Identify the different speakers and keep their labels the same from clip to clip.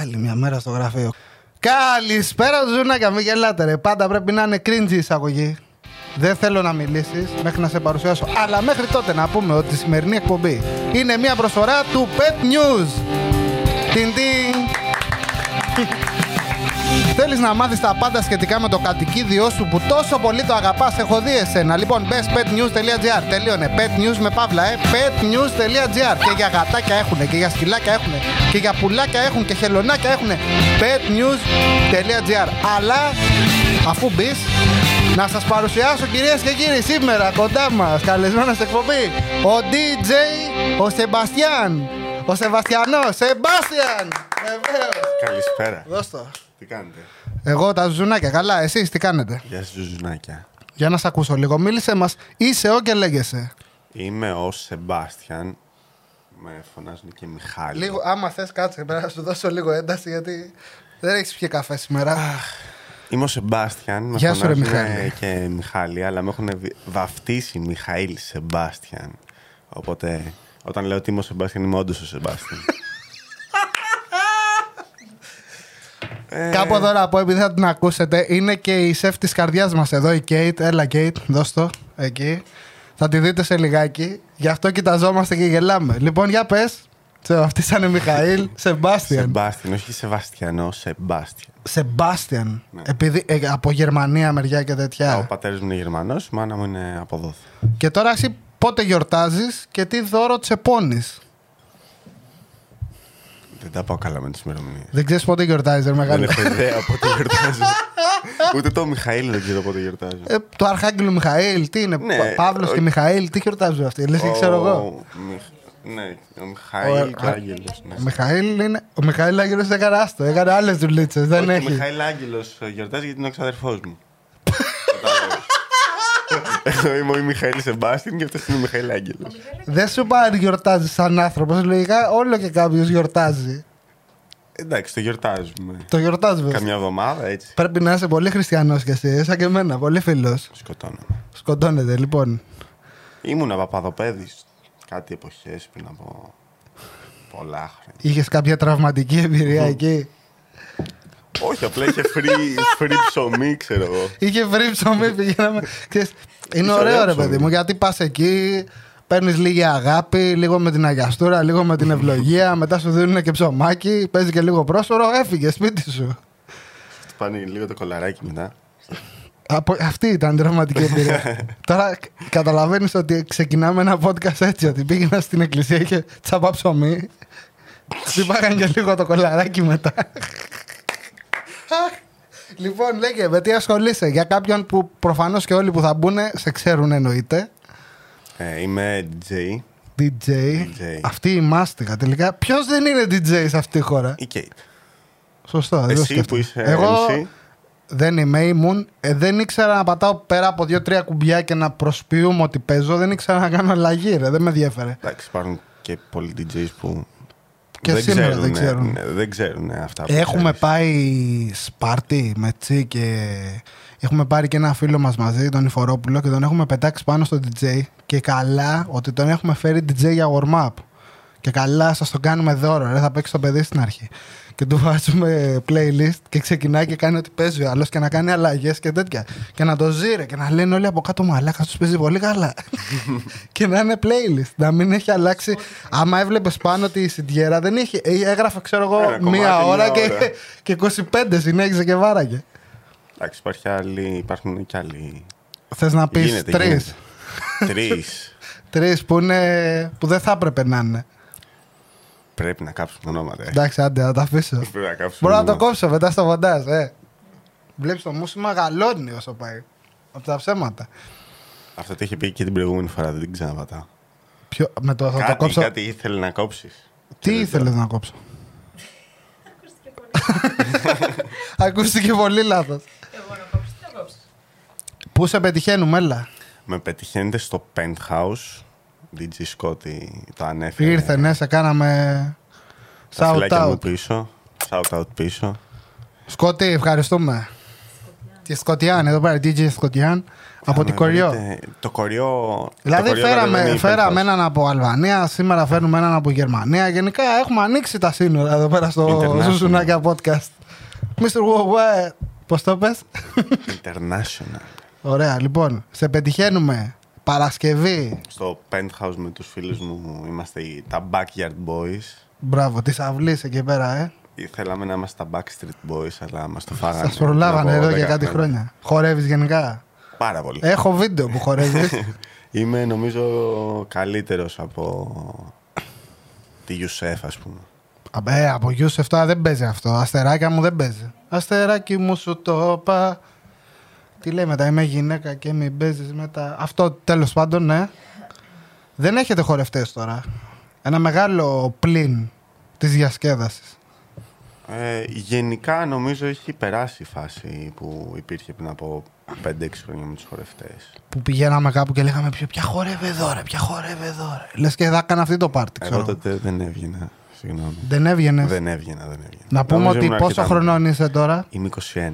Speaker 1: Άλλη μια μέρα στο γραφείο. Καλησπέρα, Ζούνακα, μην γελάτε ρε. Πάντα πρέπει να είναι cringe η εισαγωγή. Δεν θέλω να μιλήσεις μέχρι να σε παρουσιάσω. Αλλά μέχρι τότε να πούμε ότι η σημερινή εκπομπή είναι μια προσφορά του Pet News. Τιν τιν. Θέλεις να μάθεις τα πάντα σχετικά με το κατοικίδιό σου που τόσο πολύ το αγαπάς, έχω δει εσένα. Λοιπόν, μπες petnews.gr. Τελείωνε. Petnews με παύλα, ε. Petnews.gr. Και για γατάκια έχουν, και για σκυλάκια έχουν, και για πουλάκια έχουν, και χελωνάκια έχουν. Petnews.gr. Αλλά αφού μπεις, να σας παρουσιάσω κυρίες και κύριοι σήμερα κοντά μας, καλεσμένος στην εκπομπή, ο DJ ο Σεμπαστιάν. Ο Σεβαστιανό, Σεμπάστιαν! Βεβαίως!
Speaker 2: Καλησπέρα.
Speaker 1: Δώσ' το.
Speaker 2: Τι κάνετε.
Speaker 1: Εγώ τα ζουζουνάκια. Καλά, εσείς τι κάνετε.
Speaker 2: Γεια σα, Ζουζουνάκια.
Speaker 1: Για να σε ακούσω λίγο. Μίλησε μας. Είσαι ό και λέγεσαι.
Speaker 2: Είμαι ο Σεμπάστιαν. Με φωνάζουν και Μιχάλη.
Speaker 1: Λίγο, άμα θες, κάτσε πρέπει να σου δώσω λίγο ένταση γιατί δεν έχεις πιει καφέ σήμερα.
Speaker 2: Είμαι ο Σεμπάστιαν. Με
Speaker 1: Γεια σου, ρε,
Speaker 2: φωνάζουν
Speaker 1: Μιχάλη.
Speaker 2: και Μιχάλη, αλλά με έχουν βι- βαφτίσει Μιχαήλ Σεμπάστιαν. Οπότε όταν λέω ότι είμαι ο Σεμπάστιαν, είμαι όντως ο Σεμπάστιαν.
Speaker 1: Κάπου εδώ να πω, επειδή θα την ακούσετε, είναι και η σεφ της καρδιάς μας εδώ, η Κέιτ. Έλα, Κέιτ, δώσ' το. Εκεί. Θα τη δείτε σε λιγάκι. Γι' αυτό κοιταζόμαστε και γελάμε. Λοιπόν, για πες. Σε βαφτίσανε Μιχαήλ Σεμπάστιαν.
Speaker 2: Σεμπάστιαν, όχι Σεβαστιανό, Σεμπάστιαν.
Speaker 1: Σεμπάστιαν. Επειδή ε, από Γερμανία μεριά και τέτοια.
Speaker 2: Ο πατέρας μου είναι Γερμανός, η μάνα μου είναι από εδώ.
Speaker 1: Και τώρα εσύ πότε γιορτάζεις και τι δώρο τσεπώνεις.
Speaker 2: Δεν τα πάω καλά με τις ημερομηνίες.
Speaker 1: Δεν ξέρεις πότε γιορτάζεις, ρε
Speaker 2: Δεν
Speaker 1: μεγάλη.
Speaker 2: έχω ιδέα πότε γιορτάζω. Ούτε το Μιχαήλ δεν ξέρω πότε γιορτάζω.
Speaker 1: Ε, το Αρχάγγελο Μιχαήλ, τι είναι,
Speaker 2: Ναι,
Speaker 1: ναι, Παύλο
Speaker 2: ο-
Speaker 1: και Μιχαήλ, τι γιορτάζουν αυτοί. Λες και
Speaker 2: Ο
Speaker 1: ξέρω εγώ.
Speaker 2: Μιχ- Ναι, ο Μιχαήλ
Speaker 1: Ο-
Speaker 2: και ο Άγγελος, ναι.
Speaker 1: Ο Μιχαήλ είναι. Ο Μιχαήλ Άγγελος έκανε άστο, έκανε άλλες δουλίτσες. Δεν
Speaker 2: Όχι, Ο
Speaker 1: έχει.
Speaker 2: Μιχαήλ Άγγελος ε, γιορτάζει γιατί είναι ο ξαδερφός μου. Εγώ είμαι ο Μιχαήλ Σεμπάστιν και αυτός είναι ο Μιχαήλ Άγγελος.
Speaker 1: Δεν σου πάρει γιορτάζεις σαν άνθρωπος. Λογικά όλο και κάποιος γιορτάζει.
Speaker 2: Εντάξει, το γιορτάζουμε.
Speaker 1: Το γιορτάζουμε.
Speaker 2: Καμιά εβδομάδα έτσι.
Speaker 1: Πρέπει να είσαι πολύ χριστιανός κι εσύ, σαν και εμένα, πολύ φίλος.
Speaker 2: Σκοτώνομαι.
Speaker 1: Σκοτώνεται λοιπόν.
Speaker 2: Ήμουνα παπαδοπέδης κάτι εποχές πριν από πολλά χρόνια.
Speaker 1: Είχες κάποια τραυματική εμπειρία εκεί.
Speaker 2: Όχι, απλά είχε free, free ψωμί, ξέρω εγώ.
Speaker 1: Είχε βρει ψωμί, πηγαίναμε. Ξέρεις, είναι
Speaker 2: Είχε
Speaker 1: ωραίο
Speaker 2: ωραίο
Speaker 1: ρε
Speaker 2: ψωμί.
Speaker 1: παιδί μου, γιατί πας εκεί, παίρνεις λίγη αγάπη, λίγο με την αγιαστούρα, λίγο με την ευλογία. μετά σου δίνουν και ψωμάκι, παίζει και λίγο πρόσωρο, έφυγε σπίτι σου.
Speaker 2: Πάνε λίγο το κολαράκι μετά.
Speaker 1: Από, αυτή ήταν η τραυματική εμπειρία. Τώρα καταλαβαίνεις ότι ξεκινάμε ένα podcast έτσι. Ότι πήγαινα στην εκκλησία και τσαπά ψωμί. Χτυπάγαν και λίγο το κολαράκι μετά. λοιπόν, λέγε, με τι ασχολείσαι. Για κάποιον που προφανώς και όλοι που θα μπουν σε ξέρουν εννοείται.
Speaker 2: Ε, είμαι DJ,
Speaker 1: DJ.
Speaker 2: DJ.
Speaker 1: Αυτή η μάστιγα τελικά. Ποιος δεν είναι DJ σε αυτή τη χώρα.
Speaker 2: η Kate.
Speaker 1: Σωστό. δεν το
Speaker 2: Ε, Εσύ που
Speaker 1: σκέφτομαι.
Speaker 2: είσαι
Speaker 1: Εγώ
Speaker 2: MC.
Speaker 1: δεν είμαι, ήμουν. Ε, δεν ήξερα να πατάω πέρα από δύο-τρία κουμπιά και να προσποιούμε ότι παίζω. Δεν ήξερα να κάνω αλλαγή, ρε. Δεν με ενδιέφερε.
Speaker 2: Εντάξει, υπάρχουν και πολλοί DJs που.
Speaker 1: Και σήμερα δεν ξέρουν.
Speaker 2: ναι, δεν ξέρουν αυτά που
Speaker 1: Έχουμε
Speaker 2: ξέρεις.
Speaker 1: πάει Σπάρτη με τσι και έχουμε πάρει και ένα φίλο μας μαζί, τον Ιφορόπουλο, και τον έχουμε πετάξει πάνω στο DJ. Και καλά ότι τον έχουμε φέρει DJ για warm-up. Και καλά σας το κάνουμε δώρο, ρε, θα παίξει το παιδί στην αρχή. Και του βάζουμε playlist και ξεκινάει και κάνει ό,τι παίζει ο άλλος και να κάνει αλλαγές και τέτοια. Και να το ζήρε και να λένε όλοι από κάτω μαλάκα, του παίζει πολύ καλά. και να είναι playlist, να μην έχει αλλάξει. Άμα έβλεπες πάνω ότι η συντιέρα δεν είχε. ε, Έγραφε, ξέρω εγώ,
Speaker 2: Ένα κομμάτι,
Speaker 1: μία
Speaker 2: μία
Speaker 1: ώρα
Speaker 2: ώρα.
Speaker 1: και, και 25 συνέχιζε και βάραγε.
Speaker 2: Εντάξει, υπάρχει άλλη, υπάρχουν και άλλοι.
Speaker 1: Θες να πεις
Speaker 2: Γίνεται,
Speaker 1: τρεις.
Speaker 2: γίνεται. Τρεις.
Speaker 1: Τρεις που, είναι, που δεν θα έπρεπε να είναι.
Speaker 2: Πρέπει να κάψουμε ονόματα. ε.
Speaker 1: Εντάξει, άντε, να τα αφήσω.
Speaker 2: Πρέπει να κάψουμε.
Speaker 1: Μπορώ να το
Speaker 2: ονόματα.
Speaker 1: κόψω μετά στο μοντάζ, ε. Βλέπεις το μουσμα γαλώνει όσο πάει. Από τα ψέματα.
Speaker 2: Αυτό το είχε πει και την προηγούμενη φορά, δεν την ξαναπατάω.
Speaker 1: Ποιο, με το, θα το
Speaker 2: Κάτι,
Speaker 1: κόψω.
Speaker 2: κάτι ήθελε να κόψεις.
Speaker 1: Τι ήθελε να κόψω. Ακούστηκε πολύ λάθος.
Speaker 3: Εγώ να κόψω, τι να κόψω.
Speaker 1: Πού σε πετυχαίνουμε, έλα.
Speaker 2: Με πετυχαίνετε στο penthouse. DJ Scotty το ανέφερε.
Speaker 1: Ήρθε, ναι, σε κάναμε.
Speaker 2: Ε. Τα
Speaker 1: Shout
Speaker 2: φυλάκια μου
Speaker 1: out.
Speaker 2: πίσω. Shout out πίσω.
Speaker 1: Σκότι, ευχαριστούμε. Τη Σκοτιάν, εδώ πέρα, DJ Σκοτιάν. Από την Κοριό.
Speaker 2: Εννοείται, Το κοριό.
Speaker 1: Δηλαδή
Speaker 2: το κοριό
Speaker 1: φέραμε,
Speaker 2: καταλαβαίνει
Speaker 1: φέραμε
Speaker 2: υπέρφραση.
Speaker 1: έναν από Αλβανία, σήμερα φέρνουμε έναν από Γερμανία. Γενικά έχουμε ανοίξει τα σύνορα εδώ πέρα στο
Speaker 2: International.
Speaker 1: Ζουζουνάκια Podcast. Mr. Worldwide, πώς το πες?
Speaker 2: International.
Speaker 1: Ωραία, λοιπόν, σε πετυχαίνουμε Παρασκευή.
Speaker 2: Στο penthouse με τους φίλους μου είμαστε οι- τα backyard boys.
Speaker 1: Μπράβο, τη αυλή εκεί πέρα, ε.
Speaker 2: Ή Θέλαμε να είμαστε τα backstreet boys, αλλά μας το φάγανε.
Speaker 1: Σας προλάβανε
Speaker 2: από
Speaker 1: εδώ για
Speaker 2: 10
Speaker 1: κάτι Ε. χρόνια. Χορεύεις γενικά.
Speaker 2: Πάρα πολύ.
Speaker 1: Έχω βίντεο που χορεύεις.
Speaker 2: Είμαι νομίζω καλύτερος από τη Ιουσέφ ας πούμε.
Speaker 1: ε, από γιου 7 δεν παίζει αυτό. Αστεράκια μου δεν παίζει. Αστεράκι μου σου το είπα. Τι λέει μετά, είμαι γυναίκα και μην παίζει μετά. Αυτό τέλος πάντων, ναι. Δεν έχετε χορευτές τώρα. Ένα μεγάλο πλήν της διασκέδασης.
Speaker 2: Ε, γενικά νομίζω έχει περάσει η φάση που υπήρχε πριν από 5-6 χρόνια με τους χορευτές.
Speaker 1: Που πηγαίναμε κάπου και λέγαμε «Ποιο- Ποια χορεύει εδώ, ρε, ποια χορεύει εδώ. Ρε. Λες και θα έκανα αυτή το πάρτι, ξέρω.
Speaker 2: Ε, Εγώ τότε δεν έβγαινα, συγγνώμη.
Speaker 1: Δεν έβγαινες.
Speaker 2: Δεν έβγαινα, δεν έβγαινα.
Speaker 1: Να πούμε
Speaker 2: Νομίζω
Speaker 1: ότι
Speaker 2: ήμουν
Speaker 1: πόσο
Speaker 2: αρκετά
Speaker 1: χρονών είσαι τώρα.
Speaker 2: Είμαι 21.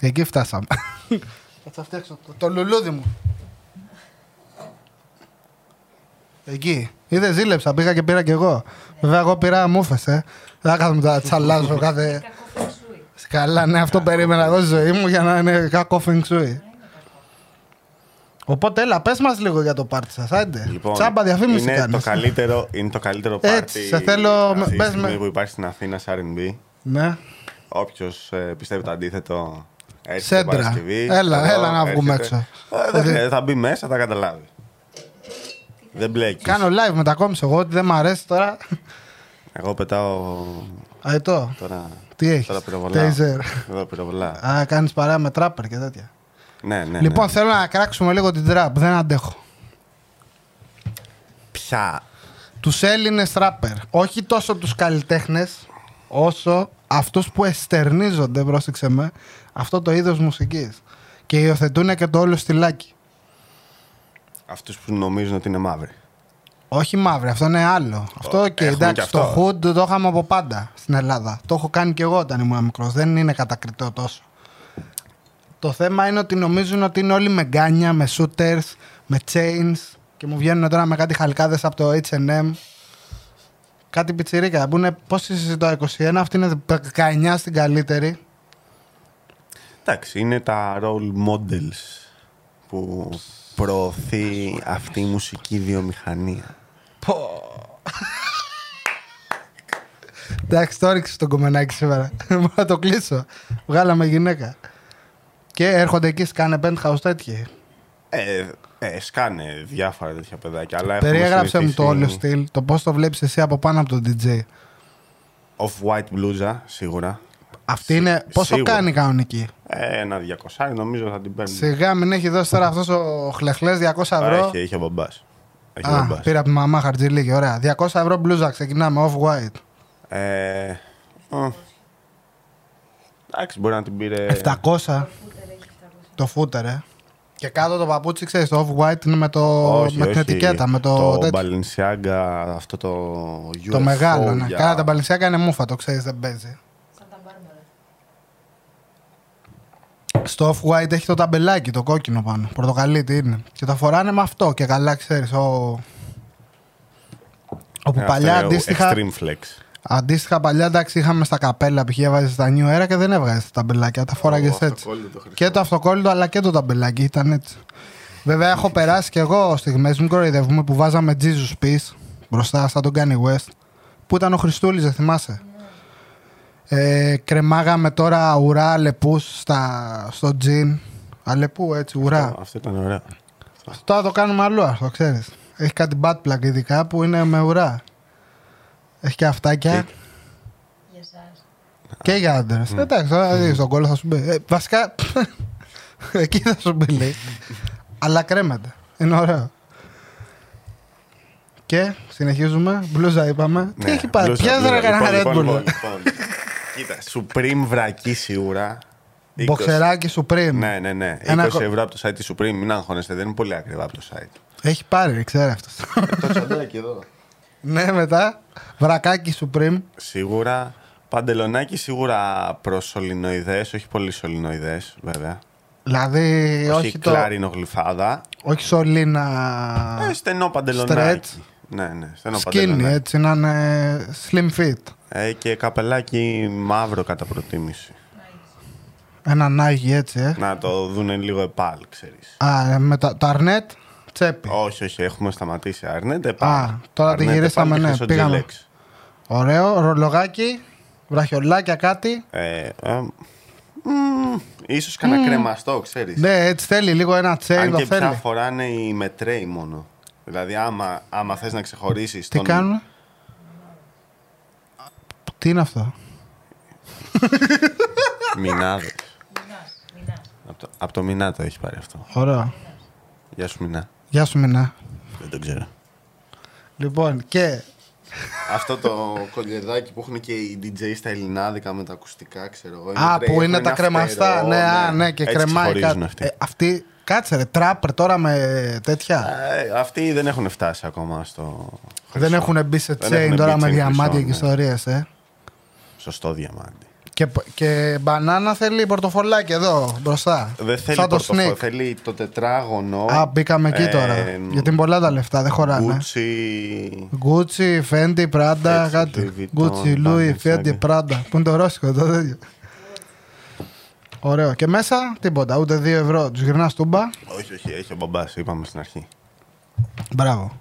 Speaker 1: Εκεί φτάσαμε. Θα φτιάξω το, το λουλούδι μου. Εκεί. Είδες, ζήλεψα. Πήγα και πήρα κι εγώ. Βέβαια, εγώ πήρα μούφε. Ε. Δεν θα κάθομαι να τσαλάζω κάθε.
Speaker 3: Κακό φεγγσούι.
Speaker 1: Καλά, ναι, αυτό περίμενα εγώ στη ζωή μου για να είναι κακό feng shui. Οπότε, έλα, πες μας λίγο για το πάρτι σας. Άντε. Τσάμπα διαφήμιση
Speaker 2: Λοιπόν, είναι το,
Speaker 1: κάνεις.
Speaker 2: καλύτερο, είναι το καλύτερο
Speaker 1: Έτσι,
Speaker 2: πάρτι
Speaker 1: σε θέλω,
Speaker 2: αυτή τη
Speaker 1: μπες
Speaker 2: στιγμή
Speaker 1: με-
Speaker 2: που υπάρχει στην Αθήνα σε R&B.
Speaker 1: Ναι.
Speaker 2: Όποιος ε, πιστεύει το αντίθετο έρχεται
Speaker 1: Σέντρα.
Speaker 2: την Παρασκευή.
Speaker 1: Έλα,
Speaker 2: εδώ,
Speaker 1: έλα να βγούμε έξω.
Speaker 2: έρχεται. Ε, δεν
Speaker 1: Θα δει-
Speaker 2: χρειάζεται, θα μπει μέσα, θα καταλάβει. Δεν μπλέκεις.
Speaker 1: Κάνω live μετακόμιση εγώ, ότι δεν μ' αρέσει τώρα.
Speaker 2: Εγώ πετάω
Speaker 1: Αετό.
Speaker 2: τώρα...
Speaker 1: Τι έχεις?
Speaker 2: Τώρα πυροβολάω.
Speaker 1: Taser.
Speaker 2: Εδώ πυροβολάω.
Speaker 1: Α, κάνεις παρέα με τράπερ και τέτοια.
Speaker 2: Ναι, ναι,
Speaker 1: Λοιπόν,
Speaker 2: ναι.
Speaker 1: θέλω να κράξουμε λίγο την τραπ. Δεν αντέχω.
Speaker 2: Πια.
Speaker 1: Τους Έλληνες τράπερ. Όχι τόσο τους καλλιτέχνες, όσο αυτούς που εστερνίζονται, πρόσεξε με, αυτό το είδος μουσικής. Και υιοθετούν και το όλο στυλάκι.
Speaker 2: Αυτούς που νομίζουν ότι είναι μαύροι.
Speaker 1: Όχι μαύρη, αυτό είναι άλλο. Αυτό και
Speaker 2: έχουμε
Speaker 1: εντάξει,
Speaker 2: και αυτό.
Speaker 1: το hood το είχαμε από πάντα στην Ελλάδα. Το έχω κάνει και εγώ όταν ήμουν μικρός. Δεν είναι κατακριτό τόσο. Το θέμα είναι ότι νομίζουν ότι είναι όλοι με γκάνια, με shooters, με chains και μου βγαίνουν τώρα με κάτι χαλκάδες από το HM. Κάτι πιτσιρίκα. Που είναι, πώς είσαι το 21, αυτή είναι 19 στην καλύτερη.
Speaker 2: Εντάξει, είναι τα role models που προωθεί αυτή η μουσική βιομηχανία.
Speaker 1: Εντάξει, το έριξε το κομμενάκι σήμερα. Μπορώ να το κλείσω. Βγάλαμε γυναίκα. Και έρχονται εκεί, σκάνε penthouse τέτοιοι.
Speaker 2: Ε, ε, σκάνε διάφορα τέτοια παιδάκια. Αλλά έχουμε
Speaker 1: Περιέγραψε μου το όλο
Speaker 2: συνηθίσει
Speaker 1: στυλ, το πώς το βλέπεις εσύ από πάνω από τον DJ.
Speaker 2: Off-white μπλούζα, σίγουρα.
Speaker 1: Αυτή είναι. Πώ το
Speaker 2: σίγουρα.
Speaker 1: κάνει κανονική.
Speaker 2: Ε, ένα 200 νομίζω θα την παίρνει.
Speaker 1: Σιγά μην έχει δώσει τώρα αυτός ο χλεχλές 200 ευρώ.
Speaker 2: Έχει, έχει ο μπαμπάς. Έχει ο
Speaker 1: Α,
Speaker 2: μπαμπάς.
Speaker 1: πήρα από τη μαμά χαρτζηλίκη. Ωραία. 200 ευρώ μπλούζα, ξεκινάμε off-white.
Speaker 2: Ε, μ. εντάξει, μπορεί να την πήρε.
Speaker 1: 700 το φούτερε. Και κάτω το παπούτσι, ξέρεις, το off-white είναι με, το,
Speaker 2: Όχι,
Speaker 1: με την
Speaker 2: όχι.
Speaker 1: ετικέτα, με το,
Speaker 2: το
Speaker 1: τέτοιο.
Speaker 2: Balenciaga, αυτό το UFO.
Speaker 1: Το μεγάλο, ναι.
Speaker 2: για-
Speaker 1: Καλά, τα μπαλισιάκα είναι μούφα, το ξέρεις, δεν παίζει.
Speaker 3: Σαν τα μπάρμπαρα.
Speaker 1: Στο off-white έχει το ταμπελάκι, το κόκκινο πάνω. Πορτοκαλί, τι είναι. Και τα φοράνε με αυτό και καλά, ξέρεις. Ο... Όπου
Speaker 2: Ε, αυτό
Speaker 1: παλιά
Speaker 2: είναι ο
Speaker 1: αντίστοιχα,
Speaker 2: Extreme flex.
Speaker 1: αντίστοιχα παλιά εντάξει είχαμε στα καπέλα π.χ. έβαζες στα νιου αέρα και δεν έβγαζες τα ταμπελάκια. Τα φόραγες έτσι. Και το αυτοκόλλητο αλλά και το ταμπελάκι ήταν έτσι. Βέβαια έχω περάσει κι εγώ στιγμές, μην κοροϊδεύουμε, που βάζαμε Jesus Peace μπροστά σαν τον Kanye West που ήταν ο Χριστούλης, δεν θυμάσαι. Ε, κρεμάγαμε τώρα ουρά αλεπού στα, στο τζιν. Αλεπού έτσι, ουρά.
Speaker 2: Αυτό- Αυτό ήταν ωραίο.
Speaker 1: Τώρα το κάνουμε αλλού αυτό, ξέρεις. Έχει κάτι bad plug ειδικά που είναι με ουρά. Έχει και αυτάκια.
Speaker 2: Και-
Speaker 3: Για εσάς.
Speaker 1: Και για άντρες.
Speaker 2: Ναι.
Speaker 1: Εντάξει, τώρα δεις, στον κόλλο θα σου μπει. Ε, βασικά, εκεί θα σου μπει λέει. Αλλά κρέμεται. Είναι ωραίο. Και συνεχίζουμε. Μπλούζα είπαμε. Τι
Speaker 2: Ναι,
Speaker 1: έχει πάρει.
Speaker 2: μπλούζα,
Speaker 1: Πιάζει
Speaker 2: μπλούζα.
Speaker 1: ρε κανένα
Speaker 2: Λοιπόν,
Speaker 1: Red
Speaker 2: λοιπόν,
Speaker 1: Bull.
Speaker 2: λοιπόν, λοιπόν. Κοίτα, Supreme βρακή σίγουρα. 20.
Speaker 1: Μποξεράκι Supreme.
Speaker 2: λοιπόν, Ναι, ναι, ναι. 20
Speaker 1: Ένα κο-
Speaker 2: ευρώ από το site της Supreme. Μην αγχώνεστε, δεν είναι πολύ ακριβά από το site.
Speaker 1: Έχει πάρει, ξέρει αυτό.
Speaker 2: το τσαντάκι εδώ.
Speaker 1: ναι, μετά. Βρακάκι Supreme.
Speaker 2: Σίγουρα Παντελονάκι σίγουρα προς σωληνοειδές, όχι πολύ σωληνοειδές βέβαια.
Speaker 1: Δηλαδή, όχι,
Speaker 2: όχι,
Speaker 1: το,
Speaker 2: κλάρινο γλυφάδα.
Speaker 1: όχι σωλήνα
Speaker 2: Ε, στενό παντελονάκι. Ναι, ναι, στενό
Speaker 1: σκήνη,
Speaker 2: παντελονάκι.
Speaker 1: έτσι, να είναι slim fit.
Speaker 2: Ε, και καπελάκι μαύρο κατά προτίμηση.
Speaker 1: Έναν Άγιο έτσι, ε.
Speaker 2: Να το δουν λίγο επάλ, ξέρεις.
Speaker 1: Α, ε, με τα- το αρνέτ, τσέπη.
Speaker 2: όχι, όχι, έχουμε σταματήσει. Αρνέτε επάλ.
Speaker 1: Α, τώρα τη
Speaker 2: Αρνέτε
Speaker 1: γυρίσαμε,
Speaker 2: επάλ και
Speaker 1: ναι,
Speaker 2: χρυσό
Speaker 1: πήγαμε.
Speaker 2: τζελέξ.
Speaker 1: Ωραίο, ρολογάκι, βραχιολάκια κάτι.
Speaker 2: Ε, ε, μ, ίσως κανένα κρεμαστό, ξέρεις.
Speaker 1: Ναι, έτσι θέλει λίγο ένα
Speaker 2: Αν
Speaker 1: τσέιλο
Speaker 2: και πια
Speaker 1: θέλει.
Speaker 2: φοράνε οι μετρέοι μόνο. Δηλαδή, άμα, άμα θες να ξεχωρίσεις
Speaker 1: Τι
Speaker 2: τον...
Speaker 1: κάνουμε. Τι είναι αυτό.
Speaker 2: Μινάδες.
Speaker 3: Μηνάς, μηνάς.
Speaker 2: Από το, απ' το Μινά το έχεις πάρει αυτό.
Speaker 1: Ωραίο.
Speaker 2: Γεια σου Μινά.
Speaker 1: Γεια σου Μινά.
Speaker 2: Δεν το ξέρω.
Speaker 1: Λοιπόν, και
Speaker 2: αυτό το κολλιεδάκι που έχουν και οι DJ στα ελληνάδικα με τα ακουστικά, ξέρω εγώ.
Speaker 1: Α,
Speaker 2: τρέχουν,
Speaker 1: που είναι τα
Speaker 2: αυτερό,
Speaker 1: κρεμαστά. Ναι, α, ναι, και
Speaker 2: Έτσι
Speaker 1: κρεμάει
Speaker 2: ξεχωρίζουν
Speaker 1: κάτι.
Speaker 2: Αυτοί.
Speaker 1: Ε, αυτοί, κάτσε ρε, τράπερ τώρα με τέτοια.
Speaker 2: Ε, αυτοί δεν έχουν φτάσει ακόμα στο.
Speaker 1: Δεν
Speaker 2: Ε, χρυσό.
Speaker 1: έχουν μπει σε
Speaker 2: Δεν
Speaker 1: chain
Speaker 2: έχουν
Speaker 1: τώρα
Speaker 2: μπει
Speaker 1: με
Speaker 2: chain
Speaker 1: διαμάντια
Speaker 2: χρυσό,
Speaker 1: και
Speaker 2: ναι.
Speaker 1: ιστορίες. Ε.
Speaker 2: Σωστό διαμάντι.
Speaker 1: Και, και μπανάνα θέλει πορτοφολάκι εδώ μπροστά.
Speaker 2: Δεν θέλει
Speaker 1: Σαν το
Speaker 2: πορτοφόλι,
Speaker 1: sneak.
Speaker 2: θέλει το τετράγωνο. ε,
Speaker 1: Α, μπήκαμε εκεί τώρα. Γιατί ε? είναι πολλά τα λεφτά, δεν χωράνε.
Speaker 2: Gucci.
Speaker 1: Gucci, Fendi, Prada,
Speaker 2: Έτσι,
Speaker 1: κάτι.
Speaker 2: Louis Vuitton,
Speaker 1: Gucci, Louis,
Speaker 2: Balenciaga.
Speaker 1: Fendi, Prada. Που είναι το ρώσικο το τέτοιο. Ωραίο. Και μέσα τίποτα, ούτε 2 ευρώ. Τους γυρνάς τούμπα.
Speaker 2: Όχι, όχι, έχει ο μπαμπάς, είπαμε στην αρχή.
Speaker 1: Μπράβο.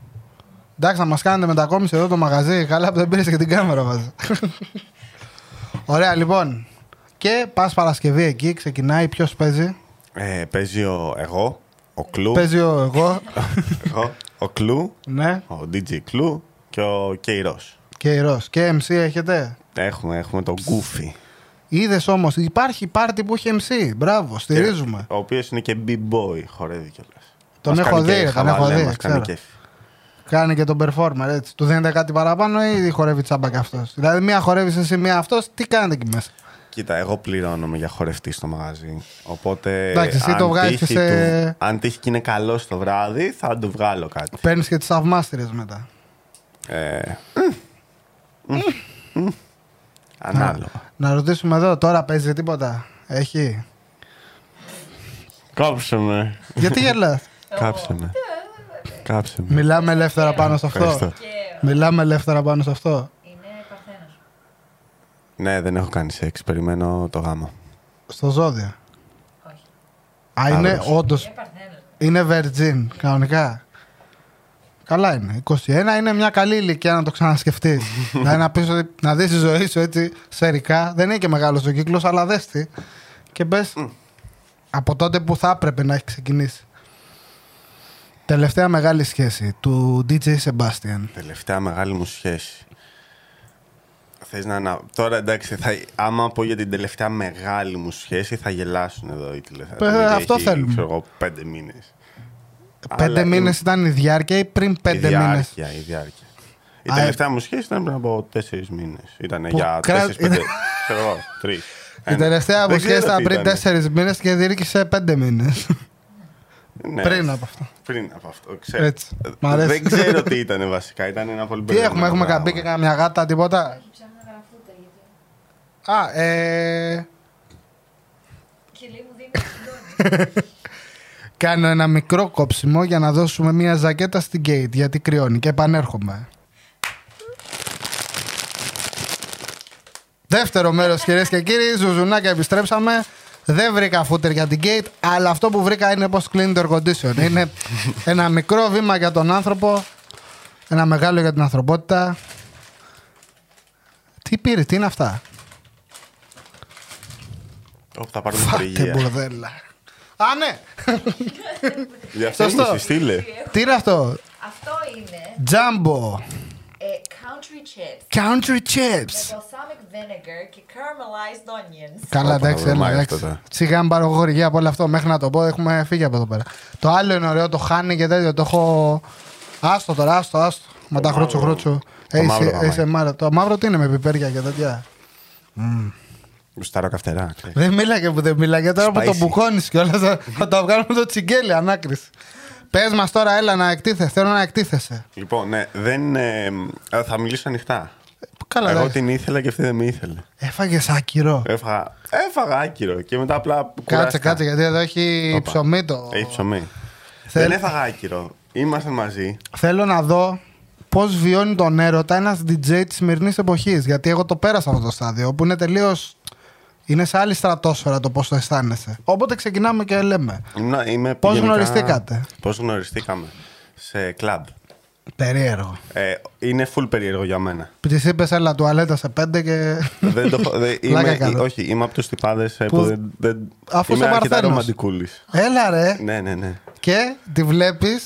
Speaker 1: Εντάξει, να μας κάνετε μετακόμιση εδώ το μαγαζί. Καλά που δεν πήρες και την κάμερα μας. Ωραία, λοιπόν. Και πας Παρασκευή εκεί, ξεκινάει. Ποιος παίζει.
Speaker 2: Ε, παίζει ο εγώ, ο Κλου.
Speaker 1: Παίζει ο εγώ.
Speaker 2: εγώ, ο Κλου,
Speaker 1: ναι,
Speaker 2: ο DJ Κλου και ο Κέιρος.
Speaker 1: και η Ρος. Και MC έχετε.
Speaker 2: Έχουμε, έχουμε τον Goofy.
Speaker 1: Είδες όμως, υπάρχει πάρτι που έχει MC. Μπράβο, στηρίζουμε.
Speaker 2: Ο οποίος είναι και B-boy, χορεύει κιόλας.
Speaker 1: Τον έχω δει, τον έχω δει, ξέρω.
Speaker 2: κέφι.
Speaker 1: Κάνει και τον performer έτσι. Του δίνετε κάτι παραπάνω ή χορεύει τσάμπα κι αυτός. Δηλαδή, μία χορεύει εσύ, μία αυτός, τι κάνετε εκεί μέσα.
Speaker 2: Κοίτα, εγώ πληρώνομαι για χορευτή στο μαγαζί. Οπότε.
Speaker 1: Εντάξει, εσύ
Speaker 2: αν
Speaker 1: το βγάζεις
Speaker 2: τύχει
Speaker 1: σε-
Speaker 2: του- Αν τύχει και είναι καλό το βράδυ, θα του βγάλω κάτι.
Speaker 1: Παίρνεις και τις θαυμάστριες μετά.
Speaker 2: Ε, μμ, μμ, μμ. Ανάλογα.
Speaker 1: Να ρωτήσουμε εδώ, τώρα παίζει τίποτα. Έχει.
Speaker 2: Κόψε με.
Speaker 1: Γιατί γελάς.
Speaker 2: Κάψε με. Κάψε με.
Speaker 1: Μιλάμε ελεύθερα πάνω σε αυτό.
Speaker 2: Ευχαριστώ.
Speaker 3: Και
Speaker 1: Μιλάμε ελεύθερα πάνω σε αυτό.
Speaker 3: είναι παρθένος.
Speaker 2: Ναι, δεν έχω κάνει σεξ. Περιμένω το γάμο.
Speaker 1: Στο ζώδιο.
Speaker 3: Όχι.
Speaker 1: Α, είναι
Speaker 2: Αύρος.
Speaker 1: όντως.
Speaker 3: Είναι παρθένος.
Speaker 1: Είναι virgin, κανονικά. Καλά είναι. 21 είναι μια καλή ηλικία να το ξανασκεφτείς. δηλαδή να, πεις ότι- να δεις τη ζωή σου έτσι σερικά. Δεν είναι και μεγάλος ο κύκλος, αλλά δες τη. Και μπε από τότε που θα έπρεπε να έχει ξεκινήσει. Τελευταία μεγάλη σχέση του DJ Sebastian.
Speaker 2: Τελευταία μεγάλη μου σχέση. Θες να ανα... Τώρα εντάξει, θα... άμα πω για την τελευταία μεγάλη μου σχέση, θα γελάσουν εδώ οι τηλεθεατέ.
Speaker 1: Ε, αυτό θέλουμε.
Speaker 2: Ξέρω εγώ, πέντε μήνες.
Speaker 1: Πέντε μήνε ήταν η διάρκεια ή πριν πέντε μήνες.
Speaker 2: διάρκεια, η διάρκεια. Η
Speaker 1: Α,
Speaker 2: τελευταία μου σχέση ήταν πριν από τέσσερις μήνες. Ήταν
Speaker 1: Που
Speaker 2: για
Speaker 1: κρα-
Speaker 2: τέσσερις, πέντε. ξέρω εγώ, τρεις.
Speaker 1: Η τελευταία μου σχέση ήταν πριν
Speaker 2: τέσσερι.
Speaker 1: τέσσερις μήνες και διήρκησε πέντε μήνες. Πριν από αυτό.
Speaker 2: Ναι. Πριν από αυτό, ξέρω.
Speaker 1: Έτσι. Μ' αρέσει.
Speaker 2: Δεν ξέρω τι ήταν βασικά. Ήταν ένα πολύ
Speaker 1: Τι έχουμε, έχουμε
Speaker 2: μπερδεμένο
Speaker 1: καμπή και καμιά γάτα, τίποτα.
Speaker 3: Έχει ψάχνει να γραφούνται γιατί.
Speaker 1: Α, ε,
Speaker 3: Και λέει μου δίνει συντόνι.
Speaker 1: κάνω ένα μικρό κόψιμο για να δώσουμε μια ζακέτα στην Kate γιατί κρυώνει και επανέρχομαι. Δεύτερο μέρος, κυρίες και κύριοι, ζουζουνάκια επιστρέψαμε. Δεν βρήκα φούτερ για την Gate, αλλά αυτό που βρήκα είναι πώς κλείνει το air condition. Είναι ένα μικρό βήμα για τον άνθρωπο, ένα μεγάλο για την ανθρωπότητα. Τι πήρε, τι είναι αυτά.
Speaker 2: Όπου θα πάρουμε
Speaker 1: Φάτε
Speaker 2: χορηγία.
Speaker 1: μπουρδέλα. Α, ναι! Σωστό.
Speaker 2: Διαφήμιση, στείλε.
Speaker 1: Τι είναι αυτό,
Speaker 3: Αυτό είναι
Speaker 1: Jumbo
Speaker 3: ε, country chips
Speaker 1: Country
Speaker 3: με
Speaker 1: Chips.
Speaker 3: balsamic vinegar και caramelized onions.
Speaker 1: Καλά,
Speaker 2: Όπα,
Speaker 1: εντάξει, έλα,
Speaker 2: βρωμάει
Speaker 1: εντάξει.
Speaker 2: αυτό τώρα.
Speaker 1: Σιγά πάρω γοριά από όλο αυτό. Μέχρι να το πω, έχουμε φύγει από εδώ πέρα. Το άλλο είναι ωραίο, το χάνει και τέτοιο. Το έχω. Άστο τώρα, άστο, άστο. Με τα χρότσου, χρότσου.
Speaker 2: μαύρο γαμάει.
Speaker 1: ASMR. Το μαύρο τι είναι με πιπέρια και τέτοια.
Speaker 2: Γουστάρω καυτερά. ξέρεις.
Speaker 1: Δεν μίλαγε που δεν μίλαγε. Τώρα που το
Speaker 2: Spicy.
Speaker 1: μπουκώνεις κιόλας θα, θα το βγάλουμε το τσιγκέλι ανάκριση. Πες μας τώρα, έλα να εκτίθεσαι. Θέλω να εκτίθεσαι.
Speaker 2: Λοιπόν, ναι, δεν, ε, α, θα μιλήσω ε, ανοιχτά.
Speaker 1: Καλά,
Speaker 2: Εγώ
Speaker 1: εντάξει.
Speaker 2: την ήθελα και αυτή δεν με ήθελε.
Speaker 1: Έφαγες άκυρο.
Speaker 2: Έφαγα, έφαγα άκυρο και μετά απλά.
Speaker 1: Κάτσε,
Speaker 2: κουράστηκα.
Speaker 1: κάτσε, γιατί εδώ έχει
Speaker 2: Όπα. Ε,
Speaker 1: ψωμί το.
Speaker 2: Έχει ψωμί.
Speaker 1: Θέλ-
Speaker 2: Δεν έφαγα άκυρο. Ήμασταν μαζί.
Speaker 1: Θέλω να δω πώς βιώνει τον έρωτα ένας DJ της σημερινής εποχής. Γιατί εγώ το πέρασα αυτό το στάδιο που είναι τελείως. Είναι σε άλλη στρατόσφαιρα το πώς το αισθάνεσαι. Όποτε ξεκινάμε και λέμε.
Speaker 2: Ήμουν- Είμαι
Speaker 1: Πώς γνωριστήκατε?
Speaker 2: Πώς γνωριστήκαμε. Σε κλαμπ.
Speaker 1: Περίεργο.
Speaker 2: Ε, είναι full περίεργο για μένα.
Speaker 1: Τη είπες, έλα τουαλέτα σε πέντε και.
Speaker 2: δεν το, έχω- δεν-
Speaker 1: Πλάκα
Speaker 2: είμαι,
Speaker 1: κάνω.
Speaker 2: όχι, είμαι από τους τυπάδες που,
Speaker 1: Που-
Speaker 2: δεν. δεν
Speaker 1: Αφού
Speaker 2: είμαι
Speaker 1: είσαι
Speaker 2: αρκετά
Speaker 1: Παρθένος.
Speaker 2: ρομαντικούλης.
Speaker 1: έλα ρε.
Speaker 2: Ναι, ναι, ναι.
Speaker 1: και τη βλέπεις.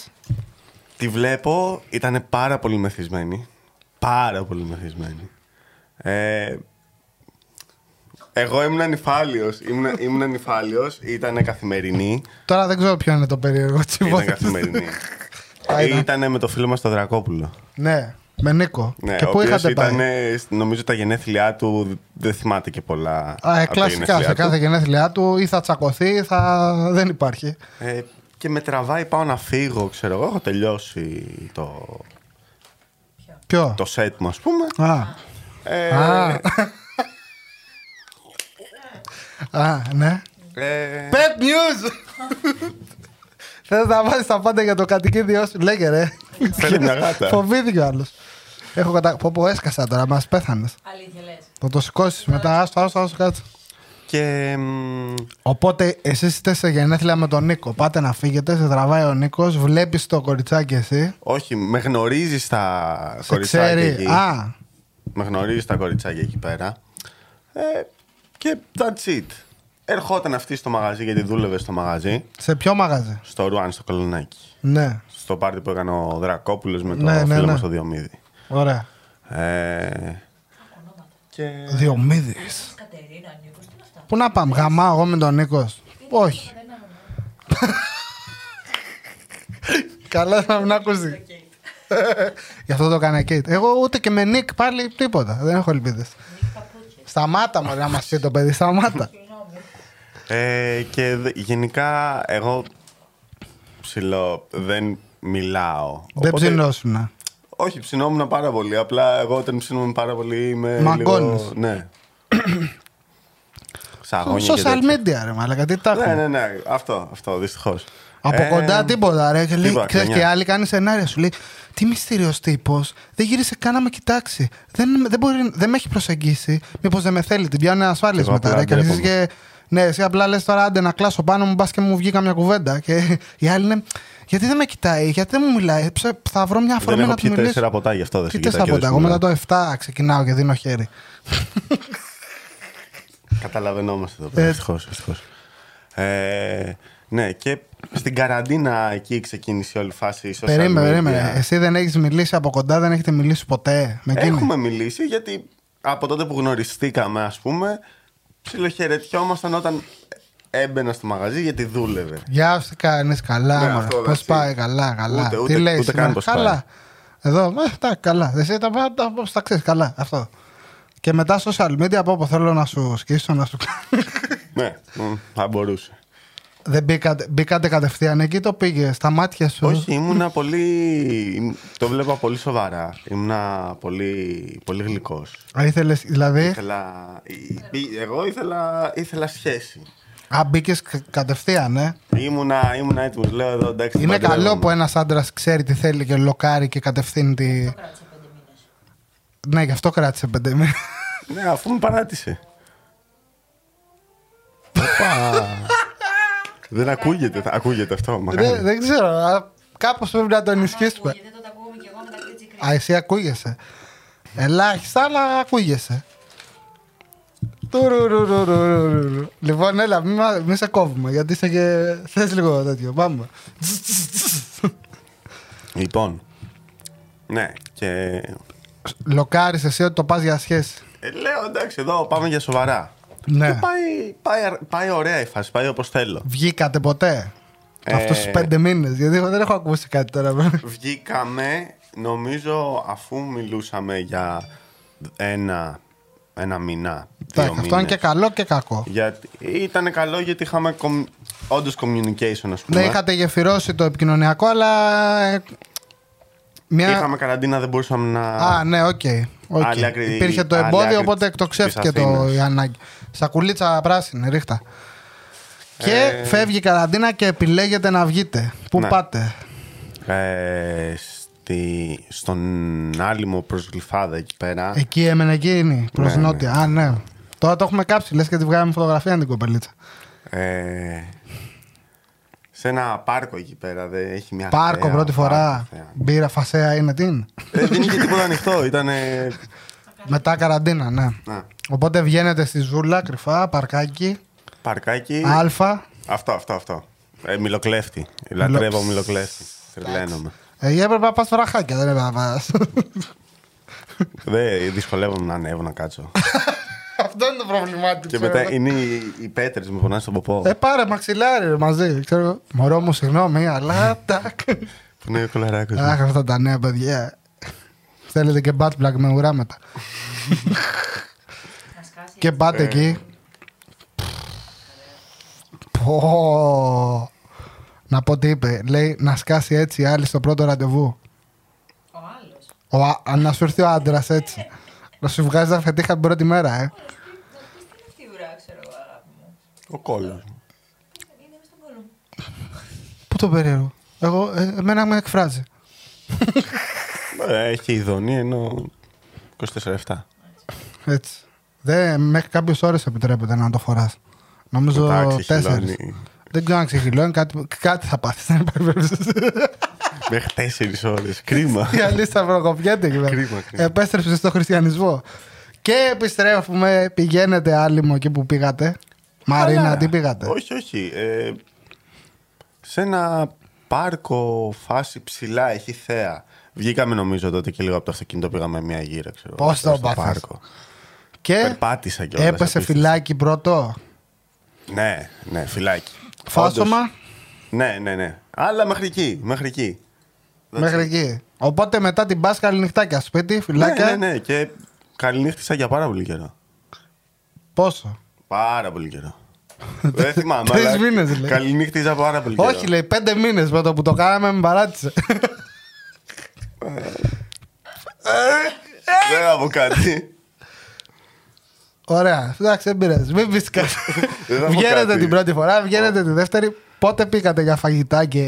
Speaker 2: Τη βλέπω, ήταν πάρα πολύ μεθυσμένη. Πάρα πολύ μεθυσμένη. Ε, εγώ ήμουν ανυφάλιος. Ήμουν, ήμουν ανυφάλιος, ήταν καθημερινή.
Speaker 1: Τώρα δεν ξέρω ποιο είναι το περίεργο της
Speaker 2: Ήταν
Speaker 1: υπόθεσης.
Speaker 2: καθημερινή.
Speaker 1: Α, ήταν.
Speaker 2: Ήτανε με το φίλο μας τον Δρακόπουλο.
Speaker 1: Ναι, με Νίκο.
Speaker 2: Ναι,
Speaker 1: και
Speaker 2: ο
Speaker 1: πού
Speaker 2: οποίος
Speaker 1: είχατε πάει.
Speaker 2: ήταν, νομίζω τα γενέθλιά του, δεν θυμάται και πολλά.
Speaker 1: Α, ε,
Speaker 2: από τα
Speaker 1: κλασικά,
Speaker 2: γενέθλιά
Speaker 1: σε
Speaker 2: του.
Speaker 1: κάθε γενέθλιά του ή θα τσακωθεί ή θα... δεν υπάρχει.
Speaker 2: Ε, και με τραβάει, πάω να φύγω, ξέρω εγώ. Έχω τελειώσει το,
Speaker 1: Ποιο?
Speaker 2: το set μου, ας πούμε.
Speaker 1: Α,
Speaker 2: Ε,
Speaker 1: α. α, ναι.
Speaker 2: ε,
Speaker 1: Pet news! Θες να βάλεις τα πάντα για το κατοικίδιό σου. Λέγε ρε.
Speaker 2: Φέρε μια γάτα.
Speaker 1: Φοβήθηκε ο άλλος. Έχω κατα... Πω πω έσκασα τώρα, μας πέθανες.
Speaker 3: Αλήθεια λες.
Speaker 1: Θα το σηκώσεις μετά, άστο, άστο, άστο, κάτσε.
Speaker 2: και μ,
Speaker 1: Οπότε εσείς είστε σε γενέθλια με τον Νίκο. Πάτε να φύγετε, σε τραβάει ο Νίκος, βλέπεις το κοριτσάκι εσύ.
Speaker 2: όχι, με γνωρίζεις τα
Speaker 1: Σε
Speaker 2: κοριτσάκια εκεί.
Speaker 1: ξέρει. Α,
Speaker 2: Με γνωρίζεις τα κοριτσάκια εκεί πέρα. Ε, και that's it. Ερχόταν αυτή στο μαγαζί γιατί δούλευε στο μαγαζί.
Speaker 1: σε ποιο μαγαζί.
Speaker 2: Στο Ρουάν, στο Κολονάκι.
Speaker 1: Ναι,
Speaker 2: Στο πάρτι που έκανε ο Δρακόπουλος με το
Speaker 1: Ναι, ναι,
Speaker 2: φίλο
Speaker 1: ναι.
Speaker 2: μας το Διομήδη.
Speaker 1: ωραία.
Speaker 2: Ε, και...
Speaker 1: Διομήδης.
Speaker 3: Κατερίνα, Νίκος, τι είναι αυτά.
Speaker 1: Πού να πάμε, γαμάω εγώ με τον Νίκος. Όχι. Καλά να μην ακούσει.
Speaker 3: Κέιτ.
Speaker 1: Γι' αυτό το έκανα Κέιτ. Εγώ ούτε και με Νίκ πάλι τίποτα. Δεν έχω ελπίδες.
Speaker 3: Νίκ Παπούτσια.
Speaker 1: Σταμάτα μου να μα πει το παιδί, σταμάτα.
Speaker 3: Συγγνώμη.
Speaker 2: Ε, και δε- γενικά εγώ ψηλό δεν μιλάω.
Speaker 1: Δεν ψινόσουνα.
Speaker 2: Όχι, ψινόμουν πάρα πολύ. Απλά εγώ όταν ψινόμουν πάρα πολύ είμαι
Speaker 1: Μαγκώνεις.
Speaker 2: λίγο... Ναι. Σαγόνια και
Speaker 1: Social
Speaker 2: τέτοια.
Speaker 1: media ρε μαλακα, τι τα
Speaker 2: Ναι,
Speaker 1: έχουμε.
Speaker 2: ναι, ναι. Αυτό, αυτό δυστυχώς.
Speaker 1: Από
Speaker 2: Ε,
Speaker 1: κοντά τίποτα ρε. Και λέει,
Speaker 2: τίποτα,
Speaker 1: ξέρεις,
Speaker 2: κανιά.
Speaker 1: και άλλοι κάνεις σενάρια σου. Λέει, τι μυστήριο τύπος. Δεν γύρισε καν να με κοιτάξει. Δεν, δεν, μπορεί, δεν με έχει προσεγγίσει. Μήπως δεν με θέλει. Την πιάνουν ασφάλειε
Speaker 2: Εγώ
Speaker 1: μετά.
Speaker 2: απλά
Speaker 1: Ρε, και αρχίζεις
Speaker 2: ντρέπομαι.
Speaker 1: και. Ναι, εσύ απλά λες τώρα άντε να κλάσω πάνω μου, μπας και μου βγει καμιά κουβέντα. Και οι άλλοι είναι. Γιατί δεν με κοιτάει, γιατί δεν μου μιλάει. Ψε, θα βρω μια
Speaker 2: Δεν
Speaker 1: αφορμή
Speaker 2: έχω
Speaker 1: να του
Speaker 2: πιει
Speaker 1: μιλήσω.
Speaker 2: τέσσερα ποτά γι' αυτό δεν σε
Speaker 1: Τι
Speaker 2: κοιτάω
Speaker 1: τέσσερα
Speaker 2: και δεν
Speaker 1: ποτά.
Speaker 2: σου
Speaker 1: Εγώ μετά
Speaker 2: μιλάω.
Speaker 1: το 7 ξεκινάω και δίνω χέρι.
Speaker 2: Καταλαβαίνόμαστε εδώ πέρα.
Speaker 1: Ε.
Speaker 2: Ευτυχώς, ευτυχώς. Ε, ναι, και στην καραντίνα εκεί ξεκίνησε η όλη η φάση. η social
Speaker 1: Περίμενε,
Speaker 2: media.
Speaker 1: περίμενε. Ε, Εσύ δεν έχεις μιλήσει από κοντά, δεν έχετε μιλήσει ποτέ με εκείνη.
Speaker 2: Έχουμε μιλήσει γιατί από τότε που γνωριστήκαμε, ας πούμε, ψιλοχαιρετιόμασταν όταν έμπαινα στο μαγαζί γιατί δούλευε.
Speaker 1: Γεια σου, τι κάνεις καλά,
Speaker 2: Ναι,
Speaker 1: μωρέ.
Speaker 2: αυτό,
Speaker 1: Πώς
Speaker 2: εντάξει.
Speaker 1: πάει, καλά, καλά.
Speaker 2: Ούτε-
Speaker 1: τι
Speaker 2: ούτε-
Speaker 1: λέει,
Speaker 2: ούτε καν
Speaker 1: σήμερα?
Speaker 2: πώς
Speaker 1: καλά. Εδώ, ε, τα καλά. Εσύ τα πάντα πώς τα ξέρεις, καλά. Αυτό. Και μετά social media από όπου θέλω να σου σκίσω, να σου.
Speaker 2: ναι, μ, θα μπορούσε.
Speaker 1: Δεν μπήκατε, μπήκατε κατευθείαν εκεί, το πήγε στα μάτια σου.
Speaker 2: Όχι, ήμουνα πολύ. Το βλέπα πολύ σοβαρά. Ήμουνα πολύ, πολύ γλυκός.
Speaker 1: Α, ήθελες, δηλαδή.
Speaker 2: Ήθελα... ή- ή- Εγώ ήθελα, ήθελα σχέση.
Speaker 1: Α, μπήκες κατευθείαν, ε.
Speaker 2: Ήμουνα, ήμουνα έτοιμος. Λέω εδώ εντάξει.
Speaker 1: Είναι
Speaker 2: παντρεύομαι.
Speaker 1: καλό που ένας άντρας ξέρει τι θέλει και λοκάρει και κατευθύνει τη.
Speaker 3: Κράτησε πέντε μήνες.
Speaker 1: Ναι, γι' αυτό κράτησε πέντε μήνες.
Speaker 2: Ναι, αφού με παράτησε. Δεν ακούγεται. Θα- Ακούγεται αυτό. μαγάρι.
Speaker 1: δεν, δεν ξέρω. Κάπως πρέπει να τον ενισχύσουμε.
Speaker 3: Ακούγεται, τότε ακούγομαι και εγώ μετά και έτσι
Speaker 1: Α, εσύ ακούγεσαι. Ελάχιστα, αλλά ακούγεσαι. Τουρουρουρουρουρουρου. Λοιπόν, έλα, μην μη σε κόβουμε, γιατί είσαι και... θες λίγο τέτοιο. Πάμε.
Speaker 2: Λοιπόν. Ναι, και.
Speaker 1: Λοκάρεις εσύ ότι το πας για σχέση.
Speaker 2: Ε, λέω εντάξει, εδώ πάμε για σοβαρά.
Speaker 1: Ναι.
Speaker 2: Και πάει, πάει, αρ- πάει ωραία η φάση, πάει όπως θέλω.
Speaker 1: Βγήκατε ποτέ.
Speaker 2: Ε.
Speaker 1: Αυτούς τους πέντε μήνες, γιατί εγώ δεν έχω ακούσει κάτι τώρα.
Speaker 2: Βγήκαμε, νομίζω, αφού μιλούσαμε για ένα, ένα μήνα. Δύο
Speaker 1: Εντάξει, αυτό είναι
Speaker 2: μήνες.
Speaker 1: και καλό και κακό.
Speaker 2: Γιατί ήταν καλό γιατί είχαμε κομ... όντως communication, ας πούμε.
Speaker 1: Δεν Ναι, είχατε γεφυρώσει το επικοινωνιακό, αλλά... ε, Μια...
Speaker 2: Είχαμε καραντίνα, δεν μπορούσαμε να.
Speaker 1: Α, ναι, οκ. Οκ.
Speaker 2: Άλλη άκρη-
Speaker 1: Υπήρχε το
Speaker 2: άλλη
Speaker 1: εμπόδιο,
Speaker 2: άκρη
Speaker 1: οπότε
Speaker 2: της-
Speaker 1: εκτοξεύτηκε
Speaker 2: της
Speaker 1: το
Speaker 2: Αθήνας.
Speaker 1: η ανάγκη. Σακουλίτσα πράσινη, ρίχτα. Και
Speaker 2: Ε,
Speaker 1: φεύγει η καραντίνα και επιλέγετε να βγείτε. Πού
Speaker 2: Ναι.
Speaker 1: πάτε. ναι.
Speaker 2: Ε, στη, στον άλυμο προς Γλυφάδα εκεί πέρα.
Speaker 1: Εκεί έμενε εκείνη, προς
Speaker 2: Ναι, ναι.
Speaker 1: νότια. Α, ναι. Τώρα το έχουμε κάψει. Λες και τη βγάλαμε φωτογραφία την κοπελίτσα.
Speaker 2: Ε, σε ένα πάρκο εκεί πέρα. Δε, έχει μια
Speaker 1: Πάρκο
Speaker 2: θέα,
Speaker 1: πρώτη φορά.
Speaker 2: πάρκο, θέα.
Speaker 1: Μπύρα, φασέα είναι την.
Speaker 2: Ε, δεν είχε τίποτα ανοιχτό. Ήταν.
Speaker 1: Μετά καραντίνα, ναι. Οπότε βγαίνετε στη ζούλα, κρυφά, παρκάκι.
Speaker 2: παρκάκι.
Speaker 1: Αλφα.
Speaker 2: Αυτό, αυτό, αυτό. Ε, μιλοκλέφτη. Λατρεύω
Speaker 1: Μιλο-
Speaker 2: μιλοκλέφτη. Τρελαίνομαι.
Speaker 1: Ε, έπρεπε να πας φραχάκια, δεν έπρεπε να πας.
Speaker 2: Δε, δυσκολεύομαι να ανέβω να κάτσω.
Speaker 1: Αυτό είναι το πρόβλημά του.
Speaker 2: και
Speaker 1: ξέρω
Speaker 2: μετά
Speaker 1: εγώ.
Speaker 2: είναι οι, οι πέτρες μου φωνάζουν στον ποπό.
Speaker 1: Ε, πάρε μαξιλάρι ρε, μαζί. Ξέρω, εγώ. μωρό μου, συγγνώμη, αλλά. τάκ.
Speaker 2: Που είναι ο κολαράκος.
Speaker 1: Αχ, αυτά τα νέα παιδιά. Θέλετε και butt plug με ουράματα.
Speaker 3: Θα σκάσει.
Speaker 1: Και πάτε εκεί. Πω. Να πω τι είπε. Λέει να σκάσει έτσι η άλλη στο πρώτο ραντεβού.
Speaker 3: Ο άλλος.
Speaker 1: Ο, α- να σου έρθει ο άντρας έτσι. Να σου βγάζει τα φετίχα την πρώτη μέρα, ε.
Speaker 3: Θα πει τι είναι αυτή η ουρά, ξέρω εγώ, αγάπη μου.
Speaker 2: Ο κόλλος.
Speaker 3: Είναι μες στον κόλλο μου.
Speaker 1: Πού το περίεργο. Εγώ, ε, εμένα με εκφράζει.
Speaker 2: Ε, Έχει ειδονή ενώ 24-7.
Speaker 1: Έτσι. Δε, μέχρι κάποιες ώρες επιτρέπεται να το φοράς. Νομίζω
Speaker 2: Εντάξει,
Speaker 1: τέσσερι.
Speaker 2: χειλώνει.
Speaker 1: Δεν ξέρω αν ξεχυλώνει, κάτι, κάτι θα πάθεις. Δεν υπάρχει περίπτωση.
Speaker 2: Μέχρι 4 ώρες. Κρίμα.
Speaker 1: Η αλήθεια προκοπιέται εκεί πέρα.
Speaker 2: Κρίμα, κρίμα.
Speaker 1: Επέστρεψε στο χριστιανισμό. Και επιστρέφουμε, πηγαίνετε άλυμο εκεί που πήγατε. Μαρίνα,
Speaker 2: Καλά.
Speaker 1: τι πήγατε.
Speaker 2: Όχι, όχι. Ε, σε ένα πάρκο φάση ψηλά, έχει θέα. Βγήκαμε νομίζω τότε και λίγο από το αυτοκίνητο πήγαμε μια γύρα, ξέρω.
Speaker 1: Πώς το
Speaker 2: στο
Speaker 1: πάθες?
Speaker 2: πάρκο.
Speaker 1: Και
Speaker 2: Περπάτησα κιόλας.
Speaker 1: έπεσε
Speaker 2: απίστευτο.
Speaker 1: φυλάκι πρώτο.
Speaker 2: Ναι, ναι, φυλάκι.
Speaker 1: Φάσομα
Speaker 2: Ναι, ναι, ναι. Αλλά μέχρι εκεί, μέχρι εκεί.
Speaker 1: μέχρι εκεί. Οπότε μετά την πα καληνυχτάκια σπίτι, φυλάκια.
Speaker 2: Ναι, ναι, ναι. Και καληνύχτησα για πάρα πολύ καιρό.
Speaker 1: Πόσο.
Speaker 2: Πάρα πολύ καιρό. Δεν θυμάμαι.
Speaker 1: Τρεις
Speaker 2: αλλά
Speaker 1: μήνες, λέει.
Speaker 2: Καληνύχτησα πάρα πολύ καιρό.
Speaker 1: Όχι, λέει, πέντε μήνες με το που το κάναμε με παράτησε.
Speaker 2: Δεν θα πω κάτι.
Speaker 1: Ωραία, εντάξει, δεν πειράζει. Μην πεις κάτι.
Speaker 2: Δεν θα πω
Speaker 1: βγαίνετε
Speaker 2: κάτι.
Speaker 1: την πρώτη φορά, βγαίνετε τη δεύτερη. Πότε πήγατε για φαγητά και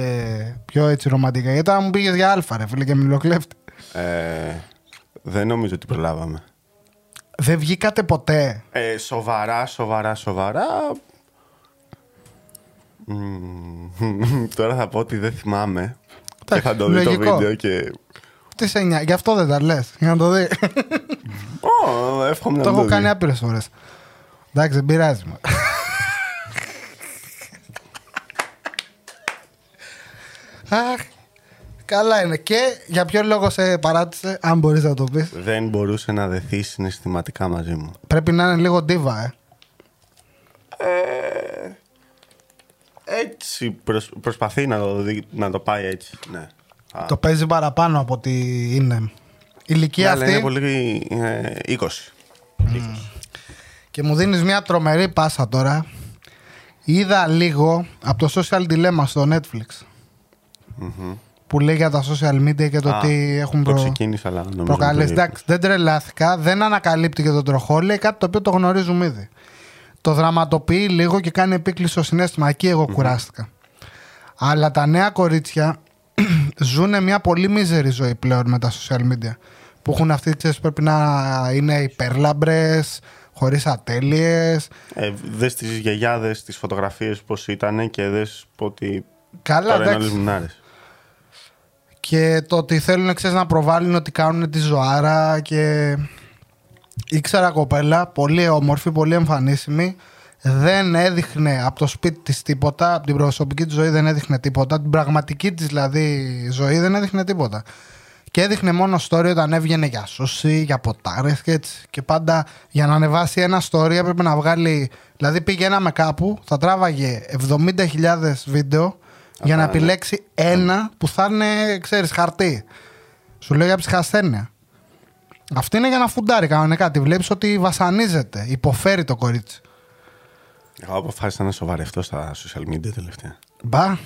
Speaker 1: πιο έτσι ρομαντικά. Γιατί αν μου πήγες για αλφα, ρε φίλε, και μιλοκλέφτη.
Speaker 2: Ε, δεν νομίζω ότι προλάβαμε.
Speaker 1: Δεν βγήκατε ποτέ.
Speaker 2: Ε, σοβαρά, σοβαρά, σοβαρά. Μμμ, Τώρα θα πω ότι δεν θυμάμαι. Και
Speaker 1: Εντάξει,
Speaker 2: θα το δει το
Speaker 1: λογικό.
Speaker 2: βίντεο και.
Speaker 1: Τις σε νοιάζει, γι' αυτό δεν τα λες. Για να το δει.
Speaker 2: Ω, εύχομαι να
Speaker 1: το
Speaker 2: μην
Speaker 1: έχω
Speaker 2: δει.
Speaker 1: κάνει άπειρες φορές. Εντάξει, δεν πειράζει. μα. Αχ. Καλά είναι. Και για ποιο λόγο σε παράτησε, αν μπορείς να το πεις.
Speaker 2: Δεν μπορούσε να δεθεί συναισθηματικά μαζί μου.
Speaker 1: Πρέπει να είναι λίγο ντίβα, ε.
Speaker 2: Ε, Έτσι προσ- προσπαθεί να το, δει- να το πάει έτσι. Ναι. Α,
Speaker 1: Το παίζει παραπάνω από ότι είναι. Η
Speaker 2: ναι,
Speaker 1: ηλικία
Speaker 2: αλλά
Speaker 1: αυτή.
Speaker 2: είναι πολύ. ε, 20.
Speaker 1: Και μου δίνεις μια τρομερή πάσα τώρα. Είδα λίγο από το social dilemma στο Netflix. Που λέει για τα social media και το
Speaker 2: Α,
Speaker 1: τι έχουν
Speaker 2: Το
Speaker 1: προ...
Speaker 2: ξεκίνησα, αλλά νομίζω.
Speaker 1: προκαλέσει.
Speaker 2: ότι το
Speaker 1: Εντάξει, δεν τρελάθηκα, δεν ανακαλύπτει και τον τροχό, λέει κάτι το οποίο το γνωρίζουμε ήδη. Το δραματοποιεί λίγο και κάνει επίκληση στο συνέστημα. Εκεί εγώ κουράστηκα. Αλλά τα νέα κορίτσια ζουν μια πολύ μίζερη ζωή πλέον με τα social media. Που έχουν αυτοί, ξέρεις, πρέπει να είναι υπερλαμπρές, χωρίς ατέλειες.
Speaker 2: Ε, δες τις γιαγιάδες, τις φωτογραφίες πώς ήταν και δες ότι.
Speaker 1: Καλά,
Speaker 2: τώρα είναι
Speaker 1: εντάξει.
Speaker 2: όλες μουνάρες.
Speaker 1: Και το ότι θέλουν ξέρεις, να προβάλλουν ότι κάνουν τη ζωάρα και ήξερα κοπέλα, πολύ όμορφη, πολύ εμφανίσιμη. Δεν έδειχνε από το σπίτι της τίποτα, από την προσωπική της ζωή δεν έδειχνε τίποτα, την πραγματική της δηλαδή ζωή δεν έδειχνε τίποτα. Και έδειχνε μόνο story όταν έβγαινε για σούσι, για ποτάρες και έτσι. Και πάντα για να ανεβάσει ένα story έπρεπε να βγάλει. Δηλαδή πήγαιναμε κάπου, θα τράβαγε 70.000 βίντεο για να
Speaker 2: ναι.
Speaker 1: επιλέξει ένα που θα είναι, ξέρεις, χαρτί. Σου λέω για ψυχασθένεια. Αυτή είναι για να φουντάρει κανονικά. Τη βλέπεις ότι βασανίζεται, υποφέρει το κορίτσι.
Speaker 2: Εγώ αποφάσισα να σοβαρευτώ στα social media τελευταία.
Speaker 1: Μπα.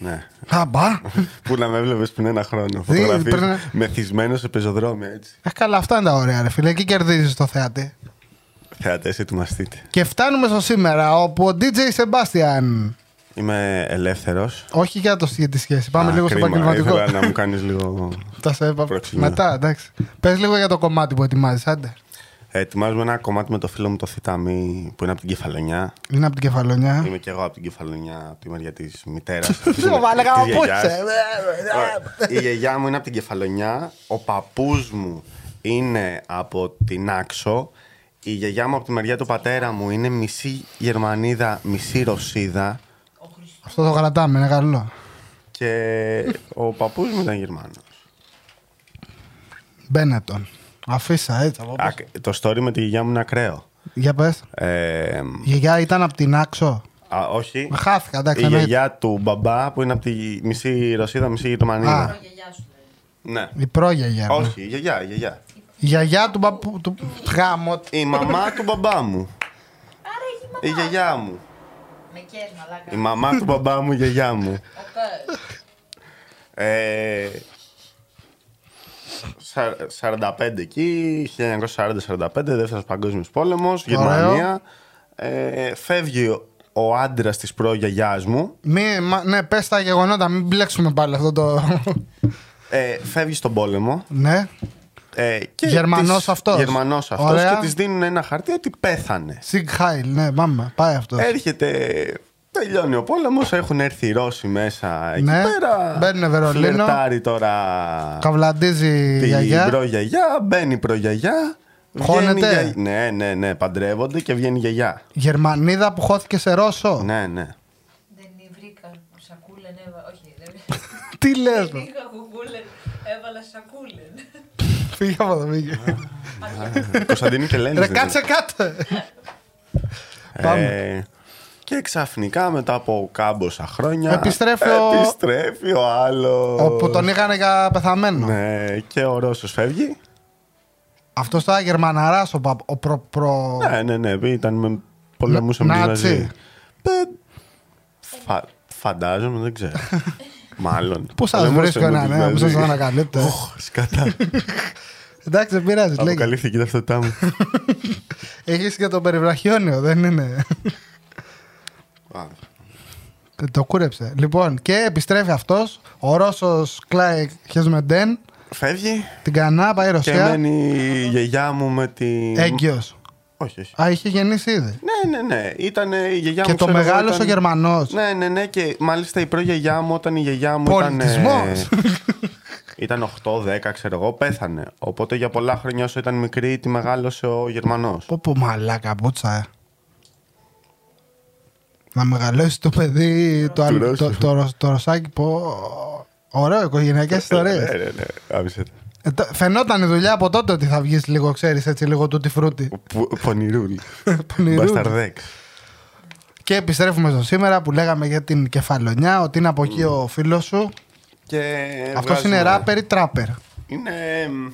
Speaker 2: Ναι.
Speaker 1: Αμπά.
Speaker 2: Πού να με έβλεπες πριν ένα χρόνο.
Speaker 1: Δι-
Speaker 2: Φωτογραφίες
Speaker 1: πριν-
Speaker 2: μεθυσμένος σε πεζοδρόμια έτσι.
Speaker 1: Ε, καλά, αυτά είναι τα ωραία, ρε φίλε. Εκεί κερδίζεις το θεάτη.
Speaker 2: Θεατέ, ετοιμαστείτε.
Speaker 1: Και φτάνουμε στο σήμερα, όπου ο DJ Sebastian.
Speaker 2: Είμαι ελεύθερος.
Speaker 1: Όχι για, το, για τη σχέση. Πάμε λίγο στο επαγγελματικό.
Speaker 2: Ήθελα να μου κάνεις λίγο.
Speaker 1: Τα σε είπα
Speaker 2: Προξενείο.
Speaker 1: μετά, εντάξει. Πες λίγο για το κομμάτι που ετοιμάζεις, άντε.
Speaker 2: Ε, Ετοιμάζουμε ένα κομμάτι με το φίλο μου το Θηταμή που είναι από την Κεφαλονιά.
Speaker 1: Είναι από την κεφαλονιά.
Speaker 2: Είμαι και εγώ από την Κεφαλονιά, από τη μεριά της μητέρας.
Speaker 1: Σου βάλεγα από πού είσαι.
Speaker 2: Η γιαγιά μου είναι από την Κεφαλονιά. Ο παππούς μου είναι από την Άξο. Η γιαγιά μου από τη μεριά του πατέρα μου είναι μισή Γερμανίδα, μισή Ρωσίδα.
Speaker 1: Αυτό το κρατάμε, είναι καλό.
Speaker 2: Και ο παππούς μου ήταν Γερμανός.
Speaker 1: Μπένετον. Αφήσα έτσι. από πίσω.
Speaker 2: Το story με τη γιαγιά μου είναι ακραίο.
Speaker 1: Για πες.
Speaker 2: Ε,
Speaker 1: Η γιαγιά ήταν από την άξο.
Speaker 2: α, όχι.
Speaker 1: Χάθηκα,
Speaker 2: Η
Speaker 1: εντάξει. εννοείται.
Speaker 2: γιαγιά του μπαμπά που είναι από τη μισή Ρωσίδα, μισή Γερμανίδα.
Speaker 1: Α.
Speaker 3: Η γιαγιά σου δηλαδή. λέει.
Speaker 2: Ναι.
Speaker 1: Η πρόγιαγιά. μου.
Speaker 2: Όχι, η γιαγιά, η γιαγιά.
Speaker 1: Η γιαγιά του παππού. Του... Γάμο.
Speaker 2: Η μαμά του μπαμπά μου.
Speaker 3: Άρα έχει μαμά.
Speaker 2: Η γιαγιά μου.
Speaker 3: Με κες μαλάκα.
Speaker 2: Η μαμά του μπαμπά μου, η γιαγιά μου.
Speaker 3: Ο Πες.
Speaker 2: Ε, σα- 45 εκεί, 1940-45, δεύτερος παγκόσμιος πόλεμος, Γερμανία. Ε, φεύγει ο- ο άντρας της προγιαγιάς μου.
Speaker 1: Μη, μα, ναι, πες τα γεγονότα, μην μπλέξουμε πάλι αυτό το.
Speaker 2: Ε, φεύγει στον πόλεμο.
Speaker 1: ναι.
Speaker 2: Ε, και
Speaker 1: Γερμανός αυτός.
Speaker 2: Γερμανός αυτός
Speaker 1: Ωραία.
Speaker 2: και της δίνουν ένα χαρτί ότι πέθανε.
Speaker 1: Σιγκ Χάιλ, ναι, πάμε. Πάει αυτός.
Speaker 2: Ε, Έρχεται. Τελειώνει ο πόλεμος, έχουν έρθει οι Ρώσοι μέσα εκεί
Speaker 1: Ναι.
Speaker 2: πέρα.
Speaker 1: Μπαίνουνε Βερολίνο.
Speaker 2: Φλερτάρει τώρα
Speaker 1: Καβλαντίζει η
Speaker 2: την
Speaker 1: γιαγιά.
Speaker 2: προγιαγιά, μπαίνει η προγιαγιά. βγαίνει
Speaker 1: Χώνεται.
Speaker 2: η γιαγιά- Ναι, ναι, ναι, παντρεύονται και βγαίνει η γιαγιά.
Speaker 1: Γερμανίδα που χώθηκε σε Ρώσο.
Speaker 2: Ναι, ναι.
Speaker 3: Δεν βρήκα σακούλεν έβα... Όχι, δεν
Speaker 1: Τι λες,
Speaker 3: δεν είχα κουκούλεν, έβαλα σακούλεν.
Speaker 1: Φύγε από εδώ,
Speaker 2: Ναι,
Speaker 1: φύγε.
Speaker 2: Κωνσταντίνη και δηλαδή. Ελένη.
Speaker 1: Ρε,
Speaker 2: δεν
Speaker 1: κάτσε κάτω. Πάμε.
Speaker 2: Ε, και ξαφνικά μετά από κάμποσα χρόνια.
Speaker 1: Επιστρέφει ο-
Speaker 2: επιστρέφει ο άλλος.
Speaker 1: Όπου τον είχαν για πεθαμένο.
Speaker 2: Ναι, και ο Ρώσος φεύγει.
Speaker 1: Αυτός τώρα γερμαναράς ο, παπ- ο προ. προ...
Speaker 2: Ναι, ναι, ναι, ήταν με πολεμούσαμε
Speaker 1: Νάτσι.
Speaker 2: εμείς μαζί. Ε, φα- φαντάζομαι, δεν ξέρω. Μάλλον.
Speaker 1: Πού σας
Speaker 2: Πολεμούσαμε
Speaker 1: βρίσκω έναν,
Speaker 2: εμείς
Speaker 1: ε,
Speaker 2: μαζί.
Speaker 1: που σας ανακαλύπτω.
Speaker 2: Οχ, σκατά.
Speaker 1: Εντάξει, δεν πειράζει. λέγε.
Speaker 2: Αποκαλύφθηκε η ταυτότητά μου.
Speaker 1: Έχεις και το περιβραχιόνιο, δεν είναι.
Speaker 2: Α,
Speaker 1: το κούρεψε. Λοιπόν, και επιστρέφει αυτός, ο Ρώσος Κλάι Χεσμεντέν,
Speaker 2: Φεύγει
Speaker 1: την Κανά, πάει η
Speaker 2: και
Speaker 1: Ρωσία.
Speaker 2: μένει η γιαγιά μου με την.
Speaker 1: Έγκυος.
Speaker 2: Όχι, όχι.
Speaker 1: Α, είχε γεννήσει ήδη.
Speaker 2: Ναι, ναι, ναι. Ήταν η γιαγιά
Speaker 1: Και
Speaker 2: μου.
Speaker 1: το
Speaker 2: ξέρω εγώ,
Speaker 1: μεγάλος ο
Speaker 2: ήταν-
Speaker 1: Γερμανός.
Speaker 2: Ναι, ναι, ναι. Και μάλιστα η προγιαγιά μου όταν η γιαγιά μου
Speaker 1: Πολιτισμός.
Speaker 2: ήταν. ε, Ήταν 8-10, ξέρω εγώ, πέθανε. Οπότε για πολλά χρόνια όσο ήταν μικρή, τη μεγάλωσε ο Γερμανός.
Speaker 1: Πω πω μαλάκα μπούτσα ε. Να μεγαλώσει το παιδί το, αλ-
Speaker 2: Του
Speaker 1: το,
Speaker 2: Ρώσου.
Speaker 1: το, ρο- το ρωσάκι πω Ωραίο οικογενειακές
Speaker 2: Ναι,
Speaker 1: ιστορίες
Speaker 2: ναι, ναι. Άμυσε το.
Speaker 1: ε, το- Φαινόταν η δουλειά από τότε ότι θα βγεις λίγο ξέρεις έτσι λίγο τούτη φρούτη
Speaker 2: Πο- Πονηρούλη.
Speaker 1: Πονηρούλη.
Speaker 2: Μπασταρδέξ.
Speaker 1: Και επιστρέφουμε στο σήμερα που λέγαμε για την κεφαλονιά Ότι είναι από εκεί ο φίλος σου
Speaker 2: Και
Speaker 1: Αυτός
Speaker 2: Ε, βγάζουμε-
Speaker 1: είναι ράπερ ή τράπερ
Speaker 2: Είναι. εμ,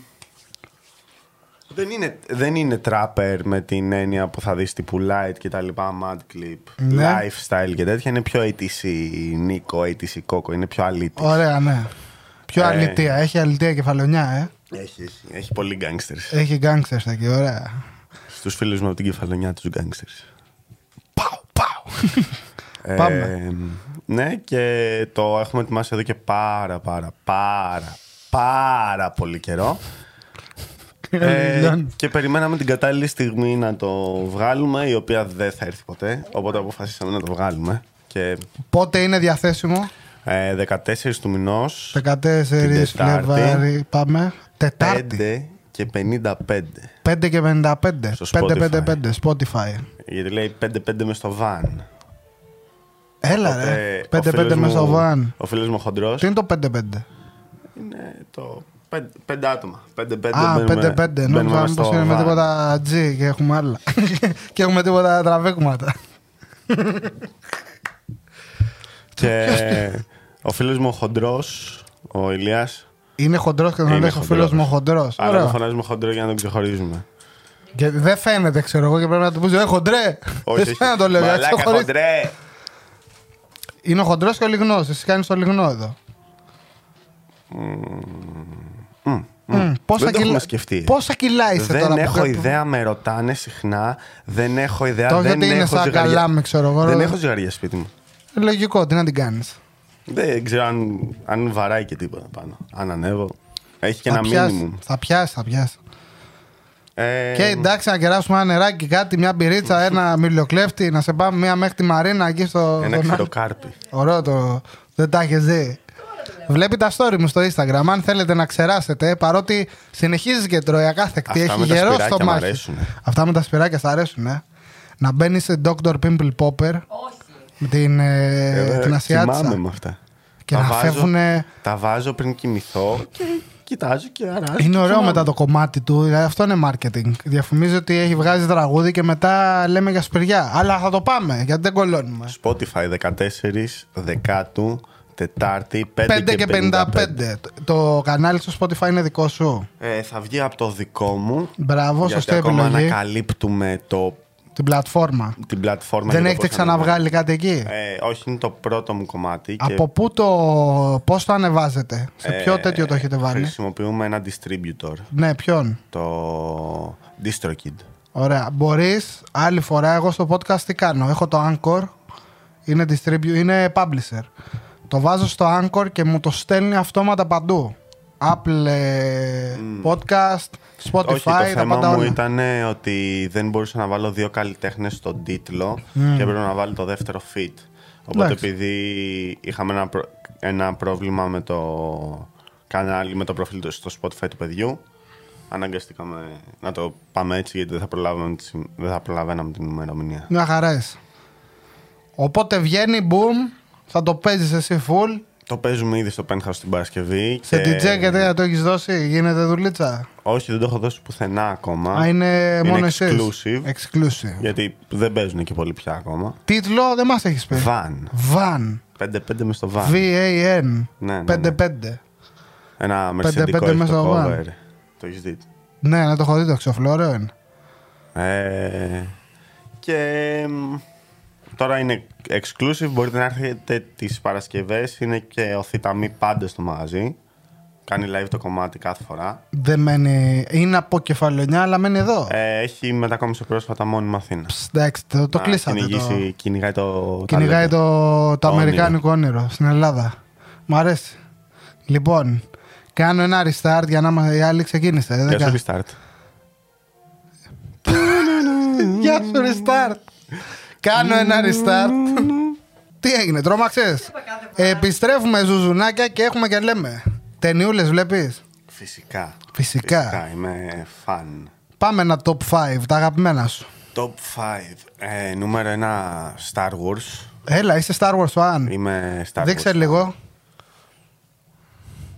Speaker 2: Δεν είναι, δεν είναι τράπερ με την έννοια που θα δεις τύπου light και τα λοιπά, mad clip,
Speaker 1: Ναι.
Speaker 2: lifestyle και τέτοια. Είναι πιο ATC Νίκο, ATC Κόκο, είναι πιο αλήτη.
Speaker 1: Ωραία ναι Πιο
Speaker 2: Ε.
Speaker 1: αλητία, έχει αλητία κεφαλονιά ε
Speaker 2: Έχει, έχει, έχει πολλοί gangsters.
Speaker 1: Έχει γκάγκστερς εκεί, ωραία
Speaker 2: Στους φίλους μου από την κεφαλονιά τους gangsters.
Speaker 1: Πάω, πάω
Speaker 2: Ε,
Speaker 1: Πάμε.
Speaker 2: ναι, και το έχουμε ετοιμάσει εδώ και πάρα πάρα πάρα πάρα πολύ καιρό. Ε,
Speaker 1: Τελειώνει.
Speaker 2: και περιμέναμε την κατάλληλη στιγμή να το βγάλουμε, η οποία δεν θα έρθει ποτέ. Οπότε αποφασίσαμε να το βγάλουμε. Και
Speaker 1: Πότε είναι διαθέσιμο
Speaker 2: ε, 14 του μηνός,
Speaker 1: 14
Speaker 2: Τετάρτη.
Speaker 1: Φλεβάρι, πάμε. Τετάρτη.
Speaker 2: 5 και 55.
Speaker 1: 5 και 55.
Speaker 2: Στο
Speaker 1: 555 Spotify.
Speaker 2: Γιατί λέει 5-5 με στο van.
Speaker 1: Έλα
Speaker 2: Οπότε,
Speaker 1: ρε.
Speaker 2: ο
Speaker 1: 5-5
Speaker 2: φίλος
Speaker 1: με στο
Speaker 2: μου-
Speaker 1: van.
Speaker 2: Ο φίλος μου χοντρός
Speaker 1: Τι είναι το 5-5.
Speaker 2: είναι Ναι, το. 5 άτομα. 5-5
Speaker 1: Α, 5-5. Νόμιζα να πω είναι με τίποτα G και έχουμε άλλα. και έχουμε τίποτα τραβέκματα.
Speaker 2: Και ο φίλος μου χοντρός, ο Ηλίας.
Speaker 1: Είναι χοντρός και
Speaker 2: Είναι
Speaker 1: τον έχω φίλο
Speaker 2: χοντρός.
Speaker 1: μου χοντρός.
Speaker 2: Άρα το φωνάζουμε χοντρό για να τον ξεχωρίζουμε.
Speaker 1: Και δεν φαίνεται, ξέρω εγώ, και πρέπει να του πεις: Ε, χοντρέ!
Speaker 2: Όχι,
Speaker 1: Δεν
Speaker 2: όχι.
Speaker 1: φαίνεται να το λέω. γιατί
Speaker 2: Μαλάκα
Speaker 1: ξεχωρίζει.
Speaker 2: χοντρέ.
Speaker 1: Είναι ο χοντρός και ο λιγνός. Εσύ κάνεις το λιγνό εδώ. Μμμ. Πόσα
Speaker 2: Δεν το
Speaker 1: κιλά-
Speaker 2: έχουμε σκεφτεί.
Speaker 1: Πόσα κιλά είσαι
Speaker 2: δεν
Speaker 1: τώρα που
Speaker 2: έχω
Speaker 1: χα-
Speaker 2: ιδέα, με ρωτάνε συχνά. Δεν έχω ιδέα.
Speaker 1: Το
Speaker 2: δεν
Speaker 1: γιατί είναι
Speaker 2: έχω
Speaker 1: σαν
Speaker 2: ζυγαριά.
Speaker 1: καλά με, ξέρω εγώ.
Speaker 2: Δεν έχω ζυγαριά σπίτι μου.
Speaker 1: Λογικό, τι να την κάνεις.
Speaker 2: Δεν ξέρω αν, αν βαράει και τίποτα πάνω. Αν ανέβω. Έχει και
Speaker 1: θα
Speaker 2: ένα
Speaker 1: πιάσεις,
Speaker 2: μήνυμο.
Speaker 1: Θα πιάσεις, θα πιάσεις.
Speaker 2: Ε,
Speaker 1: Και εντάξει, να κεράσουμε ένα νεράκι, κάτι, μια μπυρίτσα, ένα μιλιοκλέφτη, να σε πάμε μια μέχρι τη Μαρίνα εκεί στο.
Speaker 2: Ένα
Speaker 1: στον-
Speaker 2: ξεροκάρπι.
Speaker 1: Ωραίο το. Δεν τα έχεις δει. Βλέπει τα story μου στο Instagram. Αν θέλετε να ξεράσετε, παρότι συνεχίζεις και τρώει ακάθεκτη,
Speaker 2: Αυτά
Speaker 1: έχει
Speaker 2: με τα
Speaker 1: γερό
Speaker 2: σπυράκια
Speaker 1: στο
Speaker 2: μ'
Speaker 1: μάχη.
Speaker 2: αρέσουνε.
Speaker 1: Αυτά με τα σπυράκια θα αρέσουν, ε. Να μπαίνει σε Dr. Pimple Popper,
Speaker 3: Όχι.
Speaker 1: με την, ε,
Speaker 2: Ε,
Speaker 1: την
Speaker 2: Κοιμάμαι
Speaker 1: Ασιάτισσα.
Speaker 2: με αυτά.
Speaker 1: Και
Speaker 2: τα
Speaker 1: να
Speaker 2: βάζω,
Speaker 1: φεύγουνε-
Speaker 2: Τα βάζω πριν κοιμηθώ και κοιτάζω και αράζω. και
Speaker 1: Είναι ωραίο
Speaker 2: κοιμάμαι.
Speaker 1: μετά το κομμάτι του, δηλαδή αυτό είναι marketing. Διαφημίζει ότι έχει βγάζει τραγούδι και μετά λέμε για σπηριά. Αλλά θα το πάμε, γιατί δεν κολώνουμε.
Speaker 2: Spotify 14 Δεκάτου Τετάρτη 5,
Speaker 1: 5 και 55.
Speaker 2: 55.
Speaker 1: Το κανάλι στο Spotify είναι δικό σου.
Speaker 2: Ε, θα βγει από το δικό μου.
Speaker 1: Μπράβο,
Speaker 2: γιατί
Speaker 1: σωστή
Speaker 2: ακόμα
Speaker 1: επιλογή.
Speaker 2: ανακαλύπτουμε το,
Speaker 1: Την πλατφόρμα.
Speaker 2: την πλατφόρμα. και
Speaker 1: Δεν
Speaker 2: το
Speaker 1: έχετε
Speaker 2: πώς θα ανεβάζει.
Speaker 1: ξαναβγάλει κάτι εκεί.
Speaker 2: Ε, όχι, είναι το πρώτο μου κομμάτι.
Speaker 1: Από πού το. Πώς το ανεβάζετε, σε
Speaker 2: και,
Speaker 1: ποιο
Speaker 2: ε,
Speaker 1: τέτοιο το έχετε βάλει.
Speaker 2: Χρησιμοποιούμε ένα distributor.
Speaker 1: Ναι, ποιον.
Speaker 2: Το DistroKid.
Speaker 1: Ωραία. Μπορείς άλλη φορά, εγώ στο podcast τι κάνω. Έχω το Anchor, είναι, distribu- είναι publisher. Το βάζω στο Anchor και μου το στέλνει αυτόματα παντού. Apple ε, podcast, Spotify,
Speaker 2: Όχι, το
Speaker 1: τα
Speaker 2: θέμα
Speaker 1: πάντα
Speaker 2: μου
Speaker 1: όλα.
Speaker 2: ήταν ότι δεν μπορούσα να βάλω δύο καλλιτέχνες στον τίτλο και έπρεπε να βάλω το δεύτερο fit. Οπότε
Speaker 1: Εντάξει.
Speaker 2: επειδή είχαμε ένα, προ- ένα πρόβλημα με το κανάλι, με το προφίλ του- στο Spotify του παιδιού, αναγκαστήκαμε να το πάμε έτσι γιατί δεν θα, προλάβαμε τη συ- δεν θα προλαβαίναμε την ημερομηνία.
Speaker 1: Μια χαρά είσαι. Οπότε βγαίνει, boom, θα το παίζεις εσύ full.
Speaker 2: Το παίζουμε ήδη στο Penthouse την Παρασκευή.
Speaker 1: Σε
Speaker 2: και-
Speaker 1: DJ και τέτοια το έχεις δώσει, γίνεται δουλίτσα.
Speaker 2: Όχι, δεν το έχω δώσει πουθενά ακόμα.
Speaker 1: Α, είναι, μόνο εσύ.
Speaker 2: exclusive,
Speaker 1: Exclusive.
Speaker 2: γιατί δεν παίζουν και πολύ πια ακόμα.
Speaker 1: Τίτλο δεν μας έχεις πει.
Speaker 2: Van.
Speaker 1: Van.
Speaker 2: 5-5 μες στο Van.
Speaker 1: V-A-N.
Speaker 2: Ναι, ναι,
Speaker 1: 5-5.
Speaker 2: Ένα μερσεντικό
Speaker 1: πέντε
Speaker 2: έχει
Speaker 1: μέσα
Speaker 2: το
Speaker 1: στο
Speaker 2: cover.
Speaker 1: van.
Speaker 2: Το έχεις δει.
Speaker 1: Ναι, να το έχω δει το ξόφλο, ωραίο είναι.
Speaker 2: Ε, και μ, τώρα είναι exclusive, μπορείτε να έρθετε τις Παρασκευές. Είναι και ο Θηταμή πάντα στο μαγαζί. Κάνει live το κομμάτι κάθε φορά.
Speaker 1: Δεν μένει. Είναι από κεφαλαιονιά, αλλά μένει εδώ.
Speaker 2: Ε, έχει μετακόμισε πρόσφατα μόνιμα Αθήνα.
Speaker 1: Ψ, Εντάξει, το, το
Speaker 2: Να
Speaker 1: κλείσατε. Το...
Speaker 2: Κυνηγήσει, Κυνηγάει το.
Speaker 1: Κυνηγάει
Speaker 2: ταλέντο.
Speaker 1: το, το,
Speaker 2: Το
Speaker 1: αμερικάνικο όνειρο στην Ελλάδα. Μ' αρέσει. Λοιπόν, κάνω ένα restart για να μα. Η άλλη ξεκίνησε. δεν
Speaker 2: Γεια
Speaker 1: κα-
Speaker 2: σου, restart.
Speaker 1: Γεια σου, restart. Κάνω ένα restart. Τι έγινε, τρόμαξες. Επιστρέφουμε ζουζουνάκια και έχουμε και λέμε. Ταινιούλες βλέπεις.
Speaker 2: Φυσικά.
Speaker 1: Φυσικά.
Speaker 2: Είμαι fan.
Speaker 1: Πάμε ένα top 5, τα αγαπημένα σου.
Speaker 2: Top 5. Ε, νούμερο 1 Star Wars.
Speaker 1: Έλα, είσαι Star Wars fan.
Speaker 2: Είμαι Star Wars.
Speaker 1: Δείξε λίγο.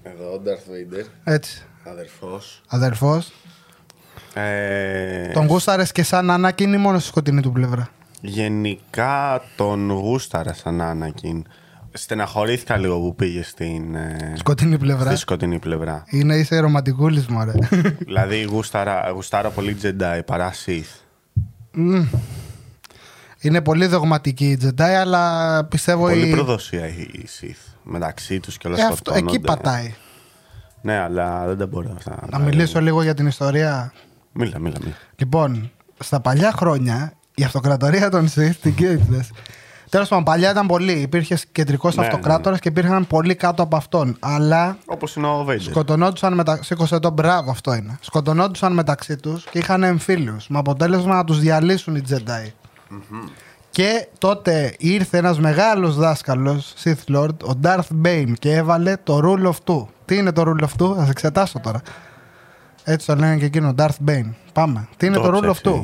Speaker 2: Εδώ ο Darth Vader,
Speaker 1: Έτσι.
Speaker 2: αδερφός.
Speaker 1: Αδερφός.
Speaker 2: Ε,
Speaker 1: Τον γούσταρες και σαν Ανάκιν ή μόνο στη σκοτεινή του πλευρά.
Speaker 2: Γενικά τον γούσταρα σαν Άνακιν. Στεναχωρήθηκα λίγο που πήγε στην, ε,
Speaker 1: Σκοτεινή πλευρά.
Speaker 2: στη σκοτεινή πλευρά.
Speaker 1: Είναι είσαι ρομαντικούλης, μωρέ.
Speaker 2: δηλαδή γούσταρα, γουστάρω πολύ Jedi παρά Sith.
Speaker 1: Μμμ. Είναι πολύ δογματική η Jedi, αλλά πιστεύω
Speaker 2: Πολύ
Speaker 1: η.
Speaker 2: προδοσία η η Sith. Μεταξύ τους και όλα
Speaker 1: Ε, αυτό, εκεί πατάει.
Speaker 2: Ναι, αλλά δεν τα μπορώ αυτά.
Speaker 1: Να μιλήσω λίγο για την ιστορία.
Speaker 2: Μίλα, μίλα, μίλα.
Speaker 1: Λοιπόν, στα παλιά χρόνια η αυτοκρατορία των Σιθ, την Κέιτζε. Τέλος πάντων, παλιά ήταν πολύ. Υπήρχες κεντρικός
Speaker 2: Ναι, ναι, ναι.
Speaker 1: αυτοκράτορα και υπήρχαν πολύ κάτω από αυτόν. Αλλά
Speaker 2: Όπως είναι ο Vader.
Speaker 1: Σκοτωνόντουσαν μεταξύ. Σήκωσε το μπράβο, αυτό είναι. Σκοτωνόντουσαν μεταξύ τους και είχαν εμφύλιους. Με αποτέλεσμα να τους διαλύσουν οι τζεντι Και τότε ήρθε ένας μεγάλος δάσκαλος, Sith Lord, ο Darth Bane, και έβαλε το Rule of Two. Τι είναι το Rule of Two, θα σε εξετάσω τώρα. Έτσι το λένε και εκείνο, Darth Bane. Πάμε. Τι είναι το, Rule of Two.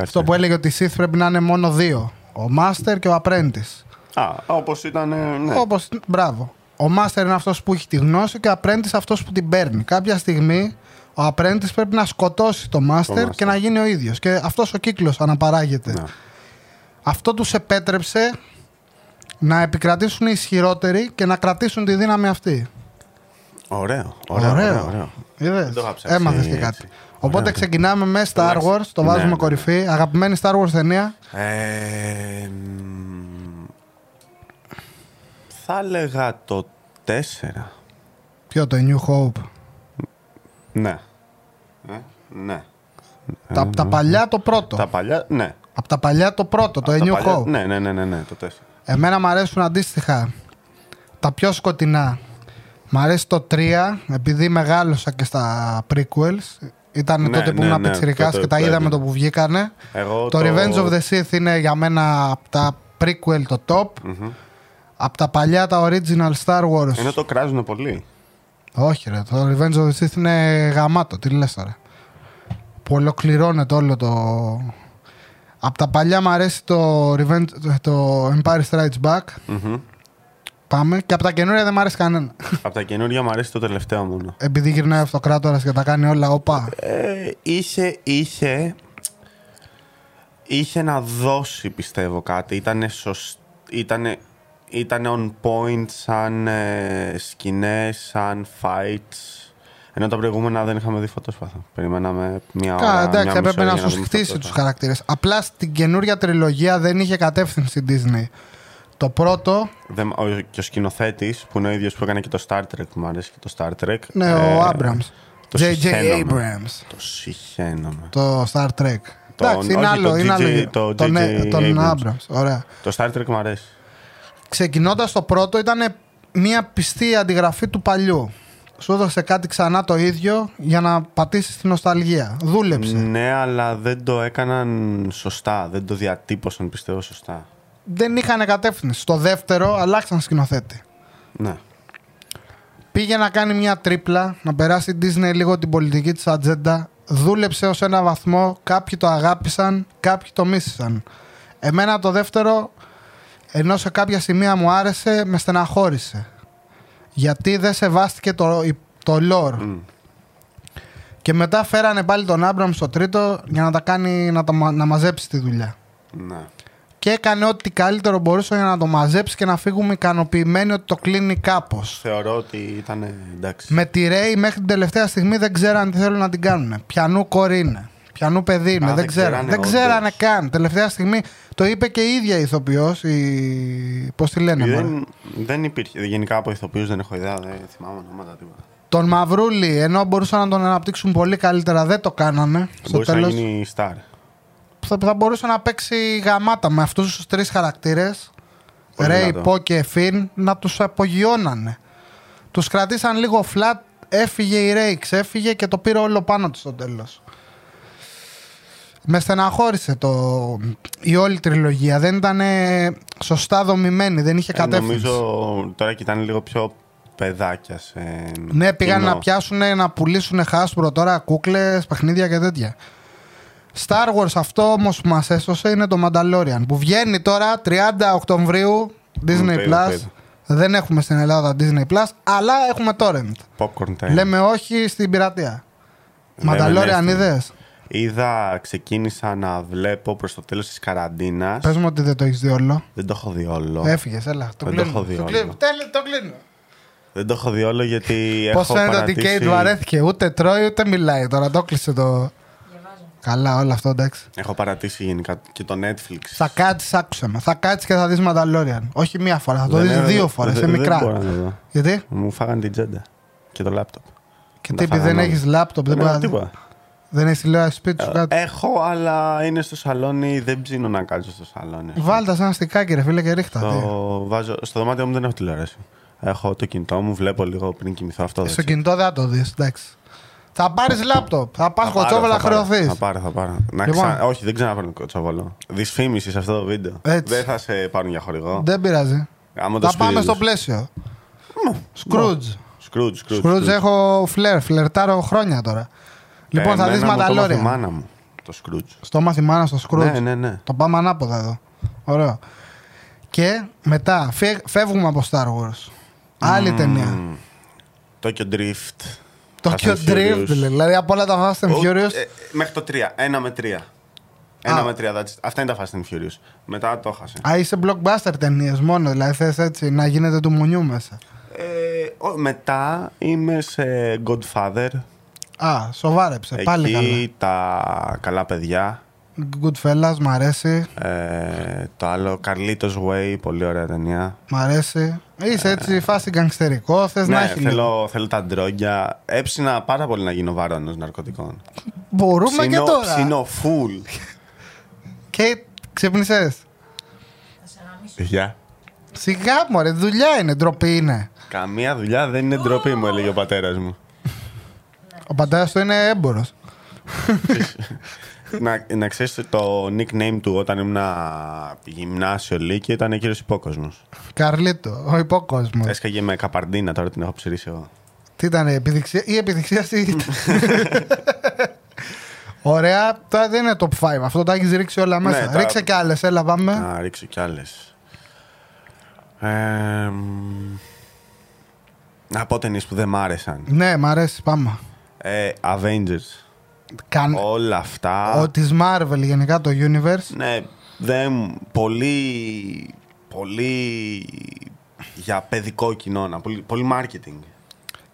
Speaker 1: Αυτό που έλεγε ότι οι Sith πρέπει να είναι μόνο δύο. Ο Master και ο Apprentice.
Speaker 2: Α, όπως ήταν, ε, ναι.
Speaker 1: Όπως. Μπράβο. Ο μάστερ είναι αυτός που έχει τη γνώση και ο απρέντη αυτός που την παίρνει. Κάποια στιγμή ο απρέντη πρέπει να σκοτώσει το μάστερ
Speaker 2: master.
Speaker 1: και να γίνει ο ίδιος. Και αυτός ο κύκλος αναπαράγεται.
Speaker 2: Ναι.
Speaker 1: Αυτό τους επέτρεψε να επικρατήσουν οι ισχυρότεροι και να κρατήσουν τη δύναμη αυτή.
Speaker 2: Ωραίο, ωραίο, ωραίο, ωραίο.
Speaker 1: Είδες,
Speaker 2: Δεν το είχα ψάξει
Speaker 1: έμαθες και
Speaker 2: έτσι.
Speaker 1: κάτι. Οπότε
Speaker 2: Ωραίο.
Speaker 1: ξεκινάμε με Star
Speaker 2: Εντάξει.
Speaker 1: Wars, το
Speaker 2: Ναι,
Speaker 1: βάζουμε
Speaker 2: ναι.
Speaker 1: κορυφή. Αγαπημένη Star Wars ταινία.
Speaker 2: Ε, μ, Θα έλεγα το 4.
Speaker 1: Ποιο το New Hope.
Speaker 2: Ναι. Ε, ναι.
Speaker 1: Τα, τα παλιά το πρώτο.
Speaker 2: Ε, Τα παλιά, ναι.
Speaker 1: Από τα παλιά το πρώτο, το
Speaker 2: Τα
Speaker 1: A New
Speaker 2: παλιά-
Speaker 1: Hope.
Speaker 2: Ναι, ναι, ναι, ναι, ναι, το 4.
Speaker 1: Εμένα μου αρέσουν αντίστοιχα τα πιο σκοτεινά. Μ' αρέσει το 3, επειδή μεγάλωσα και στα prequels. Ήταν
Speaker 2: Ναι,
Speaker 1: τότε που
Speaker 2: ναι,
Speaker 1: ήμουν
Speaker 2: ναι,
Speaker 1: πιτσιρικάς
Speaker 2: τότε
Speaker 1: και τα
Speaker 2: το
Speaker 1: είδαμε
Speaker 2: έβλεπα.
Speaker 1: το που βγήκανε.
Speaker 2: Εγώ
Speaker 1: το, Revenge of the Sith είναι για μένα από τα prequel το
Speaker 2: Mm.
Speaker 1: top. Από τα παλιά τα original Star Wars.
Speaker 2: Ενώ το κράζουν πολύ.
Speaker 1: Όχι ρε, το Revenge of the Sith είναι γαμάτο, τι λες τώρα. Που ολοκληρώνεται όλο το... Από τα παλιά μου αρέσει το, Revenge, το Empire Strikes Back. Πάμε. Και από τα καινούρια δεν μου αρέσει κανένα.
Speaker 2: Από τα καινούργια μου αρέσει το τελευταίο μόνο.
Speaker 1: Επειδή γυρνάει ο αυτοκράτορας και τα κάνει όλα, όπα.
Speaker 2: Ε, είχε, είχε, είχε να δώσει πιστεύω κάτι. Ήτανε σωσ... Ήτανε, ήτανε on point σαν ε, σκηνές, σαν fights. Ενώ τα προηγούμενα δεν είχαμε δει φωτόσπαθα. Περιμέναμε μια ώρα,
Speaker 1: Κα, εντάξει,
Speaker 2: μια μισή
Speaker 1: έπρεπε
Speaker 2: ώρα
Speaker 1: να
Speaker 2: για
Speaker 1: σου
Speaker 2: δούμε
Speaker 1: χτίσει του
Speaker 2: φωτόσπαθα.
Speaker 1: χαρακτήρες. Απλά στην καινούρια τριλογία δεν είχε κατεύθυνση η Disney. Το πρώτο,
Speaker 2: Δεν- ο, και ο σκηνοθέτης που είναι ο ίδιος που έκανε και το Star Trek, μου αρέσει και το Star Trek.
Speaker 1: ναι,
Speaker 2: ε,
Speaker 1: ο Abrams.
Speaker 2: το ναι.
Speaker 1: J.J.
Speaker 2: συχαίνομαι.
Speaker 1: Abrams.
Speaker 2: Το συχαίνομαι.
Speaker 1: Το Star Trek.
Speaker 2: Τον-
Speaker 1: Εντάξει, είναι
Speaker 2: όχι,
Speaker 1: άλλο.
Speaker 2: τον
Speaker 1: είναι
Speaker 2: GG
Speaker 1: άλλο.
Speaker 2: το
Speaker 1: τον, ε,
Speaker 2: GG
Speaker 1: τον
Speaker 2: Abrams.
Speaker 1: Abrams. Ωραία.
Speaker 2: Το Star Trek μου αρέσει.
Speaker 1: Ξεκινώντας το πρώτο, ήταν μια πιστή αντιγραφή του παλιού. Σου έδωσε κάτι ξανά το ίδιο για να πατήσεις την νοσταλγία. Δούλεψε.
Speaker 2: Ναι, αλλά δεν το έκαναν σωστά. Δεν το διατύπωσαν, πιστεύω, σωστά.
Speaker 1: Δεν είχαν κατεύθυνση. Στο δεύτερο, αλλάξαν σκηνοθέτη.
Speaker 2: Ναι.
Speaker 1: Πήγε να κάνει μια τρίπλα, να περάσει η Disney λίγο την πολιτική της ατζέντα. Δούλεψε ως ένα βαθμό, κάποιοι το αγάπησαν, κάποιοι το μίσησαν. Εμένα το δεύτερο, ενώ σε κάποια σημεία μου άρεσε, με στεναχώρησε. Γιατί δεν σεβάστηκε το, το lore.
Speaker 2: Mm.
Speaker 1: Και μετά φέρανε πάλι τον Άμπραμ στο τρίτο για να, τα κάνει, να, τα, μα- να μαζέψει τη δουλειά.
Speaker 2: Ναι.
Speaker 1: Και έκανε ό,τι καλύτερο μπορούσε για να το μαζέψει και να φύγουμε ικανοποιημένοι ότι το κλείνει κάπως.
Speaker 2: Θεωρώ ότι ήταν εντάξει.
Speaker 1: Με τη Ρέι μέχρι την τελευταία στιγμή δεν ξέραν τι θέλουν να την κάνουν. Πιανού κόρη είναι. Πιανού παιδί είναι.
Speaker 2: Α,
Speaker 1: δεν,
Speaker 2: δεν
Speaker 1: ξέρανε.
Speaker 2: ξέρανε,
Speaker 1: δεν
Speaker 2: όντως.
Speaker 1: ξέρανε καν. Τελευταία στιγμή το είπε και η ίδια η ηθοποιός. Η... Πώς τη λένε, μωρέ.
Speaker 2: δεν, δεν υπήρχε. Γενικά από ηθοποιούς δεν έχω ιδέα, δεν θυμάμαι ονόματα τίποτα.
Speaker 1: Τον Μαυρούλη, ενώ μπορούσαν να τον αναπτύξουν πολύ καλύτερα, δεν το κάνανε. Στο
Speaker 2: Μπορούσε
Speaker 1: τέλο
Speaker 2: να γίνει star. Ε,
Speaker 1: θα, θα μπορούσε να παίξει γαμάτα με αυτούς τους τρεις χαρακτήρες.
Speaker 2: Πολύ
Speaker 1: Ρέι,
Speaker 2: δυνατό.
Speaker 1: Πο και Φιν να τους απογειώνανε. Τους κρατήσαν λίγο flat, έφυγε η Ρέι, ξέφυγε και το πήρε όλο πάνω του στο τέλος. Με στεναχώρησε το, η όλη τριλογία. Δεν ήταν σωστά δομημένη, δεν είχε
Speaker 2: Ε,
Speaker 1: κατεύθυνση.
Speaker 2: νομίζω τώρα κοιτάνε λίγο πιο παιδάκια σε.
Speaker 1: Ναι, πήγαν
Speaker 2: κοινό.
Speaker 1: να πιάσουν, να πουλήσουν χάσπρο τώρα κούκλες, παιχνίδια και τέτοια. Star Wars αυτό όμως που μας έσωσε είναι το Mandalorian που βγαίνει τώρα 30 Οκτωβρίου
Speaker 2: Μ, το
Speaker 1: Disney
Speaker 2: είδα, το
Speaker 1: Plus.
Speaker 2: είδα.
Speaker 1: Δεν έχουμε στην Ελλάδα Disney Plus, αλλά έχουμε torrent.
Speaker 2: Popcorn time.
Speaker 1: Λέμε όχι στην πειρατεία.
Speaker 2: Ναι. Λέμε
Speaker 1: Mandalorian
Speaker 2: ναι.
Speaker 1: είδες.
Speaker 2: Είδα, ξεκίνησα να βλέπω προς το τέλος της καραντίνας.
Speaker 1: Πες μου ότι δεν το έχεις δει όλο.
Speaker 2: Δεν το έχω δει όλο.
Speaker 1: Έφυγες, έλα. Το
Speaker 2: Δεν
Speaker 1: κλείνω.
Speaker 2: το έχω δει
Speaker 1: Το
Speaker 2: όλο.
Speaker 1: κλείνω. Τέλει- Το κλείνω.
Speaker 2: Δεν το έχω δει όλο γιατί έχω
Speaker 1: Πώ φαίνεται ότι η
Speaker 2: παρατήσει...
Speaker 1: Κέιτ βαρέθηκε. Ούτε τρώει ούτε μιλάει τώρα. Το κλείσε το.
Speaker 3: Διαβάζω.
Speaker 1: Καλά, όλο αυτό εντάξει.
Speaker 2: Έχω παρατήσει γενικά και το Netflix.
Speaker 1: Θα κάτσεις, άκουσε με. Θα κάτσεις και θα δεις Mandalorian. Όχι μία φορά, θα το
Speaker 2: Δεν
Speaker 1: δει
Speaker 2: είναι-
Speaker 1: δύο φορέ,
Speaker 2: Ναι, δεν-
Speaker 1: σε
Speaker 2: δεν
Speaker 1: μικρά.
Speaker 2: μπορώ να το δω.
Speaker 1: Γιατί?
Speaker 2: Μου φάγανε την τσέντα και το λάπτοπ.
Speaker 1: Και
Speaker 2: Να
Speaker 1: τι, επειδή
Speaker 2: φάγανε
Speaker 1: δεν
Speaker 2: όλοι.
Speaker 1: έχεις λάπτοπ, δεν,
Speaker 2: έχω
Speaker 1: μπορείς να-
Speaker 2: τίποτα.
Speaker 1: δεν έχεις τηλεόραση σπίτι σου κάτι.
Speaker 2: Έχω, αλλά είναι στο σαλόνι, δεν ψήνω να κάτσω στο σαλόνι.
Speaker 1: Βάλτε ένα στικάκι, ρε φίλε, και ρίχτα. τι.
Speaker 2: Το βάζω... Στο δωμάτιο μου δεν έχω τηλεόραση. Έχω το κινητό μου, βλέπω λίγο πριν κοιμηθώ αυτό.
Speaker 1: Στο κινητό δεν θα το δεις, εντάξει. Θα πάρεις λάπτοπ, θα πας
Speaker 2: Θα πάρω,
Speaker 1: κοτσόβολα,
Speaker 2: θα πάρω,
Speaker 1: χρεωθείς.
Speaker 2: Θα πάρω, θα πάρω. Να
Speaker 1: Λοιπόν.
Speaker 2: ξα... Όχι, δεν ξαναπαίρνω κοτσόβολο. Δυσφήμιση σε αυτό το βίντεο.
Speaker 1: Έτσι.
Speaker 2: Δεν θα σε πάρουν για χορηγό.
Speaker 1: Δεν πειράζει.
Speaker 2: Άμα το
Speaker 1: Θα πάμε
Speaker 2: σπίτι
Speaker 1: στο
Speaker 2: τους.
Speaker 1: πλαίσιο. Σκρούτζ.
Speaker 2: Σκρούτζ, σκρούτζ.
Speaker 1: Σκρούτζ έχω φλερ, φλερτάρω χρόνια τώρα. Λοιπόν, θα δει
Speaker 2: Το
Speaker 1: Mandalorian.
Speaker 2: μάνα μου, το σκρούτζ.
Speaker 1: Στο μαθημάνα στο Σκρούτζ.
Speaker 2: Ναι, ναι, ναι.
Speaker 1: Το πάμε ανάποδα εδώ. Ωραίο. Και μετά φε- φεύγουμε από Star Wars. Άλλη ταινία.
Speaker 2: Tokyo Drift.
Speaker 1: Το
Speaker 2: Fast
Speaker 1: Tokyo
Speaker 2: and
Speaker 1: Drift,
Speaker 2: Furious.
Speaker 1: δηλαδή από όλα τα Fast and
Speaker 2: Ο-
Speaker 1: Furious.
Speaker 2: ε, μέχρι το 3. Ένα με 3.
Speaker 1: Α.
Speaker 2: Ένα με 3. that's- Αυτά είναι τα Fast and Furious. Μετά το χάσε.
Speaker 1: Α, είσαι blockbuster ταινίες μόνο, δηλαδή θες έτσι να γίνεται του μουνιού μέσα.
Speaker 2: Ε, ο- μετά είμαι σε Godfather.
Speaker 1: Α, σοβάρεψε, Ε, πάλι καλά.
Speaker 2: Εκεί τα καλά παιδιά.
Speaker 1: Goodfellas, μ' αρέσει.
Speaker 2: Ε, το άλλο, Carlitos Way, πολύ ωραία ταινία.
Speaker 1: Μ' αρέσει. Είσαι έτσι, φάση γκαγκστερικό. Θες να
Speaker 2: Ε. ναι,
Speaker 1: έχει λίγο.
Speaker 2: θέλω, θέλω τα ντρόγκια. Έψηνα πάρα πολύ να γίνω βάρονος ναρκωτικών.
Speaker 1: Μπορούμε
Speaker 2: Ψήνω-
Speaker 1: και τώρα.
Speaker 2: Ψήνω full.
Speaker 1: Και ξύπνησε.
Speaker 3: Θα σε γαμίσω.
Speaker 2: Γεια.
Speaker 1: Σιγά μωρέ, δουλειά είναι, ντροπή είναι.
Speaker 2: Καμία δουλειά δεν είναι ντροπή μου, έλεγε ο πατέρας μου.
Speaker 1: Ο πατέρας του είναι έμπορος.
Speaker 2: να, να ξέρεις ότι το nickname του όταν ήμουν γυμνάσιο Λύκειο ήταν κύριος Υπόκοσμος.
Speaker 1: Καρλίτο, ο υπόκοσμος.
Speaker 2: Έσκαγε με καπαρντίνα, τώρα την έχω ψηρίσει εγώ.
Speaker 1: Τι ήταν, επιδειξία ή επιδειξία ή ήταν. Ωραία, τώρα δεν είναι top 5. Αυτό τα έχεις ρίξει όλα μέσα.
Speaker 2: τα-
Speaker 1: Ρίξε κι άλλες, έλα πάμε.
Speaker 2: Να ρίξω κι άλλες. Ε, μ, να πω ταινίες που δεν μ' άρεσαν.
Speaker 1: Ναι, μ' αρέσει, πάμε.
Speaker 2: Ε, Avengers.
Speaker 1: Καν...
Speaker 2: Όλα αυτά.
Speaker 1: Ναι. Ο της Marvel γενικά το universe.
Speaker 2: Ναι, δεν. Πολύ. Πολύ. Για παιδικό κοινό, να- πολύ, πολύ marketing.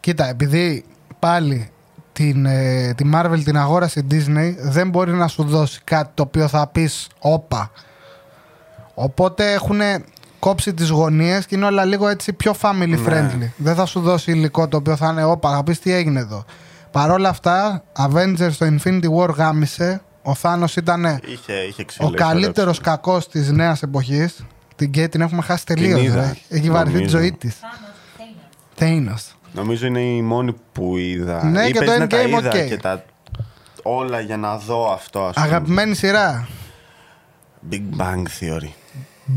Speaker 1: Κοίτα, επειδή πάλι την, ε, τη Marvel την αγόρασε η Disney, δεν μπορεί να σου δώσει κάτι το οποίο θα πεις όπα. Οπότε έχουν κόψει τις γωνίες και είναι όλα λίγο έτσι πιο family
Speaker 2: Ναι.
Speaker 1: friendly. Δεν θα σου δώσει υλικό το οποίο θα είναι όπα, θα πεις τι έγινε εδώ. Παρ' όλα αυτά, Avengers στο Infinity War γάμισε, ο Θάνος ήταν
Speaker 2: Είχε, είχε ξύλο,
Speaker 1: ο
Speaker 2: είχε
Speaker 1: καλύτερος κακός της νέας εποχής. Την Κέι την έχουμε χάσει τελείως.
Speaker 2: είδα,
Speaker 1: ρε. Έχει βαρεθεί τη
Speaker 2: νομίζω.
Speaker 1: ζωή της.
Speaker 3: Θάνος, Θέινος.
Speaker 1: Thanos.
Speaker 2: Νομίζω είναι η μόνη που είδα.
Speaker 1: Ναι,
Speaker 2: Ή
Speaker 1: και
Speaker 2: παίζει
Speaker 1: το
Speaker 2: να τα
Speaker 1: Endgame,
Speaker 2: είδα
Speaker 1: οκ.
Speaker 2: και τα... Όλα για να δω αυτό, ας πούμε.
Speaker 1: Αγαπημένη σειρά.
Speaker 2: Big Bang Theory.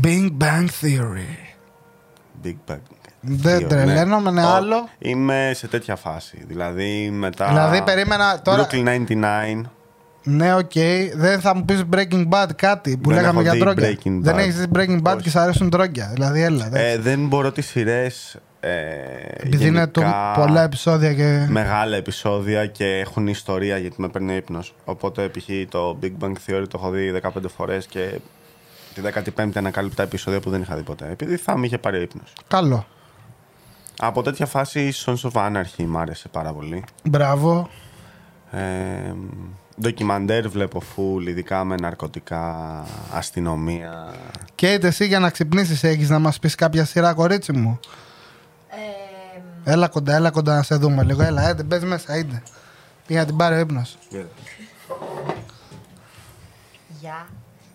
Speaker 1: Big Bang Theory.
Speaker 2: Big Bang
Speaker 1: Δεν
Speaker 2: Theory,
Speaker 1: τρελαίνομαι, ναι,
Speaker 2: Ο-
Speaker 1: άλλο.
Speaker 2: Είμαι σε τέτοια φάση. Δηλαδή μετά...
Speaker 1: Δηλαδή, περίμενα τώρα-
Speaker 2: Brooklyn 99.
Speaker 1: Ναι, οκ. Δεν θα μου πεις Breaking Bad κάτι που
Speaker 2: Δεν έχω
Speaker 1: λέγαμε για
Speaker 2: δει
Speaker 1: ντρόγκια.
Speaker 2: Breaking Bad.
Speaker 1: Δεν έχεις δει Breaking Bad
Speaker 2: Όχι.
Speaker 1: και σ' αρέσουν ντρόγκια. Δηλαδή, έλα. δεν-
Speaker 2: Ε, δεν μπορώ τις σειρές... Ε,
Speaker 1: Επειδή είναι του
Speaker 2: γενικά,
Speaker 1: πολλά επεισόδια και.
Speaker 2: Μεγάλα επεισόδια και έχουν ιστορία γιατί με παίρνει ύπνος. Οπότε π.χ. το Big Bang Theory το έχω δει 15 φορές και τη 15η ανακάλυπτα επεισόδια που δεν είχα δει ποτέ. Επειδή θα με είχε πάρει ύπνος.
Speaker 1: Καλό.
Speaker 2: Από τέτοια φάση η Sons of Anarchy μ' άρεσε πάρα πολύ.
Speaker 1: Μπράβο.
Speaker 2: Ε, ντοκιμαντέρ βλέπω φουλ, ειδικά με ναρκωτικά, αστυνομία.
Speaker 1: Και είτε εσύ για να ξυπνήσεις, έχεις να μας πεις κάποια σειρά, κορίτσι μου.
Speaker 3: Ε,
Speaker 1: Έλα κοντά, έλα κοντά να σε δούμε λίγο. Έλα, έντε, μπες μέσα, έντε. Για να την πάρει ο ύπνος.
Speaker 4: Γεια.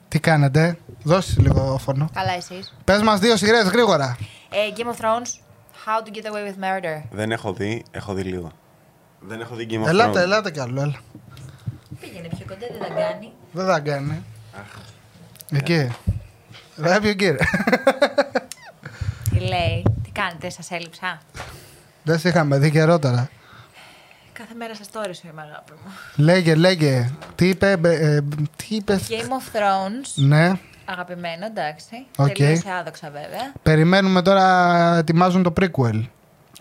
Speaker 1: Τι κάνετε, δώσεις λίγο φωνό.
Speaker 4: Καλά εσείς.
Speaker 1: Πες μας δύο σειρές γρήγορα.
Speaker 4: Ε, Game of Thrones. How to get away with murder.
Speaker 2: Δεν έχω δει, έχω δει λίγο. Δεν έχω δει Game of
Speaker 1: Ελάτε,
Speaker 2: Thrones.
Speaker 1: ελάτε κι άλλο, έλα.
Speaker 3: πήγαινε πιο κοντά, δεν τα κάνει.
Speaker 1: Δεν θα κάνει. Εκεί. Δεν θα κύριε.
Speaker 4: Τι λέει. Τι κάνετε, σας έλειψα.
Speaker 1: Δεν σε είχαμε δει καιρότερα.
Speaker 4: Κάθε μέρα σας τόρισο είμαι αγάπη μου.
Speaker 1: Λέγε, λέγε. Τι είπε, μπε- ε, μπ, τι είπε.
Speaker 4: Game of Thrones.
Speaker 1: Ναι.
Speaker 4: Αγαπημένο, εντάξει.
Speaker 1: Οκ.
Speaker 4: Τελείωσε άδοξα βέβαια.
Speaker 1: Περιμένουμε τώρα, ετοιμάζουν το prequel.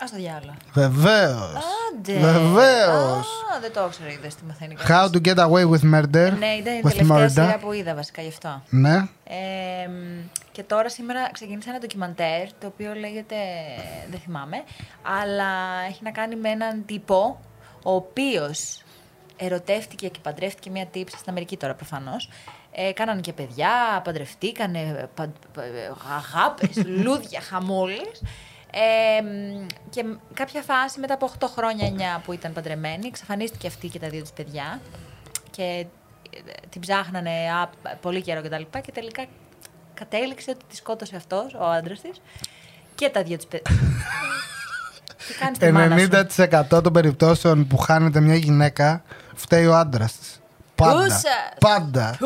Speaker 4: Ας το διάλογο.
Speaker 1: Βεβαίως.
Speaker 4: Άντε.
Speaker 1: Βεβαίως.
Speaker 4: Α, δεν το ήξερα, είδες τι μαθαίνει
Speaker 1: How
Speaker 4: κανείς.
Speaker 1: to get away with murder.
Speaker 4: Ναι, ήταν η
Speaker 1: with
Speaker 4: τελευταία
Speaker 1: murder.
Speaker 4: σειρά που είδα βασικά γι' αυτό.
Speaker 1: Ναι.
Speaker 4: Ε, μ, και τώρα σήμερα ξεκίνησε ένα ντοκιμαντέρ το οποίο λέγεται. Δεν θυμάμαι. Αλλά έχει να κάνει με έναν τύπο ο οποίος ερωτεύτηκε και παντρεύτηκε μία τύψη στην Αμερική τώρα προφανώς. Ε, κάνανε και παιδιά, παντρευτήκανε, παν, αγάπες, λούδια, χαμούλες. Ε, μ, και μ- κάποια φάση μετά από 8 χρόνια, 9 που ήταν παντρεμένοι, εξαφανίστηκε αυτή και τα δύο της παιδιά και ε, την ψάχνανε α, πολύ καιρό κτλ. Και, τα λοιπά και τελικά κατέληξε ότι τη σκότωσε αυτός, ο άντρας της και τα δύο της παιδιά. Τι κάνεις τη μάνα σου.
Speaker 1: 90% των περιπτώσεων που χάνεται μια γυναίκα φταίει ο άντρας της. Πάντα.
Speaker 4: Πούσα.
Speaker 1: Πάντα.
Speaker 4: Ου!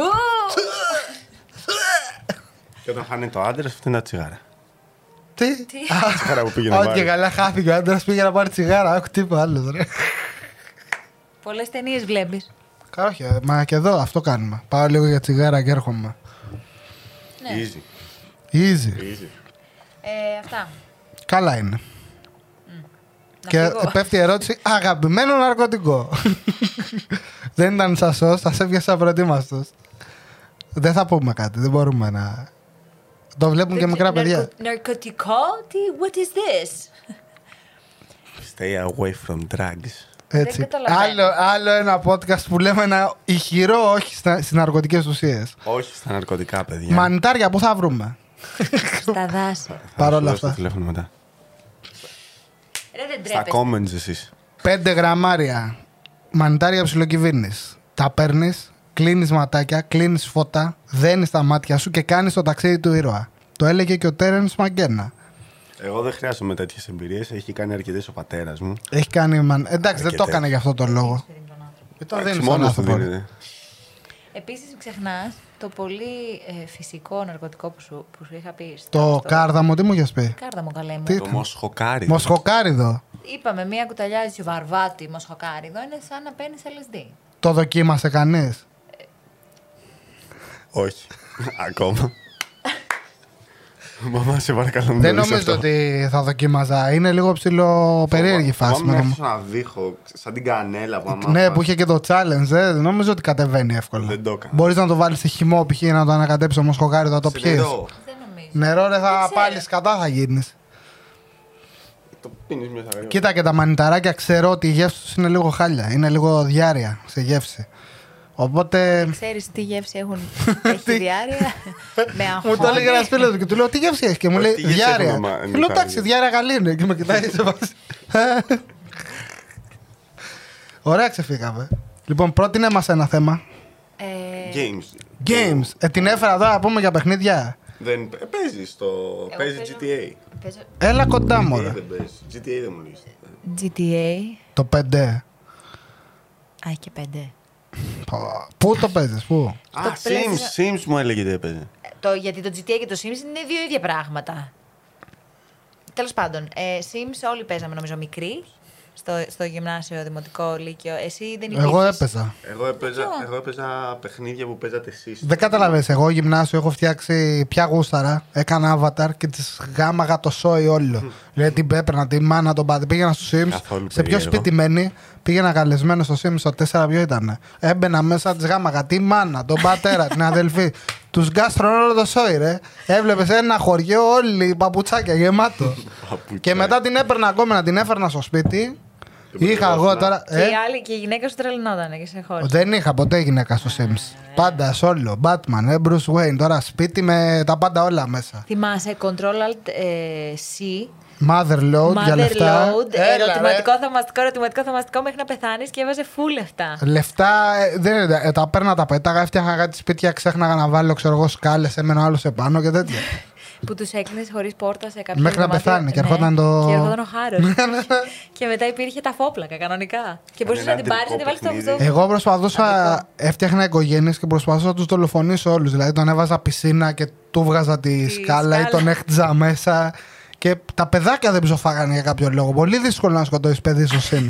Speaker 2: Και όταν χάνει το άντρας, αυτή είναι τα τσιγάρα.
Speaker 1: Τι. Α,
Speaker 2: Τσιγάρα που πήγε να
Speaker 1: Ό,τι και
Speaker 2: πάρει.
Speaker 1: καλά χάθηκε ο άντρας πήγε να πάρει τσιγάρα. Άκου τίποτα άλλο. ρε.
Speaker 4: Πολλές ταινίες βλέπεις.
Speaker 1: Καλά, όχι, ε, μα και εδώ αυτό κάνουμε. Πάω λίγο για τσιγάρα και έρχομαι.
Speaker 2: Easy,
Speaker 1: Easy.
Speaker 2: easy.
Speaker 4: Ε, αυτά.
Speaker 1: Καλά είναι.
Speaker 4: Να
Speaker 1: και ε,
Speaker 4: φύγω.
Speaker 1: πέφτει η ερώτηση, αγαπημένο ναρκωτικό. δεν ήταν σασό, σα έπιασα προετοίμαστο. Δεν θα πούμε κάτι, δεν μπορούμε να. Το βλέπουν και μικρά
Speaker 4: Ναρκω-
Speaker 1: παιδιά.
Speaker 4: Ναρκωτικό, τι, what is this?
Speaker 2: Stay away from drugs.
Speaker 1: Έτσι.
Speaker 4: καταλαβαίνω.
Speaker 1: Άλλο, άλλο ένα podcast που λέμε ένα ηχηρό όχι στα- στις ναρκωτικές ουσίες.
Speaker 2: Όχι στα ναρκωτικά, παιδιά.
Speaker 1: Μανιτάρια, πού θα βρούμε.
Speaker 4: Στα δάση.
Speaker 2: Θα
Speaker 1: Παρ'
Speaker 2: σου
Speaker 1: όλα
Speaker 2: δώσω το
Speaker 1: αυτά.
Speaker 2: τηλέφωνο μετά.
Speaker 4: Ρε δεν
Speaker 2: Στα
Speaker 4: τρέπεσαι.
Speaker 2: comments εσείς.
Speaker 1: 5 γραμμάρια. Μανιτάρια ψιλοκυβίνη. Τα παίρνεις, κλείνεις ματάκια, κλείνεις φώτα, δένεις τα μάτια σου και κάνεις το ταξίδι του ήρωα. Το έλεγε και ο Τέρεν Μαγκένα.
Speaker 2: Εγώ δεν χρειάζομαι τέτοιες εμπειρίες. Έχει κάνει αρκετές ο πατέρας μου.
Speaker 1: Έχει κάνει. μαν- Εντάξει, δεν το
Speaker 2: Αρκετές.
Speaker 1: έκανε για αυτό τον λόγο.
Speaker 4: Δίνει τον άνθρωπο.
Speaker 1: Και το
Speaker 2: Εντάξει,
Speaker 1: δίνεις στον
Speaker 2: μόνος του
Speaker 1: άνθρωπο.
Speaker 2: δίνεται.
Speaker 4: Επίσης μην ξεχνάς το πολύ ε, φυσικό ναρκωτικό που σου, που σου είχα πει. στο-
Speaker 1: Το
Speaker 4: στο-
Speaker 1: κάρδαμο, τι μου είχες πει.
Speaker 4: Κάρδαμο καλέ μου.
Speaker 1: Τι-
Speaker 2: Το μοσχοκάρι.
Speaker 1: Μοσχοκάριδο.
Speaker 4: Είπαμε μία κουταλιά ζιουβαρβάτη μοσχοκάριδο είναι σαν να παίρνεις LSD.
Speaker 1: Το δοκίμασε κανείς.
Speaker 2: Όχι. Ακόμα. Μαμά, σε παρακαλώ. μην
Speaker 1: Δεν
Speaker 2: το δεις
Speaker 1: νομίζω
Speaker 2: αυτό.
Speaker 1: ότι θα δοκίμαζα. Είναι λίγο ψηλό περίεργη φάση.
Speaker 2: Θυμάμαι
Speaker 1: με
Speaker 2: να
Speaker 1: το-
Speaker 2: έρθω να δείχω, σαν την κανέλα που άμα
Speaker 1: Ναι,
Speaker 2: φας-
Speaker 1: που είχε και το challenge, ε. δεν νομίζω ότι κατεβαίνει εύκολα.
Speaker 2: Δεν το έκανα.
Speaker 1: Μπορείς να το βάλεις σε χυμό, π.χ. να το ανακατέψεις όμως κοκάρι, θα το
Speaker 2: Σε
Speaker 1: πιει.
Speaker 2: νερό.
Speaker 4: Δεν νομίζω.
Speaker 1: Νερό, ρε, θα
Speaker 4: ξέρω.
Speaker 1: πάλι σκατά θα γίνεις.
Speaker 2: Το πίνεις μια σαγαλιά.
Speaker 1: Κοίτα και τα μανιταράκια, ξέρω ότι η γεύση τους είναι λίγο χάλια. Είναι λίγο διάρκεια σε γεύση. Οπότε.
Speaker 4: Ξέρεις τι γεύση έχουν έχει διάρκεια με αγχώνει.
Speaker 1: Μου το έλεγε ένας φίλος και του λέω τι γεύση έχει και μου
Speaker 2: Όχι,
Speaker 1: λέει
Speaker 2: τι γεύση
Speaker 1: διάρκεια.
Speaker 2: έχουμε, μα,
Speaker 1: Του λέω εντάξει,
Speaker 2: μανιτάρια.
Speaker 1: διάρκεια καλή είναι και με κοιτάει σε βάση. Ωραία, ξεφύγαμε. Λοιπόν, πρότεινε μας ένα θέμα.
Speaker 4: Ε,
Speaker 2: Games.
Speaker 1: Games. Ε, την έφερα εδώ να πούμε για παιχνίδια.
Speaker 2: Δεν ε, παίζεις το...
Speaker 4: εγώ
Speaker 2: Παίζει
Speaker 4: παίζω-
Speaker 2: GTA.
Speaker 4: παίζω
Speaker 1: Έλα κοντά μου,
Speaker 2: GTA
Speaker 1: ρε.
Speaker 2: δεν παίζεις. GTA δεν μου λύσεις.
Speaker 4: GTA.
Speaker 1: Το 5.
Speaker 4: Α, και πέντε.
Speaker 1: Πα- Πού το παίζεις, πού.
Speaker 2: Α, Sims.
Speaker 4: πλαίσιο-
Speaker 2: Sims μου έλεγε τι έπαιζε.
Speaker 4: Το, γιατί το GTA και το Sims είναι δύο ίδια πράγματα. Τέλος πάντων, ε, Sims όλοι παίζαμε νομίζω μικροί. Στο, στο γυμνάσιο, δημοτικό, λύκειο. Εσύ δεν υπήρχε.
Speaker 1: Εγώ έπαιζα.
Speaker 2: Εγώ έπαιζα, εγώ έπαιζα παιχνίδια που παίζατε εσείς.
Speaker 1: Δεν καταλαβαίνεις, εγώ γυμνάσιο έχω φτιάξει πια γούσταρα, έκανα avatar και τη γάμαγα το σόι όλο. Δηλαδή την έπαιρνα, τη μάνα, τον πάτη. Πήγαινα στους Sims,
Speaker 2: Καθόλου
Speaker 1: σε πιο
Speaker 2: περίεργο.
Speaker 1: σπιτιμένη, πήγαινα καλεσμένο στο Sims, το 4 ποιο ήταν. Έμπαινα μέσα, της γάμαγα, τη μάνα, τον πατέρα, την αδελφή. Τους γκάστρων όλο το σόι, ρε. Έβλεπες ένα χωριό, όλοι οι παπουτσάκια γεμάτος.
Speaker 2: Παπουτσάκια.
Speaker 1: και μετά την έπαιρνα ακόμα να την έφερνα στο σπίτι.
Speaker 2: Και
Speaker 1: Είχα εγώ
Speaker 2: παντρευόσουνα.
Speaker 1: τώρα.
Speaker 4: Και,
Speaker 1: ε.
Speaker 4: η άλλη, και η γυναίκα σου τρελνόταν και σε χώρισε.
Speaker 1: Δεν είχα ποτέ γυναίκα στο Sims. Πάντα σόλο. Batman, ε, Bruce Wayne. Τώρα σπίτι με τα πάντα όλα μέσα.
Speaker 4: Θυμάσαι, Control Alt ε, C.
Speaker 1: Motherload για
Speaker 4: Mother
Speaker 1: λεφτά.
Speaker 4: load,
Speaker 1: Έλα, ρε.
Speaker 4: ερωτηματικό, θαυμαστικό, ερωτηματικό, θαυμαστικό μέχρι να πεθάνεις και έβαζε φουλ λεφτά.
Speaker 1: Λεφτά ε, δεν είναι, ε, τα παίρνα, τα πέταγα, έφτιαχνα κάτι σπίτια, ξέχναγα να βάλω ξέρω εγώ σκάλες, έμενε ο άλλος επάνω και τέτοια.
Speaker 4: που τους έκλεινε χωρίς πόρτα σε κάποιο
Speaker 1: Μέχρι να
Speaker 4: δωμάτιο. Ναι.
Speaker 1: πεθάνει και ερχόταν το-
Speaker 4: Και ερχόταν ο χάρος.
Speaker 1: Ναι, ναι, ναι.
Speaker 4: και μετά υπήρχε τα φόπλακα κανονικά. Και μπορούσε
Speaker 2: ένα
Speaker 4: να την πάρεις να την βάλεις
Speaker 2: αντρικό
Speaker 4: στο
Speaker 2: παιχνίδι.
Speaker 4: βουζό.
Speaker 1: Εγώ προσπαθούσα, έφτιαχνα οικογένειες και προσπαθούσα να τους δολοφονήσω όλους. Δηλαδή τον έβαζα πισίνα και του βγάζα τη σκάλα ή
Speaker 4: σκάλα.
Speaker 1: τον έχτιζα μέσα. Και τα παιδάκια δεν ψοφάγανε για κάποιο λόγο. Πολύ δύσκολο να σκοτώσεις παιδί στο Sims.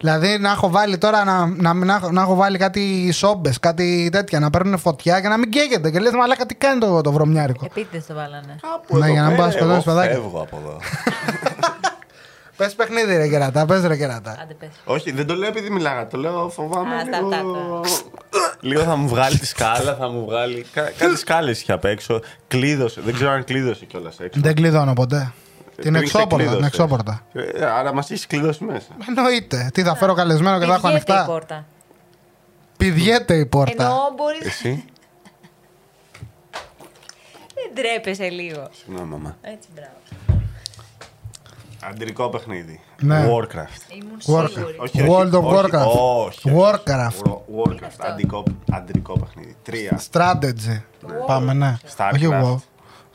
Speaker 1: δηλαδή να έχω βάλει τώρα να, να, μην έχω- να έχω βάλει κάτι σόμπες, κάτι τέτοια, να παίρνουν φωτιά και να μην καίγεται. Και λες, μαλάκα τι κάνει το, το βρωμιάρικο.
Speaker 4: Επίτηδες το βάλανε.
Speaker 2: Κάπου
Speaker 1: Ναι,
Speaker 2: εδώ
Speaker 1: για να μην
Speaker 2: πέρα
Speaker 1: πας σκοτώσεις
Speaker 2: εγώ
Speaker 1: παιδάκι.
Speaker 2: Φεύγω από εδώ.
Speaker 1: πες παιχνίδι, ρε κερατά, πες ρε κερατά.
Speaker 4: Άντε πες.
Speaker 2: Όχι, δεν το λέω επειδή μιλάγα. Το λέω φοβάμαι.
Speaker 4: Α,
Speaker 2: λίγο...
Speaker 4: τα- τα-
Speaker 2: λίγο θα μου βγάλει τη σκάλα, θα μου βγάλει. Κα- κάτι σκάλες είχε απ' έξω. Κλείδωσε. Δεν ξέρω αν κλείδωσε κιόλας έξω.
Speaker 1: Δεν κλειδώνω ποτέ. Την
Speaker 2: Ε, Πριν
Speaker 1: εξώπορτα, την
Speaker 2: ξεκλείδωσε.
Speaker 1: εξώπορτα.
Speaker 2: Ε, Άρα μας έχεις κλειδώσει μέσα.
Speaker 1: Εννοείται. Τι θα φέρω καλεσμένο και θα έχω
Speaker 4: Πηγαίνει η
Speaker 1: ανοιχτά.
Speaker 4: πόρτα.
Speaker 1: Πηδιέται η πόρτα.
Speaker 4: Εννοώ μπορείς.
Speaker 2: Εσύ.
Speaker 4: Δεν τρέπεσαι λίγο.
Speaker 2: Συγγνώμη, μαμά.
Speaker 4: Έτσι, μπράβο.
Speaker 2: Αντρικό παιχνίδι.
Speaker 1: Ναι.
Speaker 2: Warcraft.
Speaker 4: Ήμουν
Speaker 1: Warcraft.
Speaker 4: σίγουρη.
Speaker 2: Όχι,
Speaker 1: World of
Speaker 2: όχι,
Speaker 1: Warcraft.
Speaker 2: Όχι. όχι.
Speaker 1: Warcraft.
Speaker 2: Wor- Warcraft. Αντρικό, αντρικό παιχνίδι. Τρία.
Speaker 1: Strategy. Πάμε, ναι.
Speaker 2: Starcraft.
Speaker 1: Όχι εγώ.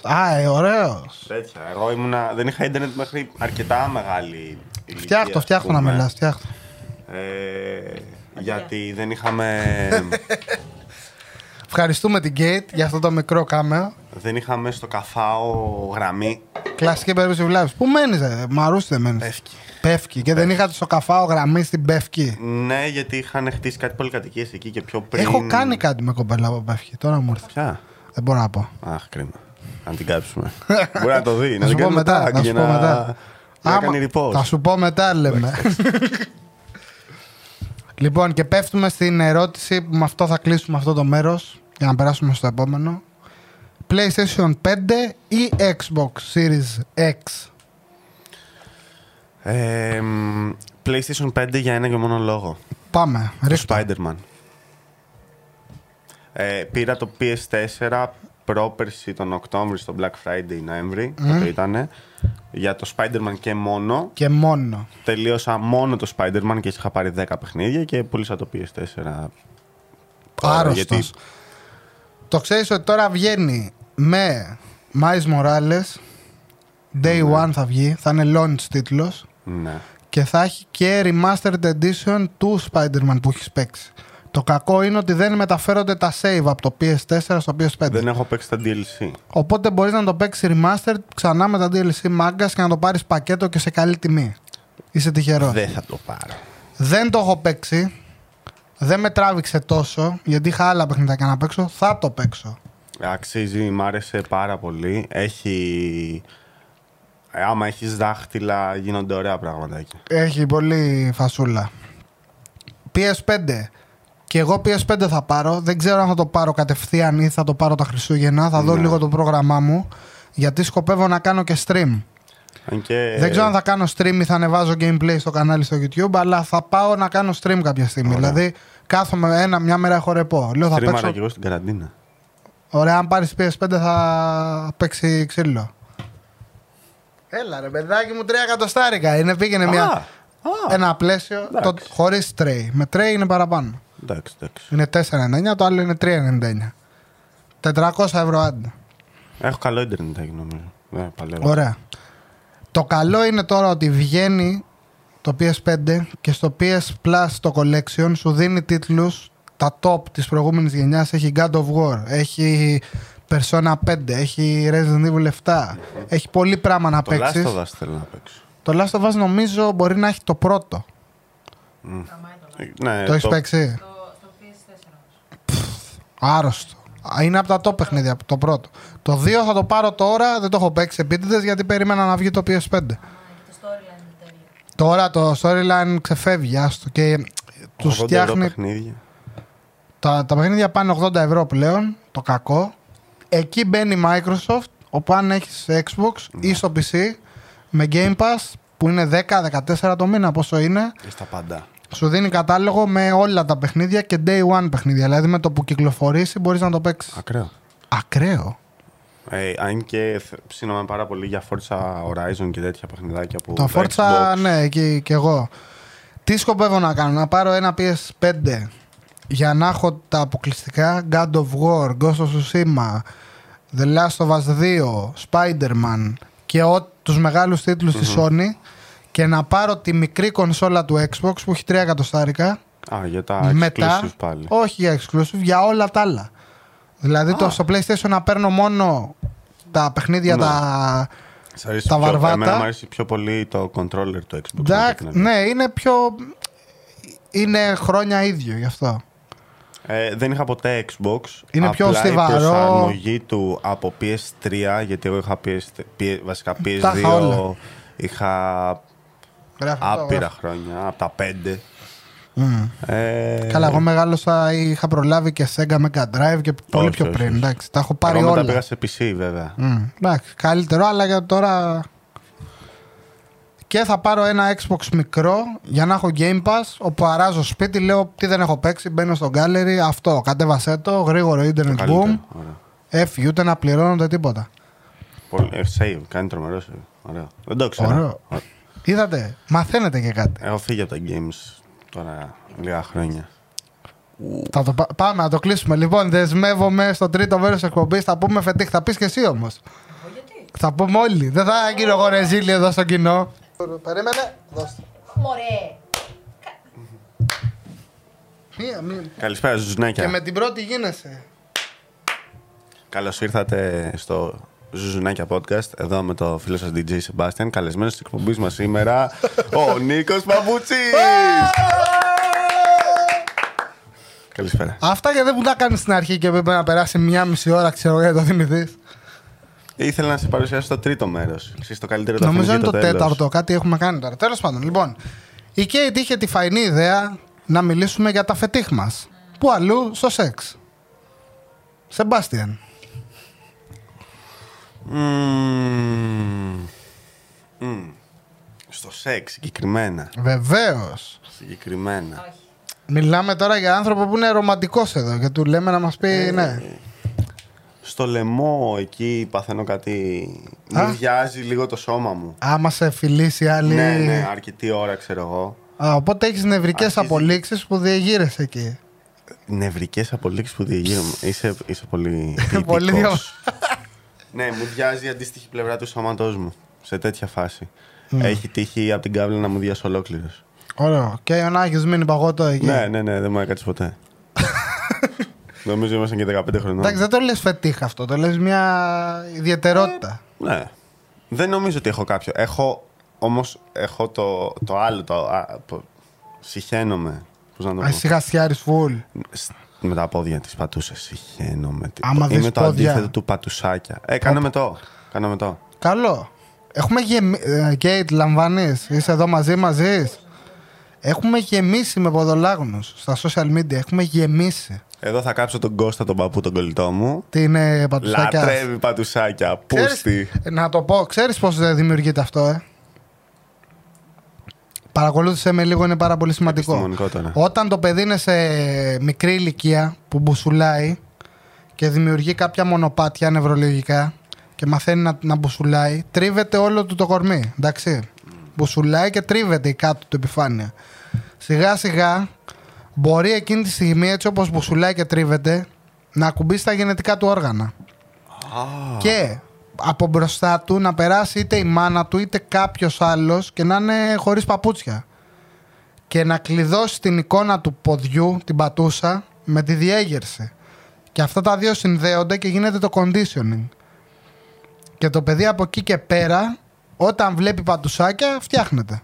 Speaker 1: Α, ε, ωραίος.
Speaker 2: Τέτοια. Εγώ ήμουνα, δεν είχα ίντερνετ μέχρι αρκετά μεγάλη ηλικία.
Speaker 1: Φτιάχτω,
Speaker 2: ας
Speaker 1: φτιάχτω να
Speaker 2: πούμε.
Speaker 1: μιλάς. Φτιάχτω.
Speaker 2: Ε, γιατί δεν είχαμε,
Speaker 1: Ευχαριστούμε την Gate για αυτό το μικρό κάμεο.
Speaker 2: δεν είχαμε στο καφάο γραμμή.
Speaker 1: Κλασική περίπτωση βλάβη. Πού μένεις, ε, Μαρούσι δεν μένεις.
Speaker 2: Πεύκη.
Speaker 1: Πεύκη. Και δεν είχατε στο καφάο γραμμή στην Πεύκη.
Speaker 2: Ναι, γιατί είχαν χτίσει κάτι πολυκατοικίες εκεί και πιο πριν.
Speaker 1: Έχω κάνει κάτι με κοπέλα από Πεύκη. Τώρα μου ήρθε.
Speaker 2: Ποια.
Speaker 1: Δεν μπορώ να πω.
Speaker 2: Αχ, κρίμα. Αν την κάψουμε. Μπορεί να το δει.
Speaker 1: Θα
Speaker 2: Να
Speaker 1: σου πω
Speaker 2: την κάνει
Speaker 1: μετά.
Speaker 2: tag
Speaker 1: Θα
Speaker 2: για
Speaker 1: σου πω
Speaker 2: να-
Speaker 1: μετά.
Speaker 2: για Να
Speaker 1: Άμα-
Speaker 2: κάνει report.
Speaker 1: Θα σου πω μετά, λέμε. λοιπόν, και πέφτουμε στην ερώτηση που με αυτό θα κλείσουμε αυτό το μέρος για να περάσουμε στο επόμενο. PlayStation 5 ή Xbox Series X.
Speaker 2: Ε, μ, PlayStation PlayStation 5 για ένα και μόνο λόγο.
Speaker 1: Πάμε.
Speaker 2: Το
Speaker 1: Ρίχτω.
Speaker 2: Spider-Man. Ε, πήρα το PS4 πρόπερση τον Οκτώβριο, στον Black Friday Νοέμβρη, mm. το ήταν, για το Spider-Man και μόνο.
Speaker 1: Και μόνο.
Speaker 2: Τελείωσα μόνο το Spider-Man και είχα πάρει 10 παιχνίδια και πούλησα το PS4. Τώρα,
Speaker 1: Άρρωστος.
Speaker 2: γιατί-
Speaker 1: Το ξέρεις ότι τώρα βγαίνει με Miles Morales. Day One θα βγει. Θα είναι launch τίτλος.
Speaker 2: Ναι.
Speaker 1: Και θα έχει και remastered edition του Spider-Man που έχεις παίξει. Το κακό είναι ότι δεν μεταφέρονται τα save από το PS4 στο PS5.
Speaker 2: Δεν έχω παίξει τα DLC.
Speaker 1: Οπότε μπορείς να το παίξεις remastered ξανά με τα DLC μάγκας και να το πάρεις πακέτο και σε καλή τιμή. Είσαι τυχερός.
Speaker 2: Δεν θα το πάρω.
Speaker 1: Δεν το έχω παίξει. Δεν με τράβηξε τόσο γιατί είχα άλλα παιχνιδάκια να παίξω. Θα το παίξω.
Speaker 2: Αξίζει, μ' άρεσε πάρα πολύ. Έχει... ε, Άμα έχεις δάχτυλα γίνονται ωραία πράγματα εκεί.
Speaker 1: Έχει πολύ φασούλα. PS5. Και εγώ PS5 θα πάρω. Δεν ξέρω αν θα το πάρω κατευθείαν ή θα το πάρω τα Χριστούγεννα. Θα δω
Speaker 2: Ναι.
Speaker 1: λίγο το πρόγραμμά μου. Γιατί σκοπεύω να κάνω και stream.
Speaker 2: Αν και...
Speaker 1: Δεν ξέρω αν θα κάνω stream ή θα ανεβάζω gameplay στο κανάλι στο YouTube, αλλά θα πάω να κάνω stream κάποια στιγμή.
Speaker 2: Ωραία.
Speaker 1: Δηλαδή, κάθομαι ένα, μια μέρα έχω ρεπό. Λέω θα
Speaker 2: Τρίμαρα
Speaker 1: παίξω.
Speaker 2: κι εγώ στην καραντίνα.
Speaker 1: Ωραία, αν πάρεις PS5 θα παίξει ξύλο. Έλα ρε παιδάκι μου, τρία εκατοστάρικα. Είναι πήγαινε
Speaker 2: Α,
Speaker 1: μια, Ε-
Speaker 2: α,
Speaker 1: ένα πλαίσιο το,
Speaker 2: Εντάξει.
Speaker 1: χωρίς tray. Με tray είναι παραπάνω.
Speaker 2: Εντάξει, εντάξει.
Speaker 1: Είναι 4,99, το άλλο είναι 3,99. 400 ευρώ άντε.
Speaker 2: Έχω καλό ίντερνετ εκεί νομίζω. Ε, παλεύω.
Speaker 1: Ωραία. Το καλό είναι τώρα ότι βγαίνει το PS5 και στο PS Plus το Collection σου δίνει τίτλους τα top της προηγούμενης γενιάς. Έχει God of War, έχει Persona 5, έχει Resident Evil 7. Έχει πολύ πράγμα να
Speaker 2: Το
Speaker 1: παίξεις.
Speaker 2: Last of Us θέλω να παίξω.
Speaker 1: Το Last of Us νομίζω μπορεί να έχει το πρώτο.
Speaker 3: Καμάει το
Speaker 2: Ε, Ναι,
Speaker 1: το έχεις παίξει.
Speaker 3: Στο, στο PS4 όμως.
Speaker 1: Άρρωστο. Α, Είναι από τα top παιχνίδια, από το πρώτο. Το 2 θα το πάρω τώρα, δεν το έχω παίξει επίτηδες γιατί περίμενα να βγει το PS5.
Speaker 3: Α, και το storyline είναι τέλειο.
Speaker 1: Τώρα το storyline ξεφεύγει, άστο και τους
Speaker 2: 80 ευρώ
Speaker 1: φτιάχνει.
Speaker 2: παιχνίδια.
Speaker 1: Τα, τα παιχνίδια πάνε 80 ευρώ πλέον, το κακό. Εκεί μπαίνει η Microsoft, όπου αν έχεις Xbox
Speaker 2: Ναι.
Speaker 1: ή στο PC με Game Pass που είναι 10-14 το μήνα, πόσο είναι,
Speaker 2: Και στα παντά.
Speaker 1: σου δίνει κατάλογο με όλα τα παιχνίδια και day one παιχνίδια. Δηλαδή με το που κυκλοφορήσει μπορείς να το παίξεις.
Speaker 2: Ακραίο.
Speaker 1: Ακραίο.
Speaker 2: Ε, αν και θε- ψήνομαι πάρα πολύ για Forza Horizon και τέτοια παιχνιδάκια που.
Speaker 1: Το
Speaker 2: τα
Speaker 1: Forza,
Speaker 2: Xbox-
Speaker 1: ναι, και, και εγώ. Τι σκοπεύω να κάνω, να πάρω ένα PS5 για να έχω τα αποκλειστικά God of War, Ghost of Tsushima, The Last of Us 2, Spider-Man και ό, τους μεγάλους τίτλους της Sony και να πάρω τη μικρή κονσόλα του Xbox που έχει 3 εκατοστάρικα
Speaker 2: Α, για τα exclusives πάλι.
Speaker 1: όχι για exclusive, για όλα τα άλλα. Δηλαδή το, στο PlayStation να παίρνω μόνο τα παιχνίδια
Speaker 2: Ναι.
Speaker 1: τα...
Speaker 2: Σ' αρέσει
Speaker 1: τα
Speaker 2: πιο-
Speaker 1: βαρβάτα.
Speaker 2: Εμένα μου αρέσει πιο πολύ το controller του Xbox.
Speaker 1: Εντάξει,
Speaker 2: να το
Speaker 1: ναι, είναι πιο. Είναι χρόνια ίδιο γι' αυτό.
Speaker 2: Ε, δεν είχα ποτέ Xbox.
Speaker 1: Είναι πιο
Speaker 2: απλά
Speaker 1: στιβαρό.
Speaker 2: Η προσαρμογή του από PS3, γιατί εγώ είχα PS, P- βασικά
Speaker 1: Τα είχα
Speaker 2: PS2.
Speaker 1: όλα.
Speaker 2: είχα
Speaker 1: Γράφω το,
Speaker 2: άπειρα
Speaker 1: γράφω.
Speaker 2: χρόνια, από τα 5.
Speaker 1: Μμμ.
Speaker 2: Ε,
Speaker 1: Καλά, εγώ μεγάλωσα, είχα προλάβει και Sega Mega Drive και πολύ
Speaker 2: Όχι,
Speaker 1: πιο
Speaker 2: όχι,
Speaker 1: πριν.
Speaker 2: όχι.
Speaker 1: Εντάξει, τα έχω πάρει
Speaker 2: εγώ μετά
Speaker 1: όλα.
Speaker 2: πήγα σε PC βέβαια.
Speaker 1: Μμ, εντάξει, καλύτερο, αλλά για τώρα. Και θα πάρω ένα Xbox μικρό για να έχω Game Pass. Όπου αράζω σπίτι, λέω τι δεν έχω παίξει. Μπαίνω στο gallery, αυτό. Κατέβασέ το, γρήγορο internet boom.
Speaker 2: Καλύτερο. Ωραία.
Speaker 1: Έφυγε, ούτε να πληρώνονται τίποτα.
Speaker 2: Πολύ, ε, save, κάνει τρομερό save. Ωραίο. Δεν το ξέρω.
Speaker 1: Ωραίο.
Speaker 2: Ω-
Speaker 1: Είδατε, μαθαίνετε και κάτι.
Speaker 2: Έχω φύγει από τα games τώρα λίγα χρόνια.
Speaker 1: Θα το πα- πάμε να το κλείσουμε. Λοιπόν, δεσμεύομαι στο τρίτο μέρος της εκπομπής. Θα πούμε φετίχ. Θα πεις και εσύ όμως.
Speaker 3: Εγώ γιατί.
Speaker 1: Θα πούμε όλοι. Δεν θα γίνω εγώ ρεζίλη εδώ στο κοινό. Περίμενε. Δώστε.
Speaker 3: Μωρέ.
Speaker 1: Μία, μία.
Speaker 2: Καλησπέρα, Ζουζουνάκια.
Speaker 1: Και με την πρώτη γίνεσαι.
Speaker 2: Καλώς ήρθατε στο Ζουζουνάκια Podcast, εδώ με το φίλο σας DJ Sebastian. Καλεσμένος της εκπομπής μας σήμερα, ο Νίκος Παπούτσι. Καλησπέρα.
Speaker 1: Αυτά και δεν που τα κάνει στην αρχή και πρέπει να περάσει μία μισή ώρα, ξέρω εγώ, για να το θυμηθείς.
Speaker 2: Ήθελα να σε παρουσιάσω το τρίτο μέρος. Εσύ το καλύτερο το
Speaker 1: Νομίζω είναι
Speaker 2: αφήνεις
Speaker 1: το,
Speaker 2: για τέλος.
Speaker 1: τέταρτο, κάτι έχουμε κάνει τώρα. Τέλος πάντων, λοιπόν, η Κέιτ είχε τη φαϊνή ιδέα να μιλήσουμε για τα φετίχ μας. Πού αλλού στο σεξ. Σεμπάστιαν.
Speaker 2: Μμμ. Μμμ. Στο σεξ, συγκεκριμένα.
Speaker 1: Βεβαίως.
Speaker 2: Συγκεκριμένα.
Speaker 3: Όχι.
Speaker 1: Μιλάμε τώρα για άνθρωπο που είναι ρομαντικός εδώ και του λέμε να μας
Speaker 2: Ε,
Speaker 1: πει ναι.
Speaker 2: Στο λαιμό εκεί παθαίνω κάτι.
Speaker 1: Α.
Speaker 2: Μου βιάζει λίγο το σώμα μου.
Speaker 1: Άμα σε φιλήσει άλλη.
Speaker 2: Ναι, ναι, αρκετή ώρα ξέρω εγώ.
Speaker 1: Α, οπότε έχεις νευρικές
Speaker 2: Αρχίζει.
Speaker 1: απολύξεις που διεγείρεσαι εκεί.
Speaker 2: Νευρικές απολύξεις που διεγείρομαι. Είσαι, είσαι πολύ.
Speaker 1: Πολύ
Speaker 2: ποιητικός.
Speaker 1: δια-
Speaker 2: ναι, μου βιάζει η αντίστοιχη πλευρά του σώματός μου. Σε τέτοια φάση. Έχει τύχει από την κάβλα να μου διάσει ολόκληρος.
Speaker 1: Ωραίο. Και ο Νάκης μείνει παγωτό εκεί.
Speaker 2: Ναι, ναι, ναι, δεν μου έκατσε ποτέ. Νομίζω ήμασταν και 15 χρονών.
Speaker 1: Εντάξει, δεν το λες φετίχα αυτό, το λες μια ιδιαιτερότητα.
Speaker 2: Ναι. Δεν νομίζω ότι έχω κάποιο. Έχω όμως έχω το, το άλλο. Το, α, το, συχαίνομαι. Πώς να το πω.
Speaker 1: Εσύ γασιάρι φουλ.
Speaker 2: Σ- Με τα πόδια της πατούσε. Συχαίνομαι. Τι-
Speaker 1: Άμα δεις
Speaker 2: Είμαι το
Speaker 1: πόδια.
Speaker 2: αντίθετο του πατουσάκια. Ε, κάνω με το. Κάνω με το.
Speaker 1: Καλό. Έχουμε γεμίσει. Κέιτ, λαμβάνεις. Είσαι εδώ μαζί μαζί. Έχουμε γεμίσει με ποδολάγνους στα social media. Έχουμε γεμίσει.
Speaker 2: Εδώ θα κάψω τον Κώστα τον παππού τον κολλητό μου.
Speaker 1: Τι είναι πατουσάκιας.
Speaker 2: Λατρεύει πατουσάκια. Πούστη.
Speaker 1: Ξέρεις- να το πω, ξέρεις πώς δημιουργείται αυτό, ε. Παρακολούθησε με λίγο, είναι πάρα πολύ σημαντικό.
Speaker 2: Επιστημονικό τώρα.
Speaker 1: Όταν το παιδί είναι σε μικρή ηλικία που μπουσουλάει και δημιουργεί κάποια μονοπάτια νευρολογικά και μαθαίνει να, να μπουσουλάει, τρίβεται όλο του το κορμί. Εντάξει. Μπουσουλάει και τρίβεται η κάτω του επιφάνεια. Σιγά σιγά μπορεί εκείνη τη στιγμή, έτσι όπως μπουσουλάει και τρίβεται, να ακουμπήσει τα γενετικά του όργανα και από μπροστά του να περάσει είτε η μάνα του είτε κάποιος άλλος και να είναι χωρίς παπούτσια. Και να κλειδώσει την εικόνα του ποδιού, την πατούσα, με τη διέγερση. Και αυτά τα δύο συνδέονται και γίνεται το conditioning. Και το παιδί από εκεί και πέρα, όταν βλέπει πατουσάκια, φτιάχνεται.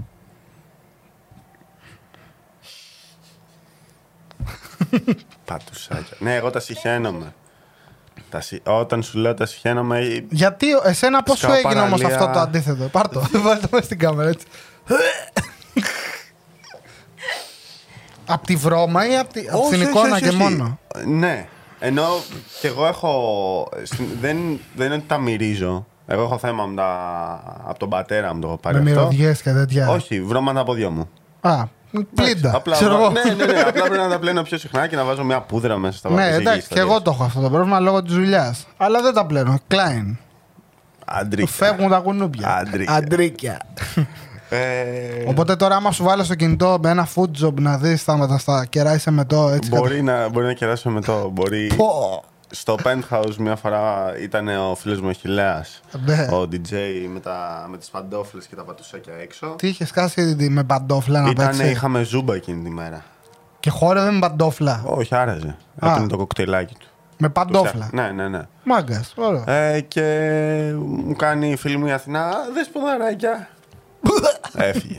Speaker 2: Πατουσάκια. Ναι, εγώ τα συχαίνομαι. Τα συ- Όταν σου λέω τα συχαίνομαι. ε,
Speaker 1: Γιατί εσένα πώς σου
Speaker 2: Σκάω
Speaker 1: έγινε όμως
Speaker 2: παραλία.
Speaker 1: αυτό το αντίθετο. Πάρτο, βάλτε το μέσα στην κάμερα έτσι. απ' τη βρώμα ή απ' τη- απ'
Speaker 2: όχι,
Speaker 1: την
Speaker 2: όχι,
Speaker 1: εικόνα
Speaker 2: όχι,
Speaker 1: και
Speaker 2: όχι.
Speaker 1: μόνο.
Speaker 2: Ναι. Ενώ κι εγώ έχω. στην- Δεν, δεν είναι ότι τα μυρίζω. Εγώ έχω θέμα με τα... από τον πατέρα μου το έχω πάρει
Speaker 1: Με
Speaker 2: αυτό.
Speaker 1: μυρωδιές και τέτοια.
Speaker 2: Όχι, βρώμα τα πόδια μου.
Speaker 1: Α, πλήντα.
Speaker 2: Απλά,
Speaker 1: ξέρω εγώ.
Speaker 2: ναι, ναι, ναι, απλά πρέπει να τα πλένω πιο συχνά και να βάζω μια πούδρα μέσα στα
Speaker 1: Ναι,
Speaker 2: βαφτιστήρια
Speaker 1: εντάξει,
Speaker 2: στα
Speaker 1: και εγώ
Speaker 2: τέτοια.
Speaker 1: το έχω αυτό το πρόβλημα λόγω της δουλειάς. Αλλά δεν τα πλένω. Κλάιν.
Speaker 2: Αντρίκια.
Speaker 1: Φεύγουν τα κουνούπια.
Speaker 2: Αντρίκια.
Speaker 1: Αντρίκια.
Speaker 2: Ε,
Speaker 1: Οπότε τώρα, άμα σου βάλω στο κινητό με ένα food job να δεις, θα με τα στα κεράσει με το έτσι.
Speaker 2: Μπορεί να, μπορεί να κεράσω με το. Μπορεί...
Speaker 1: κατα- Πω.
Speaker 2: Στο penthouse μια φορά ήταν ο φίλος μου ο Χιλέας,
Speaker 1: Ναι.
Speaker 2: Ο DJ με, τα, με τις παντόφλες και τα πατουσάκια έξω.
Speaker 1: Τι είχες κάσει με παντόφλα να
Speaker 2: Ήτανε,
Speaker 1: παίξει.
Speaker 2: είχαμε ζούμπα εκείνη τη μέρα.
Speaker 1: Και χόρευε με παντόφλα.
Speaker 2: Όχι, άραζε.
Speaker 1: Α.
Speaker 2: Έπαιρνε το κοκτέιλάκι του.
Speaker 1: Με
Speaker 2: Το
Speaker 1: παντόφλα.
Speaker 2: φτιά- Ναι, ναι, ναι.
Speaker 1: Μάγκας. Ωραίο.
Speaker 2: Ε, και μου κάνει η φίλη μου η Αθηνά, «Α, δες ποδαράκια. Έφυγε.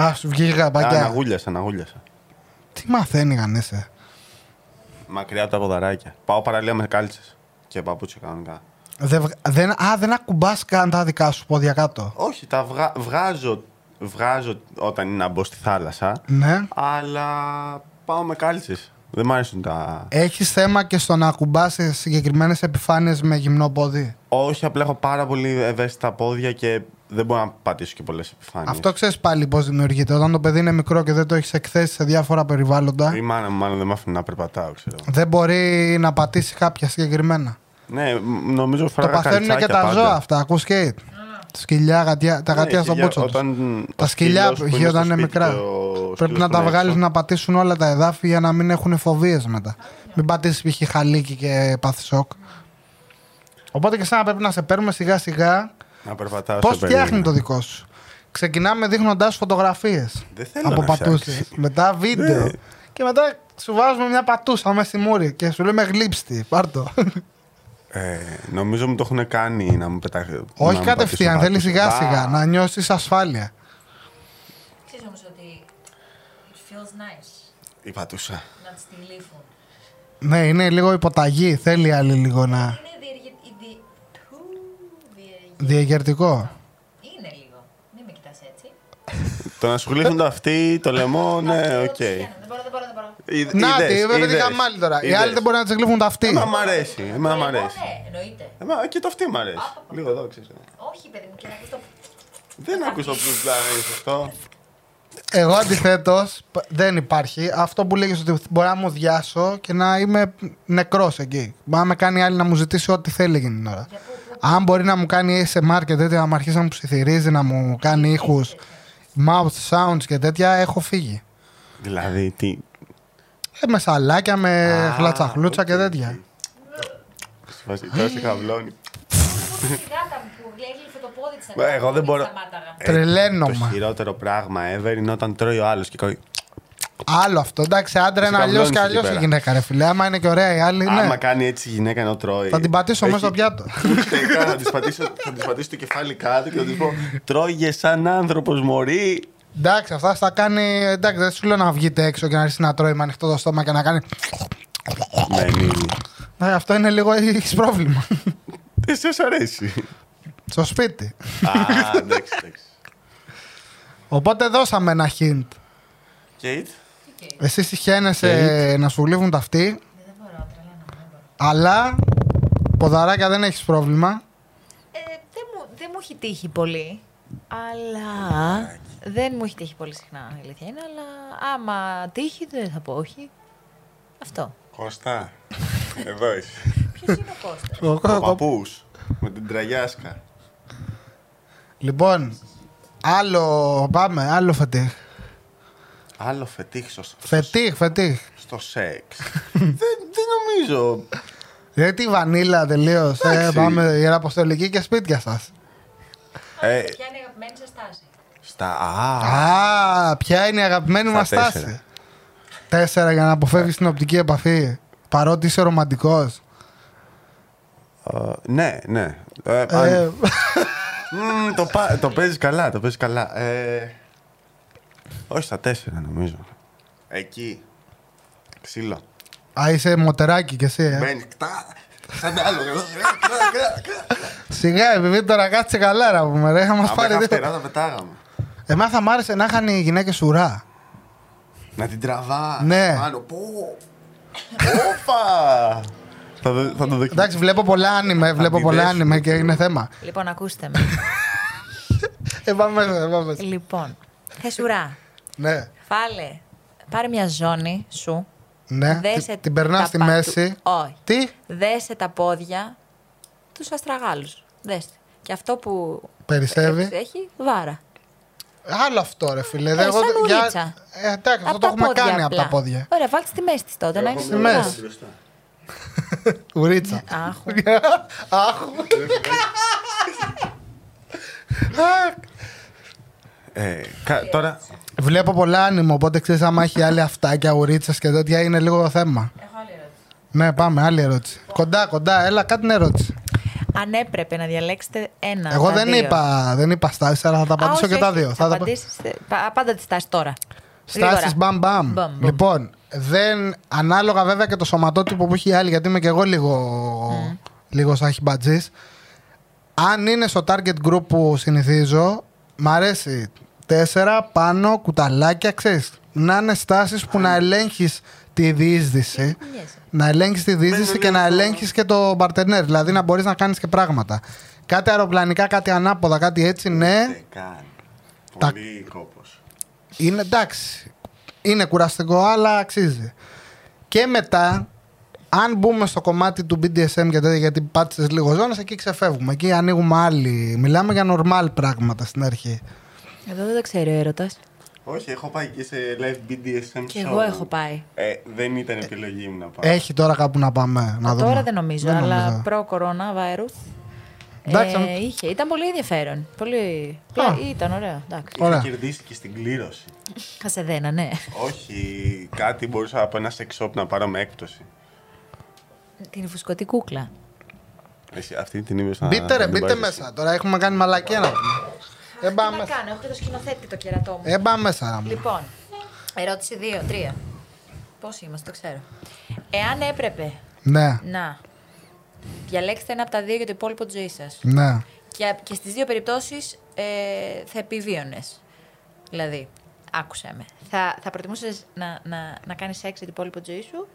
Speaker 1: Α, σου βγήκε
Speaker 2: Α,
Speaker 1: γαμπακιά.
Speaker 2: Αναγούλιασα, αναγούλιασα.
Speaker 1: Τι μαθαίνεις ε. κανεί.
Speaker 2: Μακριά από τα ποδαράκια. Πάω παραλία με κάλτσες και παπούτσια κανονικά.
Speaker 1: Δεν, βγ- δεν, α, δεν ακουμπάς καν τα δικά σου πόδια κάτω.
Speaker 2: Όχι, τα βγα- βγάζω, βγάζω όταν είναι να μπω στη θάλασσα.
Speaker 1: Ναι.
Speaker 2: Αλλά πάω με κάλτσες. Δεν μ' αρέσουν τα.
Speaker 1: Έχεις θέμα και στο να ακουμπάς συγκεκριμένες επιφάνειες με γυμνό πόδι.
Speaker 2: Όχι, απλά έχω πάρα πολύ ευαίσθητα πόδια και δεν μπορώ να πατήσω και πολλές επιφάνειες.
Speaker 1: Αυτό ξέρεις πάλι πώς δημιουργείται. Όταν το παιδί είναι μικρό και δεν το έχεις εκθέσει σε διάφορα περιβάλλοντα,
Speaker 2: Η μάνα μου μάλλον δεν μ' άφηνε να περπατάω, ξέρω.
Speaker 1: δεν μπορεί να πατήσει κάποια συγκεκριμένα.
Speaker 2: ναι, μ- νομίζω
Speaker 1: Το
Speaker 2: φοράγα
Speaker 1: παθαίνουν και
Speaker 2: καλτσάκια
Speaker 1: τα
Speaker 2: πάντα.
Speaker 1: ζώα αυτά. Ακούς σκέιτ. Σκυλιά, γατιά, τα
Speaker 2: Ναι,
Speaker 1: γατιά στο
Speaker 2: χιλιά-
Speaker 1: πούτσο. τους.
Speaker 2: Όταν...
Speaker 1: Τα
Speaker 2: ο
Speaker 1: σκυλιά
Speaker 2: σκύλος
Speaker 1: που
Speaker 2: που
Speaker 1: είχε όταν
Speaker 2: στο
Speaker 1: είναι
Speaker 2: σπίτι
Speaker 1: μικρά.
Speaker 2: και ο σκύλος
Speaker 1: Πρέπει να
Speaker 2: που
Speaker 1: τα
Speaker 2: είναι
Speaker 1: βγάλεις
Speaker 2: έξω.
Speaker 1: να πατήσουν όλα τα εδάφη για να μην έχουν φοβίες μετά. Μην πατήσεις π.χ. χαλίκι και πάθεις σοκ. Οπότε και σαν πρέπει να σε παίρνουμε σιγά σιγά.
Speaker 2: Να περπατάω
Speaker 1: Πώς
Speaker 2: σε περίεργα.
Speaker 1: φτιάχνει το δικό σου. Ξεκινάμε δείχνοντάς σου φωτογραφίες.
Speaker 2: Δεν θέλω
Speaker 1: Από
Speaker 2: να Ναι.
Speaker 1: πατούσες.
Speaker 2: φτιάξεις.
Speaker 1: Μετά βίντεο. Και μετά σου βάζουμε μια πατούσα μέσα στη μούρη και σου λέμε γλύψτη. Πάρτο.
Speaker 2: Ε, νομίζω μου το έχουν κάνει να μου πετάξει.
Speaker 1: Όχι κατευθείαν, θέλει σιγά σιγά να νιώσεις ασφάλεια.
Speaker 3: Ξέρεις όμως ότι it feels nice
Speaker 2: Η πατούσα.
Speaker 3: να τις τη λύφουν.
Speaker 1: Ναι, είναι λίγο υποταγή. Θέλει άλλη λίγο να.
Speaker 3: Είναι διεργη... η δι- Του, διεργη-
Speaker 1: Διαγερτικό.
Speaker 3: Είναι λίγο. Μην με κοιτάς έτσι.
Speaker 2: Το να σου γλύφουν το αυτί, το λαιμό, ναι, οκ.
Speaker 3: Δεν μπορώ, δεν μπορώ, δεν μπορώ.
Speaker 2: Είδε-
Speaker 1: Να τη,
Speaker 2: είδες,
Speaker 1: βέβαια την
Speaker 2: είδες,
Speaker 1: καμάλι τώρα. Οι
Speaker 2: είδες.
Speaker 1: άλλοι δεν μπορεί να τη γλύφουν τα αυτή.
Speaker 2: Εμένα Ε, μ' αρέσει. Εμένα μ' αρέσει.
Speaker 4: ε.
Speaker 2: Ε,
Speaker 3: Ναι, εννοείται.
Speaker 2: Εμένα και το αυτή μ' αρέσει. Λίγο εδώ, ξέρεις. ε.
Speaker 3: Όχι, παιδί μου, και να ακούς το...
Speaker 2: Δεν άκουσα blues lines αυτό.
Speaker 1: Εγώ αντιθέτως δεν υπάρχει. Αυτό που λέγεις ότι μπορεί να μου διάσω και να είμαι νεκρός εκεί. Μπορεί να με κάνει άλλη να μου ζητήσει ό,τι θέλει εκείνη την ώρα. Αν μπορεί να μου κάνει ASMR και τέτοια, να μου αρχίσει να μου ψιθυρίζει, να μου κάνει ήχους, mouth sounds και τέτοια, έχω φύγει.
Speaker 2: Δηλαδή, τι.
Speaker 1: Ε, με σαλάκια, με
Speaker 2: Α,
Speaker 1: χλατσαχλούτσα και
Speaker 2: οκ.
Speaker 1: τέτοια.
Speaker 2: Βασικά σε χαβλώνει.
Speaker 3: Όπως τη γάτα μου που έγλυφε το πόδι της
Speaker 2: Ε, εγώ δεν μπορώ.
Speaker 3: σταμάταγα.
Speaker 2: Ε, Το
Speaker 1: Τρελαίνομαι.
Speaker 2: χειρότερο πράγμα ever είναι όταν τρώει ο άλλος και κόβει.
Speaker 1: Άλλο αυτό. Εντάξει, άντρα είναι
Speaker 2: Φυσικά
Speaker 1: αλλιώ και
Speaker 2: βλώνεις εκεί
Speaker 1: αλλιώς η
Speaker 2: πέρα.
Speaker 1: γυναίκα, ρε φιλέ. Άμα είναι και ωραία η άλλη, ναι.
Speaker 2: Άμα κάνει έτσι η γυναίκα ενώ τρώει.
Speaker 1: Θα την πατήσω μέσα στο πιάτο.
Speaker 2: Τελικά θα της πατήσω, θα της πατήσω το κεφάλι κάτω και θα της πω Τρώγε σαν άνθρωπος, Μωρή.
Speaker 1: Εντάξει, αυτά θα κάνει. Εντάξει, δεν σου λέω να βγείτε έξω και να αρχίσει να τρώει με ανοιχτό το στόμα και να κάνει.
Speaker 2: Ναι, ναι.
Speaker 1: Ε, αυτό είναι λίγο. Έχεις πρόβλημα.
Speaker 2: Δεν σας αρέσει.
Speaker 1: Στο σπίτι.
Speaker 2: Α, εντάξει, εντάξει.
Speaker 1: Οπότε δώσαμε ένα hint.
Speaker 2: Κέιτ.
Speaker 1: Εσύ συχαίνεσαι να σου βουλεύουν τα αυτοί. Αλλά ποδαράκια δεν έχεις πρόβλημα.
Speaker 4: Ε, δεν, μου, δεν μου έχει τύχει πολύ. Αλλά. Δεν μου έχει τύχει πολύ συχνά, η αλήθεια είναι. Αλλά άμα τύχει, δεν θα πω όχι. Αυτό.
Speaker 2: Κώστα. Εδώ είσαι.
Speaker 4: Ποιος είναι ο Κώστας.
Speaker 1: Ο- ο- ο-
Speaker 2: Ο παππούς με την τραγιάσκα.
Speaker 1: Λοιπόν, άλλο. Πάμε, άλλο φετίχ.
Speaker 2: Άλλο φετίχ στο,
Speaker 1: Φετίχ, φετίχ.
Speaker 2: στο σεξ. δεν, δεν νομίζω.
Speaker 1: Δηλαδή τη βανίλα τελείως. Ε,
Speaker 2: Εντάξει.
Speaker 1: πάμε ιεραποστολική και σπίτια σας.
Speaker 2: Ε,
Speaker 3: Ποια είναι η αγαπημένη σας τάση.
Speaker 2: στα. Α,
Speaker 1: Α, ποια είναι η αγαπημένη
Speaker 2: Στα
Speaker 1: μας τάση.
Speaker 2: τέσσερα.
Speaker 1: Τέσσερα για να αποφεύγεις την οπτική επαφή. Παρότι είσαι ρομαντικός.
Speaker 2: ε, ναι, ναι. Ε, αν- Μμμ, το, πα- το παίζεις καλά, το παίζεις καλά. Ε, όχι στα τέσσερα νομίζω. Εκεί. Ξύλο.
Speaker 1: α, είσαι μοτεράκι κι εσύ. Ε.
Speaker 2: Μπαίνει. κτά, Σαν άλλο. Κτά, κτά, κτά.
Speaker 1: Σιγά, επειδή τώρα κάτσε καλά να πούμε. Ρε, θα μας
Speaker 2: Αν
Speaker 1: πάρει
Speaker 2: είχα
Speaker 1: δύο.
Speaker 2: φτερά θα πετάγαμε.
Speaker 1: Εμένα θα μ' άρεσε να είχαν οι γυναίκες ουρά.
Speaker 2: Να την τραβά.
Speaker 1: Ναι.
Speaker 2: Πάνω. Πω. Όπα. Θα το- Θα το δοκιμάσω.
Speaker 1: Εντάξει, βλέπω πολλά άνιμε, βλέπω πολλά
Speaker 2: δέσουμε,
Speaker 1: άνιμε και είναι θέμα.
Speaker 4: Λοιπόν, ακούστε με.
Speaker 1: Ε, πάμε μέσα, ε, πάμε μέσα.
Speaker 4: λοιπόν, θεσουρά.
Speaker 1: Ναι,
Speaker 4: Βάλε. Πάρε μια ζώνη σου.
Speaker 1: ναι.
Speaker 4: Δέσε
Speaker 1: Τι- Την περνάς
Speaker 4: τα
Speaker 1: στη
Speaker 4: πατου-
Speaker 1: μέση.
Speaker 4: Όχι.
Speaker 1: Τι,
Speaker 4: Δέσε τα πόδια τους αστραγάλους. Δέστε. Και αυτό που
Speaker 1: περισσεύει.
Speaker 4: έχει βάρα.
Speaker 1: Άλλο αυτό, ρε φίλε.
Speaker 4: Ε,
Speaker 1: Εγώ-
Speaker 4: σαν
Speaker 1: για-
Speaker 4: ουρίτσα.
Speaker 1: Ε, εντάξει, αυτό
Speaker 4: Απ'
Speaker 1: το
Speaker 4: τα
Speaker 1: έχουμε
Speaker 4: πόδια
Speaker 1: κάνει από τα
Speaker 4: απλά.
Speaker 1: πόδια.
Speaker 4: Ωραία, βάλτε στη μέση της τότε. Να έχει
Speaker 1: στη μέση. Ουρίτσα.
Speaker 4: Άχου.
Speaker 1: Άχου.
Speaker 2: Ε, κα- Τώρα.
Speaker 1: Βλέπω πολλά άνιμο, οπότε ξέρεις άμα έχει άλλη αυτάκια, ουρίτσες και τέτοια είναι λίγο θέμα.
Speaker 3: Έχω άλλη ερώτηση.
Speaker 1: Ναι, πάμε, άλλη ερώτηση. Κοντά, κοντά, έλα, κάτι είναι ερώτηση.
Speaker 4: Αν έπρεπε να διαλέξετε ένα.
Speaker 1: Εγώ
Speaker 4: από τα
Speaker 1: δεν
Speaker 4: δύο.
Speaker 1: είπα, δεν είπα στάσεις, αλλά θα τα
Speaker 4: Α,
Speaker 1: απαντήσω
Speaker 4: όχι,
Speaker 1: και τα
Speaker 4: όχι,
Speaker 1: δύο.
Speaker 4: Θα
Speaker 1: τα-
Speaker 4: απαντήσεις, ε, πα- Πάντα τη στάση τώρα.
Speaker 1: Στάσεις
Speaker 4: Γρήγορα.
Speaker 1: μπαμ μπαμ.
Speaker 4: Μπαμ, μπαμ.
Speaker 1: Λοιπόν, δεν, ανάλογα βέβαια και το σωματότυπο που έχει η άλλη, γιατί είμαι και εγώ λίγο, λίγο σαν χιμπατζής. Αν είναι στο target group που συνηθίζω, μ' αρέσει τέσσερα πάνω κουταλάκια, ξέρεις, να είναι στάσεις που να ελέγχεις τη διείσδυση.
Speaker 4: Μοιάζει.
Speaker 1: Να ελέγχει τη διείσδυση και να ελέγχει και το παρτενέρ. Δηλαδή να μπορείς να κάνεις και πράγματα. Κάτι αεροπλανικά, κάτι ανάποδα, κάτι έτσι, ναι.
Speaker 2: Δεν κάνει.
Speaker 1: Τα-
Speaker 2: Ε, Πολύ κόπος.
Speaker 1: Είναι εντάξει. Είναι κουραστικό, αλλά αξίζει. Και μετά, αν μπούμε στο κομμάτι του BDSM και τέτοια, γιατί πάτησες λίγο ζώνες, εκεί ξεφεύγουμε. Εκεί ανοίγουμε άλλη. Μιλάμε για normal πράγματα στην αρχή.
Speaker 4: Εδώ δεν το ξέρει ο έρωτας.
Speaker 2: Όχι, έχω πάει και σε live BDSM show.
Speaker 4: Κι εγώ έχω πάει.
Speaker 2: Ε, δεν ήταν επιλογή μου να πάω.
Speaker 1: Έχει τώρα κάπου να πάμε να δούμε.
Speaker 4: Τώρα δεν νομίζω,
Speaker 1: Δεν
Speaker 4: αλλά
Speaker 1: νομίζω.
Speaker 4: προ-κορώνα, virus.
Speaker 1: Εντάξει,
Speaker 4: ε,
Speaker 1: αν-
Speaker 4: είχε. Ήταν πολύ ενδιαφέρον. Πολύ...
Speaker 1: Α.
Speaker 4: Ήταν ωραίο. Εντάξει.
Speaker 2: Είχα
Speaker 1: Ωραία.
Speaker 2: κερδίσει και στην κλήρωση.
Speaker 4: Θα σε δένα, ναι.
Speaker 2: Όχι, κάτι μπορούσα από ένα sex shop να πάρω με έκπτωση.
Speaker 4: Την φουσκωτή κούκλα.
Speaker 2: Ε, Εσύ, αυτή την είμαι σαν.
Speaker 1: Μπείτε, ρε,
Speaker 2: την
Speaker 1: μπείτε
Speaker 2: πάρεις
Speaker 1: μέσα. Τώρα έχουμε κάνει μαλακία να πούμε. Ε,
Speaker 4: Τι
Speaker 1: πάμε
Speaker 4: να
Speaker 1: μέσα.
Speaker 4: κάνω, έχω και το σκηνοθέτη το κερατό μου.
Speaker 1: Ε, πάμε μέσα. να πούμε.
Speaker 4: Λοιπόν, ερώτηση 2-3. Πόσοι είμαστε, το ξέρω. Εάν έπρεπε
Speaker 1: Ναι,
Speaker 4: να διαλέξετε ένα από τα δύο για το υπόλοιπο της ζωής σας
Speaker 1: ναι.
Speaker 4: και, και στις δύο περιπτώσεις ε, θα επιβίωνες. Δηλαδή, άκουσα με. Θα, θα προτιμούσες να, να, να κάνεις σεξ για το υπόλοιπο της ζωής σου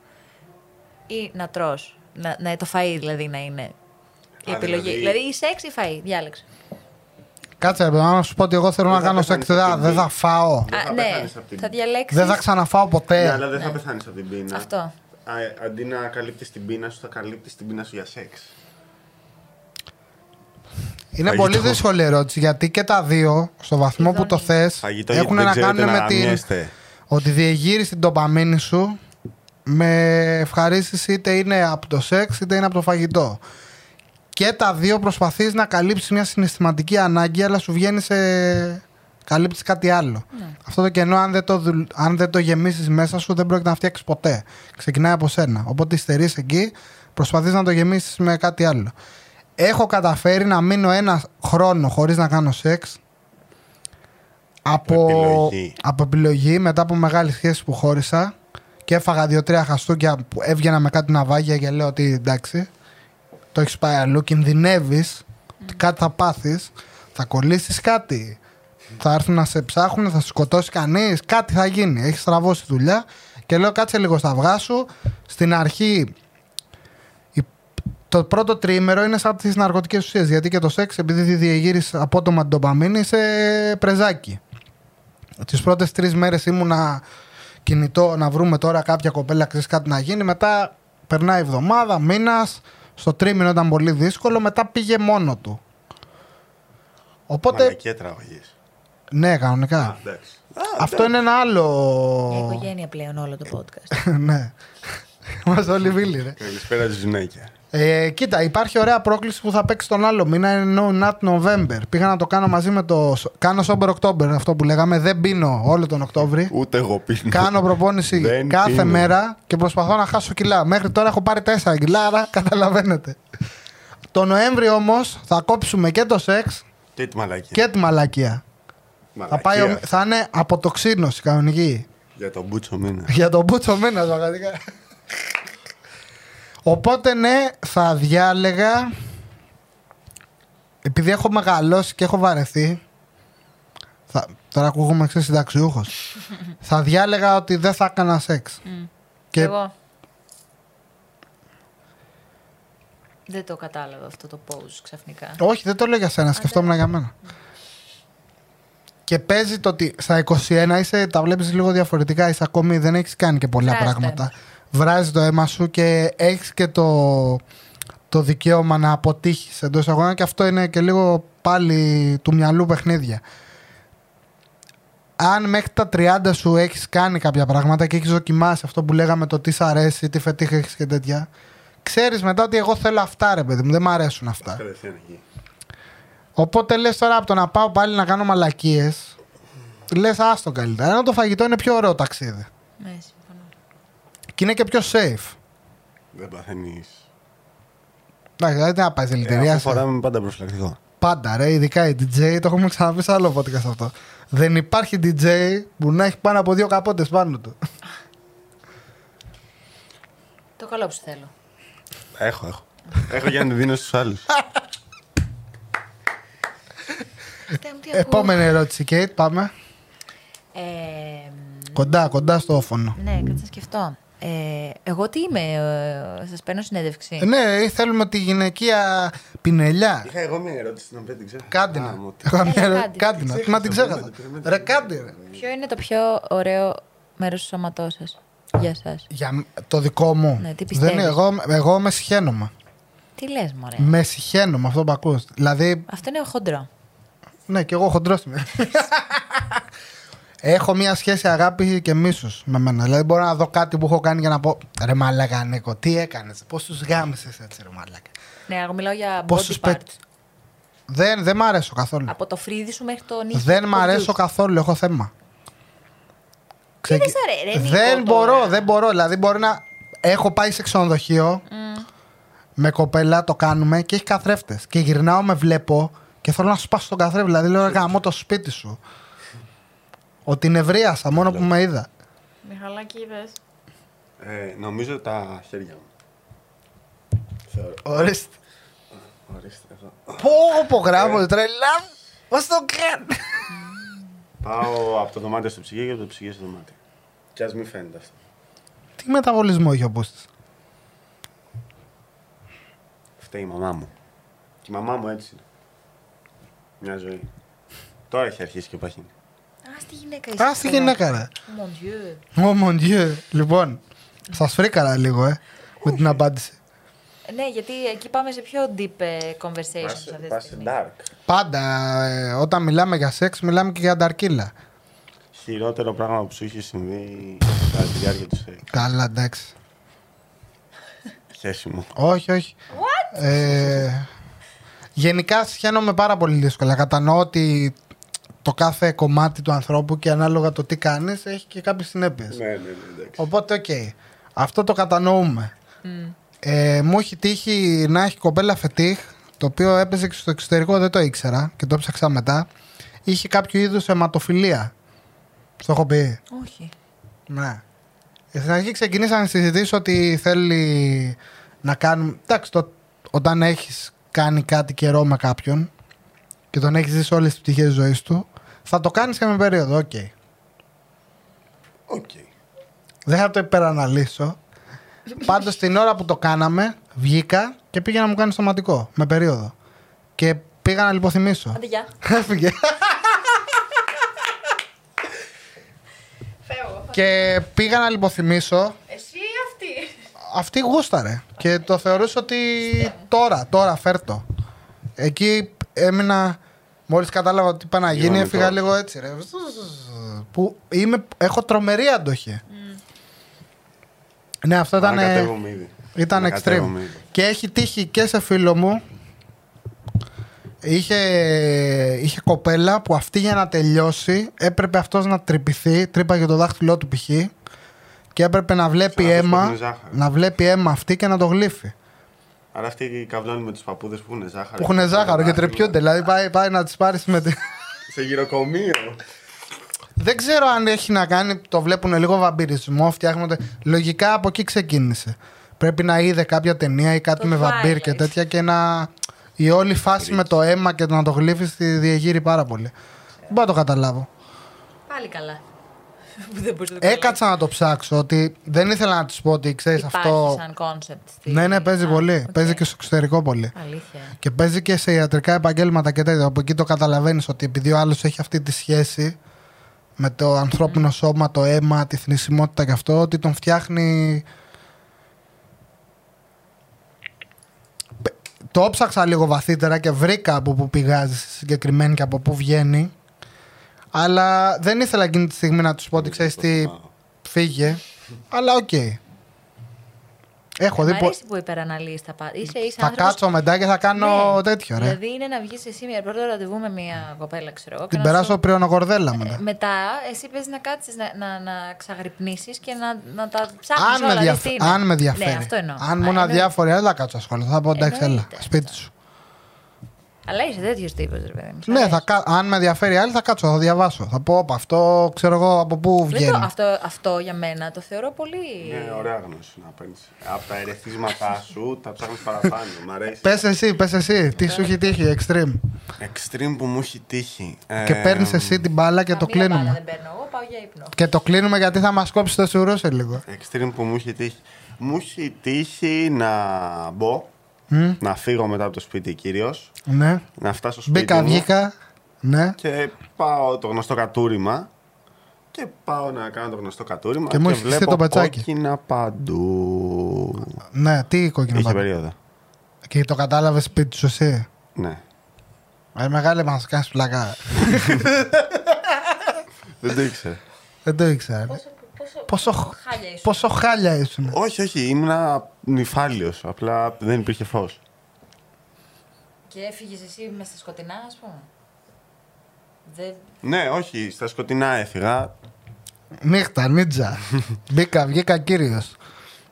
Speaker 4: ή να τρώ. Να, να, το φαΐ δηλαδή να είναι η
Speaker 2: Α,
Speaker 4: επιλογή.
Speaker 2: δηλαδή-
Speaker 4: Δηλαδή, η σεξ ή φαΐ, διάλεξε.
Speaker 1: Κάτσε, ρε παιδί μου, να σου πω ότι εγώ θέλω
Speaker 2: Δεν
Speaker 1: να
Speaker 2: θα
Speaker 1: κάνω
Speaker 2: πεθάνεις
Speaker 1: σεξ. Δεν θα-
Speaker 2: από την
Speaker 1: δεν θα φάω.
Speaker 2: Δεν
Speaker 4: Α,
Speaker 2: θα
Speaker 4: ναι,
Speaker 2: πεθάνεις απ' την-
Speaker 4: θα διαλέξεις.
Speaker 1: Δεν θα ξαναφάω
Speaker 2: Ναι,
Speaker 1: ποτέ.
Speaker 2: αλλά δεν θα πεθάνεις από την πείνα.
Speaker 4: Αυτό.
Speaker 2: Α, αντί να καλύπτεις την πείνα σου, θα καλύπτεις την πείνα σου για σεξ.
Speaker 1: Είναι
Speaker 2: Φαγητό.
Speaker 1: πολύ δύσκολη ερώτηση γιατί και τα δύο, στο βαθμό που το θες,
Speaker 2: Φαγητό γιατί
Speaker 1: έχουν
Speaker 2: δεν
Speaker 1: να
Speaker 2: ξέρετε
Speaker 1: κάνουν
Speaker 2: να
Speaker 1: με την.
Speaker 2: αναμνιέστε.
Speaker 1: Ότι διεγείρει την ντοπαμίνη σου με ευχαρίστηση είτε είναι από το σεξ είτε είναι από το φαγητό. Και τα δύο προσπαθείς να καλύψεις μια συναισθηματική ανάγκη, αλλά σου βγαίνει σε. καλύπτεις κάτι άλλο. Αυτό το κενό, αν δεν το, δουλ- αν δεν το γεμίσεις μέσα σου, δεν πρόκειται να φτιάξεις ποτέ. Ξεκινάει από σένα. Οπότε υστερείς εκεί, προσπαθείς να το γεμίσεις με κάτι άλλο. Έχω καταφέρει να μείνω ένα χρόνο χωρίς να κάνω σεξ. Από
Speaker 2: Επιλογή.
Speaker 1: από επιλογή, μετά από μεγάλη σχέση που χώρισα και έφαγα δύο-τρία χαστούκια που έβγαινα με κάτι ναυάγια και λέω ότι εντάξει, το έχεις πάει αλλού, κινδυνεύεις, κάτι θα πάθεις, θα κολλήσεις κάτι. Θα έρθουν να σε ψάχνουν, θα σε σκοτώσει κανείς, κάτι θα γίνει. Έχεις τραβώσει δουλειά και λέω κάτσε λίγο στα αυγά σου. Στην αρχή το πρώτο τρίμερο είναι σαν τις ναρκωτικές ουσίες. Γιατί και το σεξ, επειδή διεγείρει απότομα την ντοπαμίνη, σε πρεζάκι. Τις πρώτες τρεις μέρες ήμουνα κινητό να βρούμε τώρα κάποια κοπέλα, ξέρεις κάτι να γίνει. Μετά περνάει εβδομάδα, μήνας. Στο τρίμηνο ήταν πολύ δύσκολο. Μετά πήγε μόνο του. Οπότε.
Speaker 2: Μαλακία τραβαγή.
Speaker 1: Ναι, κανονικά.
Speaker 2: Εντάξει.
Speaker 1: Αυτό είναι ένα
Speaker 4: Μια
Speaker 1: άλλο.
Speaker 4: οικογένεια πλέον όλο
Speaker 1: Ε,
Speaker 4: το podcast.
Speaker 1: ναι. Είμαστε όλοι βίλοι, ρε.
Speaker 2: Καλησπέρα, Ζουνάκια.
Speaker 1: Ε, κοίτα, υπάρχει ωραία πρόκληση που θα παίξει τον άλλο μήνα. Είναι No Not November. Πήγα να το κάνω μαζί με το. Κάνω Sober October, αυτό που λέγαμε. Δεν πίνω όλο τον Οκτώβρη.
Speaker 2: Ούτε εγώ πίνω.
Speaker 1: κάνω προπόνηση
Speaker 2: Δεν
Speaker 1: κάθε
Speaker 2: πίνω.
Speaker 1: μέρα και προσπαθώ να χάσω κιλά. Μέχρι τώρα έχω πάρει 4 κιλά, άρα καταλαβαίνετε. το Νοέμβρη όμως θα κόψουμε και το σεξ
Speaker 2: Τι τη μαλακία.
Speaker 1: και τη μαλακία. Θα, πάει, ο- θα είναι αποτοξίνωση κανονική.
Speaker 2: Για τον Μπούτσο μήνας.
Speaker 1: Για τον Μπούτσο μήνας, πραγματικά. Οπότε ναι, θα διάλεγα. Επειδή έχω μεγαλώσει και έχω βαρεθεί. Θα, τώρα ακούγομαι ξέρεις συνταξιούχος. θα διάλεγα ότι δεν θα έκανα σεξ. ε, Και
Speaker 4: Εγώ. Δεν το κατάλαβα αυτό το pose ξαφνικά.
Speaker 1: Όχι, δεν το λέω για σένα, σκεφτόμουν για μένα. Και παίζει το ότι στα 21 είσαι, τα βλέπεις λίγο διαφορετικά, είσαι ακόμη, δεν έχεις κάνει και πολλά
Speaker 4: Βράζει το
Speaker 1: πράγματα.
Speaker 4: αίμα.
Speaker 1: Βράζει το αίμα σου και έχεις και το, το δικαίωμα να αποτύχεις εντός αγώνα και αυτό είναι και λίγο πάλι του μυαλού παιχνίδια. Αν μέχρι τα 30 σου έχεις κάνει κάποια πράγματα και έχεις δοκιμάσει αυτό που λέγαμε το τι σ' αρέσει, τι φετίχα έχεις και τέτοια, ξέρεις μετά ότι εγώ θέλω αυτά, ρε παιδί μου, δεν μ' αρέσουν αυτά.
Speaker 2: Κατευθείαν εκεί.
Speaker 1: Οπότε λες τώρα από το να πάω πάλι να κάνω μαλακίες. Λες άστο καλύτερα. Ενώ το φαγητό είναι πιο ωραίο ταξίδι.
Speaker 4: Ναι, συμφωνώ.
Speaker 1: Και είναι και πιο safe.
Speaker 2: Δεν παθαίνεις.
Speaker 1: Εντάξει, δηλαδή τι να πάει δηλητηρία.
Speaker 2: Αυτή Ε, φοράμε πάντα προφυλακτικό.
Speaker 1: Πάντα ρε, ειδικά οι DJ, το έχουμε ξαναπεί σε άλλο podcast αυτό. Δεν υπάρχει DJ που να έχει πάνω από δύο καπότες πάνω του.
Speaker 4: Το καλό που σου θέλω.
Speaker 2: Έχω, έχω. έχω για να τη δίνω στους άλλους.
Speaker 4: Χριστέ μου, τι ακούω.
Speaker 1: Επόμενη ερώτηση, Kate, πάμε.
Speaker 4: Ε, μ,
Speaker 1: Κοντά, κοντά στο όφωνο.
Speaker 4: ναι, κάτσε να σκεφτώ. Ε, εγώ τι είμαι, ε, σας παίρνω συνέντευξη.
Speaker 1: Ναι, θέλουμε τη γυναικεία πινελιά.
Speaker 2: Είχα εγώ μια ερώτηση την οποία την ξέρω.
Speaker 1: Κάντε
Speaker 2: Ε, Α,
Speaker 1: να.
Speaker 2: μου τη-
Speaker 1: Έχω μια
Speaker 4: Έλα,
Speaker 1: ερω-
Speaker 4: Ε, κάντε.
Speaker 1: Κάντε να. Μα την ξέχασα.
Speaker 2: Περιμένετε,
Speaker 1: Ρε, κάντε ρε.
Speaker 4: Ποιο είναι το πιο ωραίο μέρος του σώματός σας, για σας.
Speaker 1: Για μ- το δικό μου.
Speaker 4: Ναι, τι πιστεύεις? Ε.
Speaker 1: εγώ, εγώ με συχαίνομαι.
Speaker 4: Τι λες μωρέ.
Speaker 1: Με συχαίνομαι αυτό που ακούς. Δηλαδή,
Speaker 4: Αυτό είναι χοντρό.
Speaker 1: ναι, και εγώ χοντρός είμαι. έχω μια σχέση αγάπη και μίσους με μένα. Δηλαδή, μπορώ να δω κάτι που έχω κάνει για να πω Ρε Μαλάκα, Νίκο, τι έκανες, πώς τους γάμισες έτσι, Ρε Μαλάκα.
Speaker 4: Ναι, εγώ μιλάω για
Speaker 1: Πόσους
Speaker 4: body parts.
Speaker 1: πέτ- Δεν, δεν μ' αρέσω καθόλου.
Speaker 4: Από το φρύδι σου μέχρι το νύχι.
Speaker 1: Δεν
Speaker 4: του
Speaker 1: μ'
Speaker 4: ποδιού
Speaker 1: αρέσω
Speaker 4: σου.
Speaker 1: καθόλου, έχω θέμα.
Speaker 4: Τι δεν σ' αρέ- ρε, Νίκο,
Speaker 1: δεν μπορώ,
Speaker 4: τώρα.
Speaker 1: δεν μπορώ. Δηλαδή, μπορεί να. Έχω πάει σε ξενοδοχείο με κοπέλα, το κάνουμε και έχει καθρέφτες. Και γυρνάω, με βλέπω και θέλω να σπάσω τον καθρέφτη. Δηλαδή, λέω, γαμώ το σπίτι σου. Ότι νευρίασα μόνο που με είδα.
Speaker 3: Μιχαλάκι, είδε.
Speaker 2: Ε, νομίζω τα χέρια μου. Θεωρώ.
Speaker 1: Ορίστε.
Speaker 2: Ορίστε εδώ.
Speaker 1: Πω, πω, γράφω, τρελά. Πώς το κάνω.
Speaker 2: Πάω από το δωμάτιο στο ψυγείο και από το ψυγείο στο δωμάτιο. Κι ας μην φαίνεται αυτό.
Speaker 1: Τι μεταβολισμό είχε ο Μπούστης.
Speaker 2: Φταίει η μαμά μου. Και η μαμά μου έτσι είναι. Μια ζωή. Τώρα έχει αρχίσει και παχύνει.
Speaker 4: Α, στη γυναίκα είσαι.
Speaker 1: Ας τη γυναίκα, ρε. Ω,
Speaker 4: Mon Dieu.
Speaker 1: mon Dieu. Λοιπόν, σας φρίκαρα λίγο, ε, με την απάντηση.
Speaker 4: Ναι, γιατί εκεί πάμε σε πιο deep ε, conversation σε αυτή τη στιγμή.
Speaker 2: dark.
Speaker 1: Πάντα, ε, όταν μιλάμε για σεξ, μιλάμε και για ανταρκύλα.
Speaker 2: Χειρότερο πράγμα που σου είχε συμβεί κατά τη διάρκεια ε, του σεξ.
Speaker 1: Καλά, εντάξει.
Speaker 2: Χέση μου.
Speaker 1: Όχι, όχι. Ε, γενικά συχαίνομαι πάρα πολύ δύσκολα. Κατανοώ ότι το κάθε κομμάτι του ανθρώπου και ανάλογα το τι κάνεις έχει και κάποιες συνέπειες.
Speaker 2: Ναι, ναι, ναι, εντάξει.
Speaker 1: Οπότε, οκ. Αυτό το κατανοούμε. Ε, μου έχει τύχει να έχει κοπέλα φετίχ, το οποίο έπαιζε και στο εξωτερικό, δεν το ήξερα και το ψάξα μετά. Είχε κάποιο είδους αιματοφιλία. Στο έχω πει.
Speaker 4: Όχι.
Speaker 1: Ναι. Ε, Στην αρχή ξεκινήσαν συζητήσει ότι θέλει να κάνουμε. Εντάξει, το... όταν έχεις κάνει κάτι καιρό με κάποιον και τον έχεις ζήσει όλες τις πτυχές τη ζωής του, θα το κάνεις και με περίοδο. Οκ.
Speaker 2: Οκ.
Speaker 1: Δεν θα το υπεραναλύσω. Πάντως την ώρα που το κάναμε, βγήκα και πήγα να μου κάνει σωματικό με περίοδο. Και πήγα να λιποθυμίσω.
Speaker 4: Άντε, γεια.
Speaker 1: Έφυγε.
Speaker 3: Φεύγω.
Speaker 1: και πήγα να λιποθυμίσω.
Speaker 3: Εσύ ή αυτή.
Speaker 1: Αυτή γούσταρε. Και το θεωρούσα ότι τώρα, τώρα φέρτο. Εκεί έμεινα. Μόλις κατάλαβα ότι είπα να γίνει,
Speaker 2: Γύρω
Speaker 1: έφυγα
Speaker 2: μικρός.
Speaker 1: λίγο έτσι. Ρε. Που είμαι, έχω τρομερή αντοχή. Ναι, αυτό ήταν.
Speaker 2: Ανακατεύομαι ήδη.
Speaker 1: Ήταν extreme.
Speaker 2: Ανακατεύομαι ήδη.
Speaker 1: Και έχει τύχει και σε φίλο μου. Είχε, είχε κοπέλα που αυτή για να τελειώσει έπρεπε αυτός να τρυπηθεί, τρύπα για το δάχτυλό του π.χ. και έπρεπε να βλέπει
Speaker 2: Σαν να τους
Speaker 1: αίμα,
Speaker 2: κόβουνε ζάχαρο.
Speaker 1: να βλέπει αίμα αυτή και να το γλύφει.
Speaker 2: Άρα αυτοί καβλώνουν με τους παππούδες που έχουν ζάχαρο.
Speaker 1: Που έχουν ζάχαρο και τρεπιούνται, δηλαδή πάει, πάει να τις πάρεις με τη...
Speaker 2: Σε γυροκομείο.
Speaker 1: Δεν ξέρω αν έχει να κάνει, το βλέπουν λίγο βαμπυρισμό, φτιάχνονται. Λογικά από εκεί ξεκίνησε. Πρέπει να είδε κάποια ταινία ή κάτι
Speaker 4: Το
Speaker 1: με βαμπύρ
Speaker 4: Twilight.
Speaker 1: και τέτοια και να. Η όλη φάση με το αίμα και το να το γλύφεις τη διεγείρει πάρα πολύ. Δεν μπορώ να το καταλάβω.
Speaker 4: Πάλι καλά. Που δεν μπορείς να το καταλάβεις.
Speaker 1: Έκατσα να το ψάξω ότι δεν ήθελα να του πω ότι ξέρεις
Speaker 4: Υπάρχει
Speaker 1: αυτό.
Speaker 4: σαν κόνσεπτ.
Speaker 1: Ναι, ναι, παίζει πολύ. Παίζει και στο εξωτερικό πολύ.
Speaker 4: Αλήθεια.
Speaker 1: Και παίζει και σε ιατρικά επαγγέλματα και τέτοια. Από εκεί το καταλαβαίνεις ότι επειδή ο άλλος έχει αυτή τη σχέση με το ανθρώπινο σώμα, το αίμα, τη θνησιμότητα και αυτό, ότι τον φτιάχνει. Πε- Το ψάξα λίγο βαθύτερα και βρήκα από πού πηγάζει στη συγκεκριμένη και από πού βγαίνει. Αλλά δεν ήθελα εκείνη τη στιγμή να τους πω ότι ξέρει τι φύγε. Αλλά οκ. Έχω
Speaker 4: Μ'
Speaker 1: δει. πο-
Speaker 4: αρέσει που υπεραναλύεις τα πάντα. Είσαι, είσαι
Speaker 1: Θα
Speaker 4: άνθρωπος-
Speaker 1: κάτσω μετά και θα κάνω
Speaker 4: Ναι.
Speaker 1: τέτοιο, ρε.
Speaker 4: Δηλαδή είναι να βγεις εσύ μια πρώτο ραντεβού με μια κοπέλα, ξέρω εγώ. και
Speaker 1: Την
Speaker 4: να
Speaker 1: περάσω
Speaker 4: σου-
Speaker 1: πριονογορδέλα
Speaker 4: Ε,
Speaker 1: μετά.
Speaker 4: Μετά εσύ πες να κάτσεις να, να, να ξαγρυπνήσεις και να, να τα ψάχνεις
Speaker 1: Αν με,
Speaker 4: όλα, δεις
Speaker 1: διαφ...
Speaker 4: τι είναι.
Speaker 1: αν με διαφέρει.
Speaker 4: Ναι, αυτό εννοώ.
Speaker 1: Αν
Speaker 4: Α,
Speaker 1: ήμουν
Speaker 4: εννοεί-
Speaker 1: αδιάφορη, δεν θα κάτσω ασχοληθώ. Θα πω εντάξει, έλα,
Speaker 4: Εννοείται
Speaker 1: σπίτι
Speaker 4: αυτό.
Speaker 1: σου.
Speaker 4: Αλλά είσαι τέτοιος τύπος, ρε παιδί μου. Δηλαδή, Σ'
Speaker 1: Ναι,
Speaker 4: αρέσει.
Speaker 1: θα... κα- αν με ενδιαφέρει άλλη, θα κάτσω, θα διαβάσω. Θα πω, όπα, αυτό ξέρω εγώ από πού
Speaker 4: Δεν το,
Speaker 1: βγαίνει. Ναι.
Speaker 4: αυτό, αυτό για μένα το θεωρώ πολύ.
Speaker 2: Είναι Ναι, ωραία γνώση να παίρνεις. Από τα ερεθίσματά σου τα ψάχνεις παραπάνω. Μ' αρέσει.
Speaker 1: Πες εσύ, πες εσύ, τι σου έχει τύχει, extreme.
Speaker 2: Extreme που μου έχει τύχει.
Speaker 1: Και
Speaker 2: Ε,
Speaker 1: παίρνεις εσύ την μπάλα και το
Speaker 4: Καμία μπάλα
Speaker 1: κλείνουμε.
Speaker 4: Δεν παίρνω, εγώ πάω για ύπνο.
Speaker 1: Και το κλείνουμε γιατί θα μας κόψει το σουρού σε λίγο.
Speaker 2: Extreme που μου έχει τύχει. Μου έχει τύχει να μπω, να φύγω μετά από το σπίτι κυρίως,
Speaker 1: Ναι.
Speaker 2: να φτάσω στο σπίτι
Speaker 1: Μπήκα,
Speaker 2: μου
Speaker 1: βγήκα. Ναι.
Speaker 2: και πάω το γνωστό κατούριμα και πάω να κάνω το γνωστό κατούριμα
Speaker 1: Και μου έχει χτιστεί
Speaker 2: βλέπω
Speaker 1: το πατσάκι.
Speaker 2: κόκκινα παντού.
Speaker 1: Ναι, τι κόκκινο
Speaker 2: Είχε
Speaker 1: πάντα.
Speaker 2: περίοδο.
Speaker 1: Και το κατάλαβες σπίτι σου εσύ.
Speaker 2: Ναι.
Speaker 1: Ε, μεγάλη μας κάνεις πλακά.
Speaker 2: Δεν το ήξερα.
Speaker 1: Δεν το ήξερα. ναι.
Speaker 3: Πόσο, πόσο,
Speaker 1: Πόσο,
Speaker 3: χάλια ήσουν.
Speaker 1: πόσο χάλια ήσουν.
Speaker 2: όχι, όχι, ήμουνα νυφάλιος. Απλά δεν υπήρχε φως.
Speaker 4: Και έφυγες εσύ μες στα σκοτεινά, ας πούμε. Δεν...
Speaker 2: Ναι, όχι, στα σκοτεινά έφυγα.
Speaker 1: Νύχτα, νίτσα. Μπήκα, βγήκα κύριος.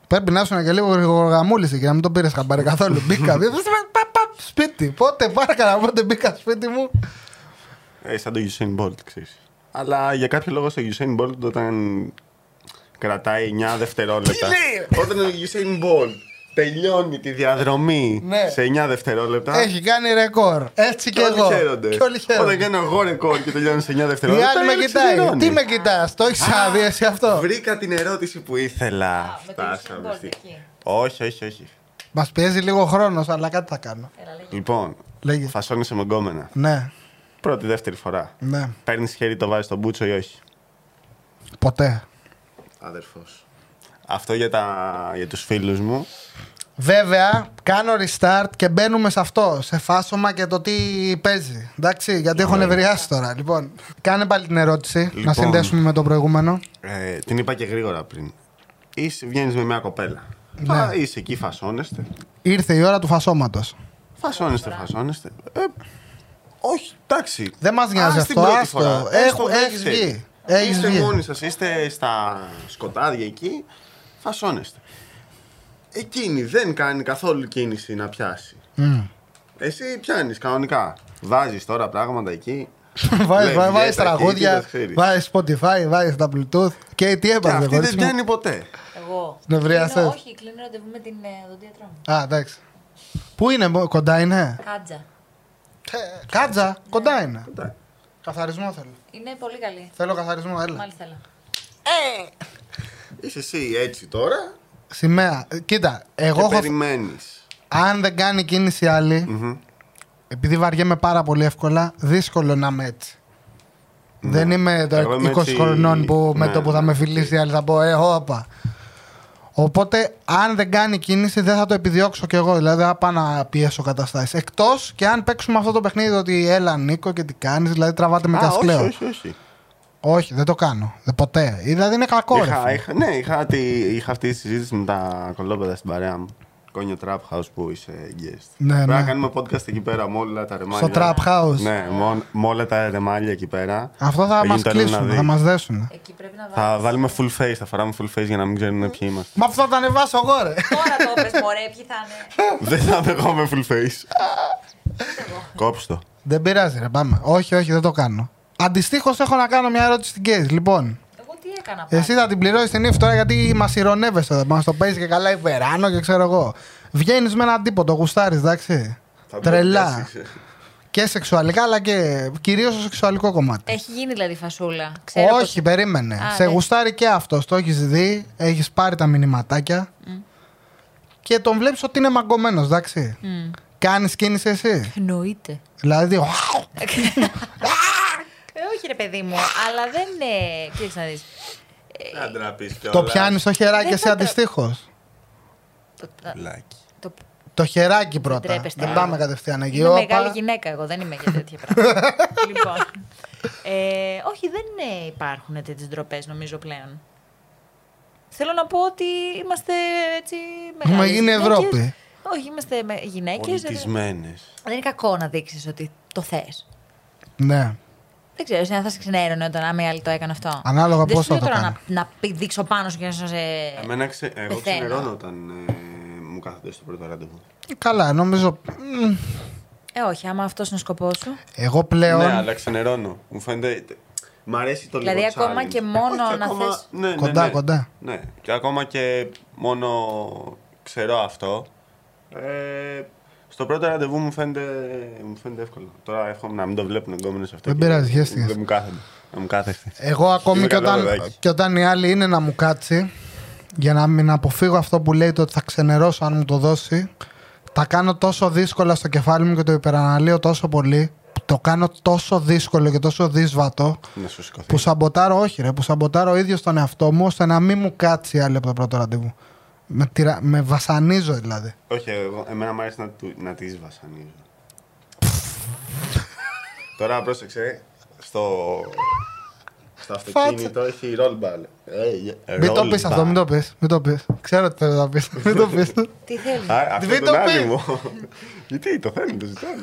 Speaker 1: Πρέπει να ήσουν και λίγο γοργαμούληση και να μην τον πήρες χαμπάρι καθόλου. Μπήκα, βγήκα, πα, πα, σπίτι. Πότε πάρκα, πότε μπήκα σπίτι μου.
Speaker 2: Ε, σαν το Usain Bolt, ξέρεις. Αλλά για κάποιο λόγο στο Usain Bolt όταν κρατάει 9 δευτερόλεπτα. όταν ο Usain Bolt τελειώνει τη διαδρομή
Speaker 1: Ναι.
Speaker 2: σε 9 δευτερόλεπτα.
Speaker 1: Έχει κάνει ρεκόρ. Έτσι και
Speaker 2: και όλοι
Speaker 1: εγώ.
Speaker 2: χαίρονται.
Speaker 1: Και όλοι
Speaker 2: Όταν
Speaker 1: χαίρονται.
Speaker 2: κάνω εγώ ρεκόρ και τελειώνει σε 9
Speaker 1: Η
Speaker 2: δευτερόλεπτα.
Speaker 1: άλλη με
Speaker 2: όλοι
Speaker 1: κοιτάει.
Speaker 2: ξημερώνει.
Speaker 1: Τι με κοιτάς, το έχεις ξαναδεί εσύ αυτό.
Speaker 2: Βρήκα την ερώτηση που ήθελα.
Speaker 4: με το
Speaker 2: Φτάσαμε
Speaker 4: Usain Bolt
Speaker 2: στη-
Speaker 4: εκεί.
Speaker 2: Όχι, όχι, όχι.
Speaker 1: Μας πιέζει λίγο χρόνος, αλλά κάτι θα κάνω.
Speaker 4: Έλα, λέγε.
Speaker 2: Λοιπόν,
Speaker 1: Λέγε.
Speaker 2: φασώνεσαι με γκόμενα.
Speaker 1: Ναι.
Speaker 2: Πρώτη-δεύτερη φορά.
Speaker 1: Ναι.
Speaker 2: Παίρνεις χέρι, το βάζεις στον μπούτσο ή όχι.
Speaker 1: Ποτέ.
Speaker 2: Αδερφός. Αυτό για, τα... για τους φίλους μου.
Speaker 1: Βέβαια, κάνω restart και μπαίνουμε σε αυτό, σε φάσομα και το τι παίζει. Εντάξει, γιατί έχω νευριάσει τώρα. Λοιπόν, κάνε πάλι την ερώτηση, να
Speaker 2: Λοιπόν.
Speaker 1: συνδέσουμε με το προηγούμενο.
Speaker 2: Ε, την είπα και γρήγορα πριν. Είσαι, βγαίνεις με μια κοπέλα. Α, είσαι εκεί, φασώνεστε.
Speaker 1: Ήρθε η ώρα του φασώματος.
Speaker 2: Φασώνεστε, φασώνεστε. Ε, όχι, εντάξει.
Speaker 1: Δεν μας νοιάζει αυτό,
Speaker 2: Α, στην πρώτη
Speaker 1: άστο.
Speaker 2: φορά.
Speaker 1: Έχω-
Speaker 2: Έστω
Speaker 1: έχεις
Speaker 2: δεύτερη.
Speaker 1: βγει. Έχεις
Speaker 2: είστε
Speaker 1: βγει.
Speaker 2: μόνοι σας, είστε στα σκοτάδια εκεί, φασώνεστε. Εκείνη δεν κάνει καθόλου κίνηση να πιάσει. Εσύ πιάνεις κανονικά. Βάζεις τώρα πράγματα εκεί. Λέει,
Speaker 1: Βάζει
Speaker 2: βγες τα εκεί,
Speaker 1: τραγούδια,
Speaker 2: τα ξέρεις.
Speaker 1: βάζεις Spotify, βάζεις τα Bluetooth. Και τι
Speaker 2: Και
Speaker 1: έπαθε,
Speaker 2: Ε, αυτή δεν
Speaker 1: κορίτσι μου.
Speaker 2: πιάνει ποτέ.
Speaker 4: Εγώ.
Speaker 1: Νευρίασες.
Speaker 4: Κλείνω- Όχι, κλείνω ραντεβού με την ε, οδοντίατρό μου.
Speaker 1: Α, εντάξει. Πού είναι, μπο- κοντά είναι.
Speaker 4: Κάτζα.
Speaker 1: Ε, Κάτζα, κοντά είναι.
Speaker 2: Εντάξει.
Speaker 1: Καθαρισμό θέλω.
Speaker 4: Είναι πολύ καλή.
Speaker 1: Θέλω καθαρισμό, έλα.
Speaker 4: Μάλιστα. θέλω.
Speaker 2: Είσαι εσύ έτσι τώρα
Speaker 1: Σημαία. Ε, Κοίτα, εγώ
Speaker 2: και
Speaker 1: έχω.
Speaker 2: περιμένεις.
Speaker 1: Αν δεν κάνει κίνηση άλλη,
Speaker 2: Μμμ.
Speaker 1: επειδή βαριέμαι πάρα πολύ εύκολα, δύσκολο να είμαι έτσι. Δεν είμαι το
Speaker 2: Ναι. Εγώ είμαι
Speaker 1: 20
Speaker 2: έτσι-
Speaker 1: χρονών που με
Speaker 2: ναι,
Speaker 1: το που θα
Speaker 2: ναι,
Speaker 1: με
Speaker 2: ναι.
Speaker 1: φιλήσει η άλλη θα πω Ε, όπα. Οπότε, αν δεν κάνει κίνηση, δεν θα το επιδιώξω κι εγώ. Δηλαδή, δεν θα πάω να πιέσω καταστάσεις. Εκτός και αν παίξουμε αυτό το παιχνίδι, το ότι έλα Νίκο και τι κάνεις, δηλαδή τραβάτε με
Speaker 2: Α, όχι,
Speaker 1: κασκλέο.
Speaker 2: όχι, όχι.
Speaker 1: Όχι, δεν το κάνω. Δε- Ποτέ. Ε, Δηλαδή, είναι κακό. ρε
Speaker 2: Είχα,
Speaker 1: φίλε.
Speaker 2: είχα, ναι, είχα, τη- είχα αυτή τη συζήτηση με τα κολόπεδα στην παρέα μου. Κόνιο Trap House που είσαι guest.
Speaker 1: Ναι,
Speaker 2: Πρέπει
Speaker 1: ναι.
Speaker 2: να κάνουμε podcast εκεί πέρα με όλα τα ρεμάλια.
Speaker 1: Στο Trap House.
Speaker 2: Ναι, μον- με όλα τα ρεμάλια εκεί πέρα.
Speaker 1: Αυτό θα μα
Speaker 2: γίνει το ένα να
Speaker 1: κλείσουν,
Speaker 2: δει.
Speaker 1: θα μας δέσουν.
Speaker 4: Εκεί πρέπει να βάλω.
Speaker 2: Θα βάλουμε full face, θα φοράμε full face για να μην ξέρουν ποιοι είμαστε.
Speaker 1: Μα που θα τα ανεβάσω εγώ, ρε.
Speaker 4: Τώρα το πες, μωρέ, ποιοι θα είναι.
Speaker 2: Δεν θα είμαι εγώ με full face. Κόψτε το.
Speaker 1: Δεν πειράζει, ρε, πάμε. Όχι, όχι, δεν το κάνω. Αντιστοίχως, έχω να κάνω μια ερώτηση στην Κέις. Λοιπόν,
Speaker 4: Εγώ τι έκανα πάλι.
Speaker 1: εσύ θα την πληρώσεις την ύφη τώρα γιατί μας ηρωνεύεσαι εδώ. Μας το παίζεις και καλά η Βεράνο και ξέρω εγώ. Βγαίνεις με έναν τύπο, το γουστάρεις, εντάξει.
Speaker 2: Θα
Speaker 1: Τρελά.
Speaker 2: πιάσεις.
Speaker 1: Και σεξουαλικά, αλλά και κυρίως στο σεξουαλικό κομμάτι.
Speaker 4: Έχει γίνει δηλαδή φασούλα. Ξέρω
Speaker 1: Όχι, περίμενε.
Speaker 4: Α,
Speaker 1: σε
Speaker 4: ναι.
Speaker 1: γουστάρει και αυτός. Το έχεις δει, έχεις πάρει τα μηνυματάκια. Και τον βλέπεις ότι είναι μαγκωμένος, εντάξει. Κάνεις κίνηση εσύ.
Speaker 4: πως- Εννοείται.
Speaker 1: Δηλαδή.
Speaker 4: Ε, όχι ρε παιδί μου, αλλά δεν είναι... Κοίταξε να δεις.
Speaker 2: Ε, Να ντραπείς κιόλας.
Speaker 1: Το πιάνεις το χεράκι
Speaker 4: Δεν
Speaker 1: εσύ
Speaker 4: θα το-
Speaker 1: αντιστοίχως.
Speaker 4: Το- τα-
Speaker 2: Λάκι.
Speaker 4: το-
Speaker 1: Το χεράκι πρώτα.
Speaker 4: τρέπεστε,
Speaker 1: Δεν
Speaker 4: α.
Speaker 1: πάμε κατευθείαν εκεί.
Speaker 4: Είμαι
Speaker 1: Όπα.
Speaker 4: μεγάλη γυναίκα εγώ, δεν είμαι για τέτοια πράγματα. λοιπόν. Ε, όχι, δεν ε, υπάρχουν τέτοιες ντροπές νομίζω πλέον. Θέλω να πω ότι είμαστε έτσι μεγάλες
Speaker 1: γίνει
Speaker 4: γυναίκες.
Speaker 1: Ευρώπη.
Speaker 4: Όχι, είμαστε με- γυναίκες. Δεν
Speaker 2: Πολιτισμένες.
Speaker 4: δεν είναι κακό να δείξεις ότι το θες.
Speaker 1: Ναι.
Speaker 4: Δεν ξέρω, εσύ αν θα σε ξενέρωνε όταν άμα η άλλη το έκανε αυτό.
Speaker 1: Ανάλογα
Speaker 4: δεν
Speaker 1: πώς
Speaker 4: σου λέω
Speaker 1: θα το
Speaker 4: τώρα
Speaker 1: κάνει.
Speaker 4: να, να πη- δείξω πάνω σου και να ε, σε.
Speaker 2: Εμένα ξε... εγώ
Speaker 4: Πεθαίνω.
Speaker 2: ξενερώνω όταν ε, μου κάθεται στο πρώτο ραντεβού.
Speaker 1: Καλά, νομίζω. μ,
Speaker 4: Ε, όχι, άμα αυτός είναι ο σκοπός σου.
Speaker 1: Εγώ πλέον.
Speaker 2: Ναι, αλλά ξενερώνω. Μου φαίνεται. Μ' αρέσει το
Speaker 4: Δηλαδή,
Speaker 2: λίγο
Speaker 4: ακόμα
Speaker 2: challenge.
Speaker 4: και μόνο
Speaker 2: Όχι,
Speaker 4: να
Speaker 2: ακόμα-
Speaker 4: θες-
Speaker 2: Ναι, ναι,
Speaker 1: Κοντά,
Speaker 2: ναι.
Speaker 1: κοντά.
Speaker 2: Ναι. Και ακόμα και μόνο ξέρω αυτό. Ε, στο πρώτο ραντεβού μου φαίνεται, μου φαίνεται εύκολο. Τώρα εύχομαι να μην το βλέπουν εγκόμενε αυτό.
Speaker 1: Δεν
Speaker 2: και-
Speaker 1: πειράζει, χαίστηκες.
Speaker 2: Δεν μου κάθεται. Να μου κάθεστε.
Speaker 1: Εγώ ακόμη
Speaker 2: Είμαι
Speaker 1: και
Speaker 2: καλό
Speaker 1: όταν,
Speaker 2: παιδάκι.
Speaker 1: και όταν η άλλη είναι να μου κάτσει, για να μην αποφύγω αυτό που λέει το ότι θα ξενερώσω αν μου το δώσει, τα κάνω τόσο δύσκολα στο κεφάλι μου και το υπεραναλύω τόσο πολύ, που το κάνω τόσο δύσκολο και τόσο δύσβατο,
Speaker 2: Να σου σηκωθεί.
Speaker 1: που σαμποτάρω, όχι ρε, που σαμποτάρω ο ίδιος τον εαυτό μου, ώστε να μην μου κάτσει η άλλη από το πρώτο ραντεβού. Με, τυρα- με βασανίζω δηλαδή.
Speaker 2: Όχι, εγώ, εμένα μου αρέσει να, του, να τις βασανίζω. Τώρα πρόσεξε, στο, στο αυτοκίνητο έχει roll ball. Ε,
Speaker 1: Μην το πεις αυτό, μην το πεις. Μην το πεις. Ξέρω τι θέλω να πεις. Μην το πεις.
Speaker 4: Τι θέλεις.
Speaker 2: Αυτό
Speaker 1: Μην
Speaker 2: τον
Speaker 1: το πεις.
Speaker 2: άδειμο. Γιατί το θέλουν, το ζητάνε.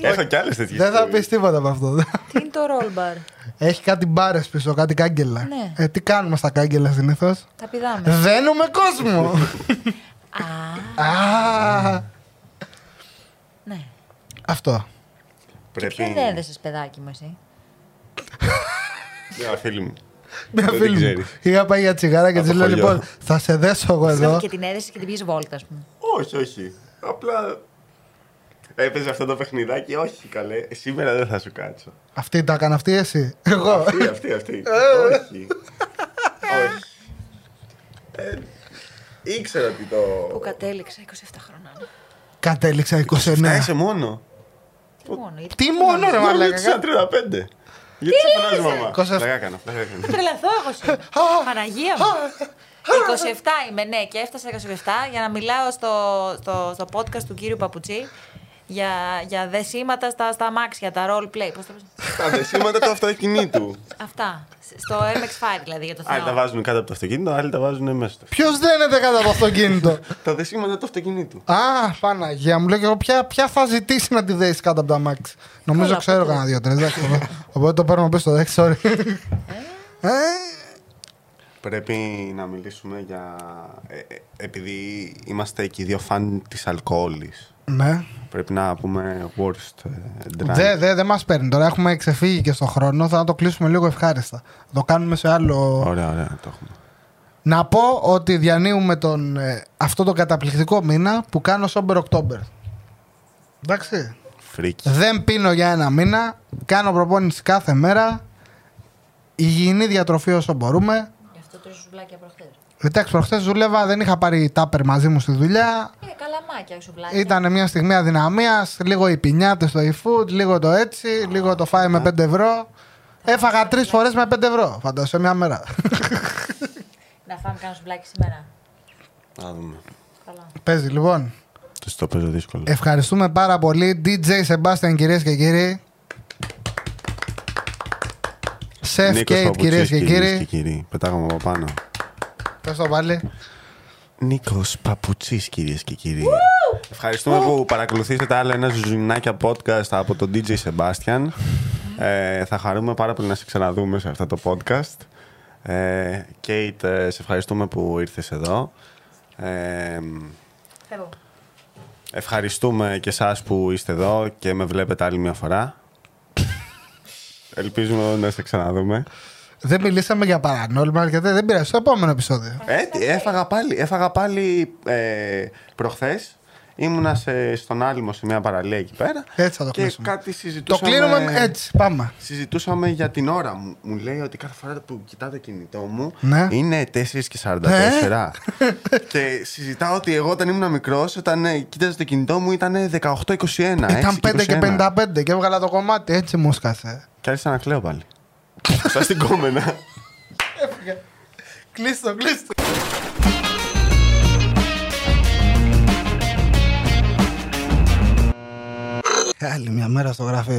Speaker 2: Έχω κι άλλες τέτοιες.
Speaker 1: Δεν θα πει
Speaker 2: ιστορίες.
Speaker 1: τίποτα από αυτό.
Speaker 4: Τι είναι το roll bar.
Speaker 1: Έχει κάτι μπάρες πίσω, κάτι κάγκελα.
Speaker 4: Ναι.
Speaker 1: Ε, τι κάνουμε στα κάγκελα συνήθως.
Speaker 4: Τα πηδάμε.
Speaker 1: Δένουμε κόσμο.
Speaker 4: Α,
Speaker 1: Α,
Speaker 4: ναι.
Speaker 1: Αυτό.
Speaker 4: Ποιον
Speaker 2: Πρέπει
Speaker 4: έδεσες παιδάκι μου εσύ.
Speaker 2: μια φίλη Ναι, μου.
Speaker 1: Μια
Speaker 2: Δεν την
Speaker 1: φίλη μου.
Speaker 2: ξέρεις.
Speaker 1: Είχα πάει για τσιγάρα και
Speaker 2: Από
Speaker 1: της λέω:
Speaker 2: χωριό.
Speaker 1: Λοιπόν, θα σε δέσω εγώ εδώ.
Speaker 4: Και την έδεσες και την πήγες βόλτα, ας πούμε.
Speaker 2: Όχι, όχι. Απλά έπαιζε αυτό το παιχνιδάκι. Όχι, καλέ. Σήμερα δεν θα σου κάτσω.
Speaker 1: Αυτή τα έκανε αυτή, εσύ. Εγώ.
Speaker 2: Αυτή, αυτή, αυτή. Όχι. Όχι. Ε, Ήξερα ότι το.
Speaker 4: Που κατέληξα 27 χρονών.
Speaker 2: Ναι.
Speaker 1: Κατέληξα 29.
Speaker 2: Είσαι μόνο.
Speaker 4: Μόνο. γιατί
Speaker 1: Τι μόνο ρε
Speaker 2: ναι, Μαλάκα.
Speaker 1: μαλάκα.
Speaker 2: Σαν 35. Γιατί σε φωνάζει μαμά.
Speaker 1: 27.
Speaker 2: Πλάκα έκανα, πλάκα έκανα.
Speaker 4: Θα τρελαθώ εγώ σου. Παναγία μου. 27 είμαι, ναι, και έφτασα 27 για να μιλάω στο, στο, στο podcast του κύριου Παπουτσί για, για δεσίματα στα, στα αμάξια, τα role play. Πώς το λες?
Speaker 2: Τα δεσίματα του αυτοκινήτου.
Speaker 4: Αυτά. Στο MX5 δηλαδή για το
Speaker 2: Άλλοι τα
Speaker 4: Θεό.
Speaker 2: βάζουν κάτω από το αυτοκίνητο, άλλοι τα βάζουν μέσα στο.
Speaker 1: Ποιος δένεται κάτω από το αυτοκίνητο.
Speaker 2: Τα δεσίματα του αυτοκινήτου.
Speaker 1: Α, Παναγία μου, λέω και εγώ ποια, ποια θα ζητήσει να τη δέσει κάτω από τα μάξι. Νομίζω
Speaker 4: Καλά,
Speaker 1: ξέρω
Speaker 4: ποτέ.
Speaker 1: κανένα δύο τρεις. Οπότε το παίρνω πίσω, δεν ξέρω. Ε,
Speaker 2: Πρέπει να μιλήσουμε για. ε, ε, επειδή είμαστε και οι δύο φαν της αλκοόλης.
Speaker 1: Ναι.
Speaker 2: Πρέπει να πούμε worst ε, drunk.
Speaker 1: Δεν δε, δε μας παίρνει τώρα. Έχουμε ξεφύγει και στον χρόνο. Θα το κλείσουμε λίγο ευχάριστα. Θα το κάνουμε σε άλλο.
Speaker 2: Ωραία, ωραία, το έχουμε.
Speaker 1: Να πω ότι διανύουμε τον, ε, αυτό τον καταπληκτικό μήνα που κάνω Sober October. Εντάξει.
Speaker 2: Φρίκι.
Speaker 1: Δεν πίνω για ένα μήνα. Κάνω προπόνηση κάθε μέρα. Υγιεινή διατροφή όσο μπορούμε.
Speaker 3: Γι' αυτό τρει σουβλάκια προχθές.
Speaker 1: Εντάξει, προχθές δούλευα, δεν είχα πάρει τάπερ μαζί μου στη δουλειά.
Speaker 3: Ε, καλαμάκια σουβλάκια.
Speaker 1: Ήταν μια στιγμή αδυναμίας, λίγο οι πινιάτε στο e-food, λίγο το έτσι, λίγο το φάι με 5 ευρώ. Έφαγα τρει φορές με 5 ευρώ, φαντάζομαι μια μέρα.
Speaker 4: Να φάμε κανένα σουβλάκι σήμερα.
Speaker 2: Να δούμε.
Speaker 4: Καλά.
Speaker 1: Παίζει λοιπόν.
Speaker 2: Το στο παίζω δύσκολο.
Speaker 1: Ευχαριστούμε πάρα πολύ. DJ Sebastian, κυρίες και κύριοι. Chef
Speaker 2: Νίκος
Speaker 1: Kate,
Speaker 2: Παπουτσής,
Speaker 1: κυρίες και
Speaker 2: κυρίες
Speaker 1: κύριοι.
Speaker 2: και κύριοι. Πετάγαμε από πάνω.
Speaker 1: Πες το πάλι.
Speaker 2: Νίκος Παπουτσή, κυρίες και κύριοι. Ευχαριστούμε που παρακολουθήσατε άλλο ένα ζουνάκια podcast από τον DJ Sebastian. Ε, θα χαρούμε πάρα πολύ να σε ξαναδούμε σε αυτό το podcast. Ε, Κέιτ, ε, σε ευχαριστούμε που ήρθες εδώ. Ε,
Speaker 4: Φεύγω.
Speaker 2: ευχαριστούμε και εσάς που είστε εδώ και με βλέπετε άλλη μια φορά. Ελπίζουμε να σε ξαναδούμε. Δεν
Speaker 1: μιλήσαμε για παρανόλμα αρκετά. Δεν πειράζει. Στο επόμενο επεισόδιο.
Speaker 2: Ε, τι, έφαγα πάλι, έφαγα πάλι ε, προχθές. Ήμουνα σε, στον Άλυμο σε μια παραλία εκεί πέρα.
Speaker 1: Έτσι θα το
Speaker 2: και
Speaker 1: κλείσουμε.
Speaker 2: κάτι
Speaker 1: Το
Speaker 2: συζητούσαμε...
Speaker 1: κλείνουμε έτσι. Πάμε.
Speaker 2: Συζητούσαμε για την ώρα μου. Μου λέει ότι κάθε φορά που κοιτάω το κινητό μου
Speaker 1: Ναι.
Speaker 2: είναι 4 και 44. και συζητάω ότι εγώ όταν ήμουν μικρός, όταν ε, κοίταζα το κινητό μου ήταν 18-21.
Speaker 1: Ήταν 5 και
Speaker 2: 55.
Speaker 1: 55 και έβγαλα το κομμάτι. Έτσι μου σκάσε.
Speaker 2: Και άρχισα να κλαίω πάλι. Σαν στην κόμενα.
Speaker 1: Κλείστο, κλείστο. Άλλη μια μέρα στο γραφείο.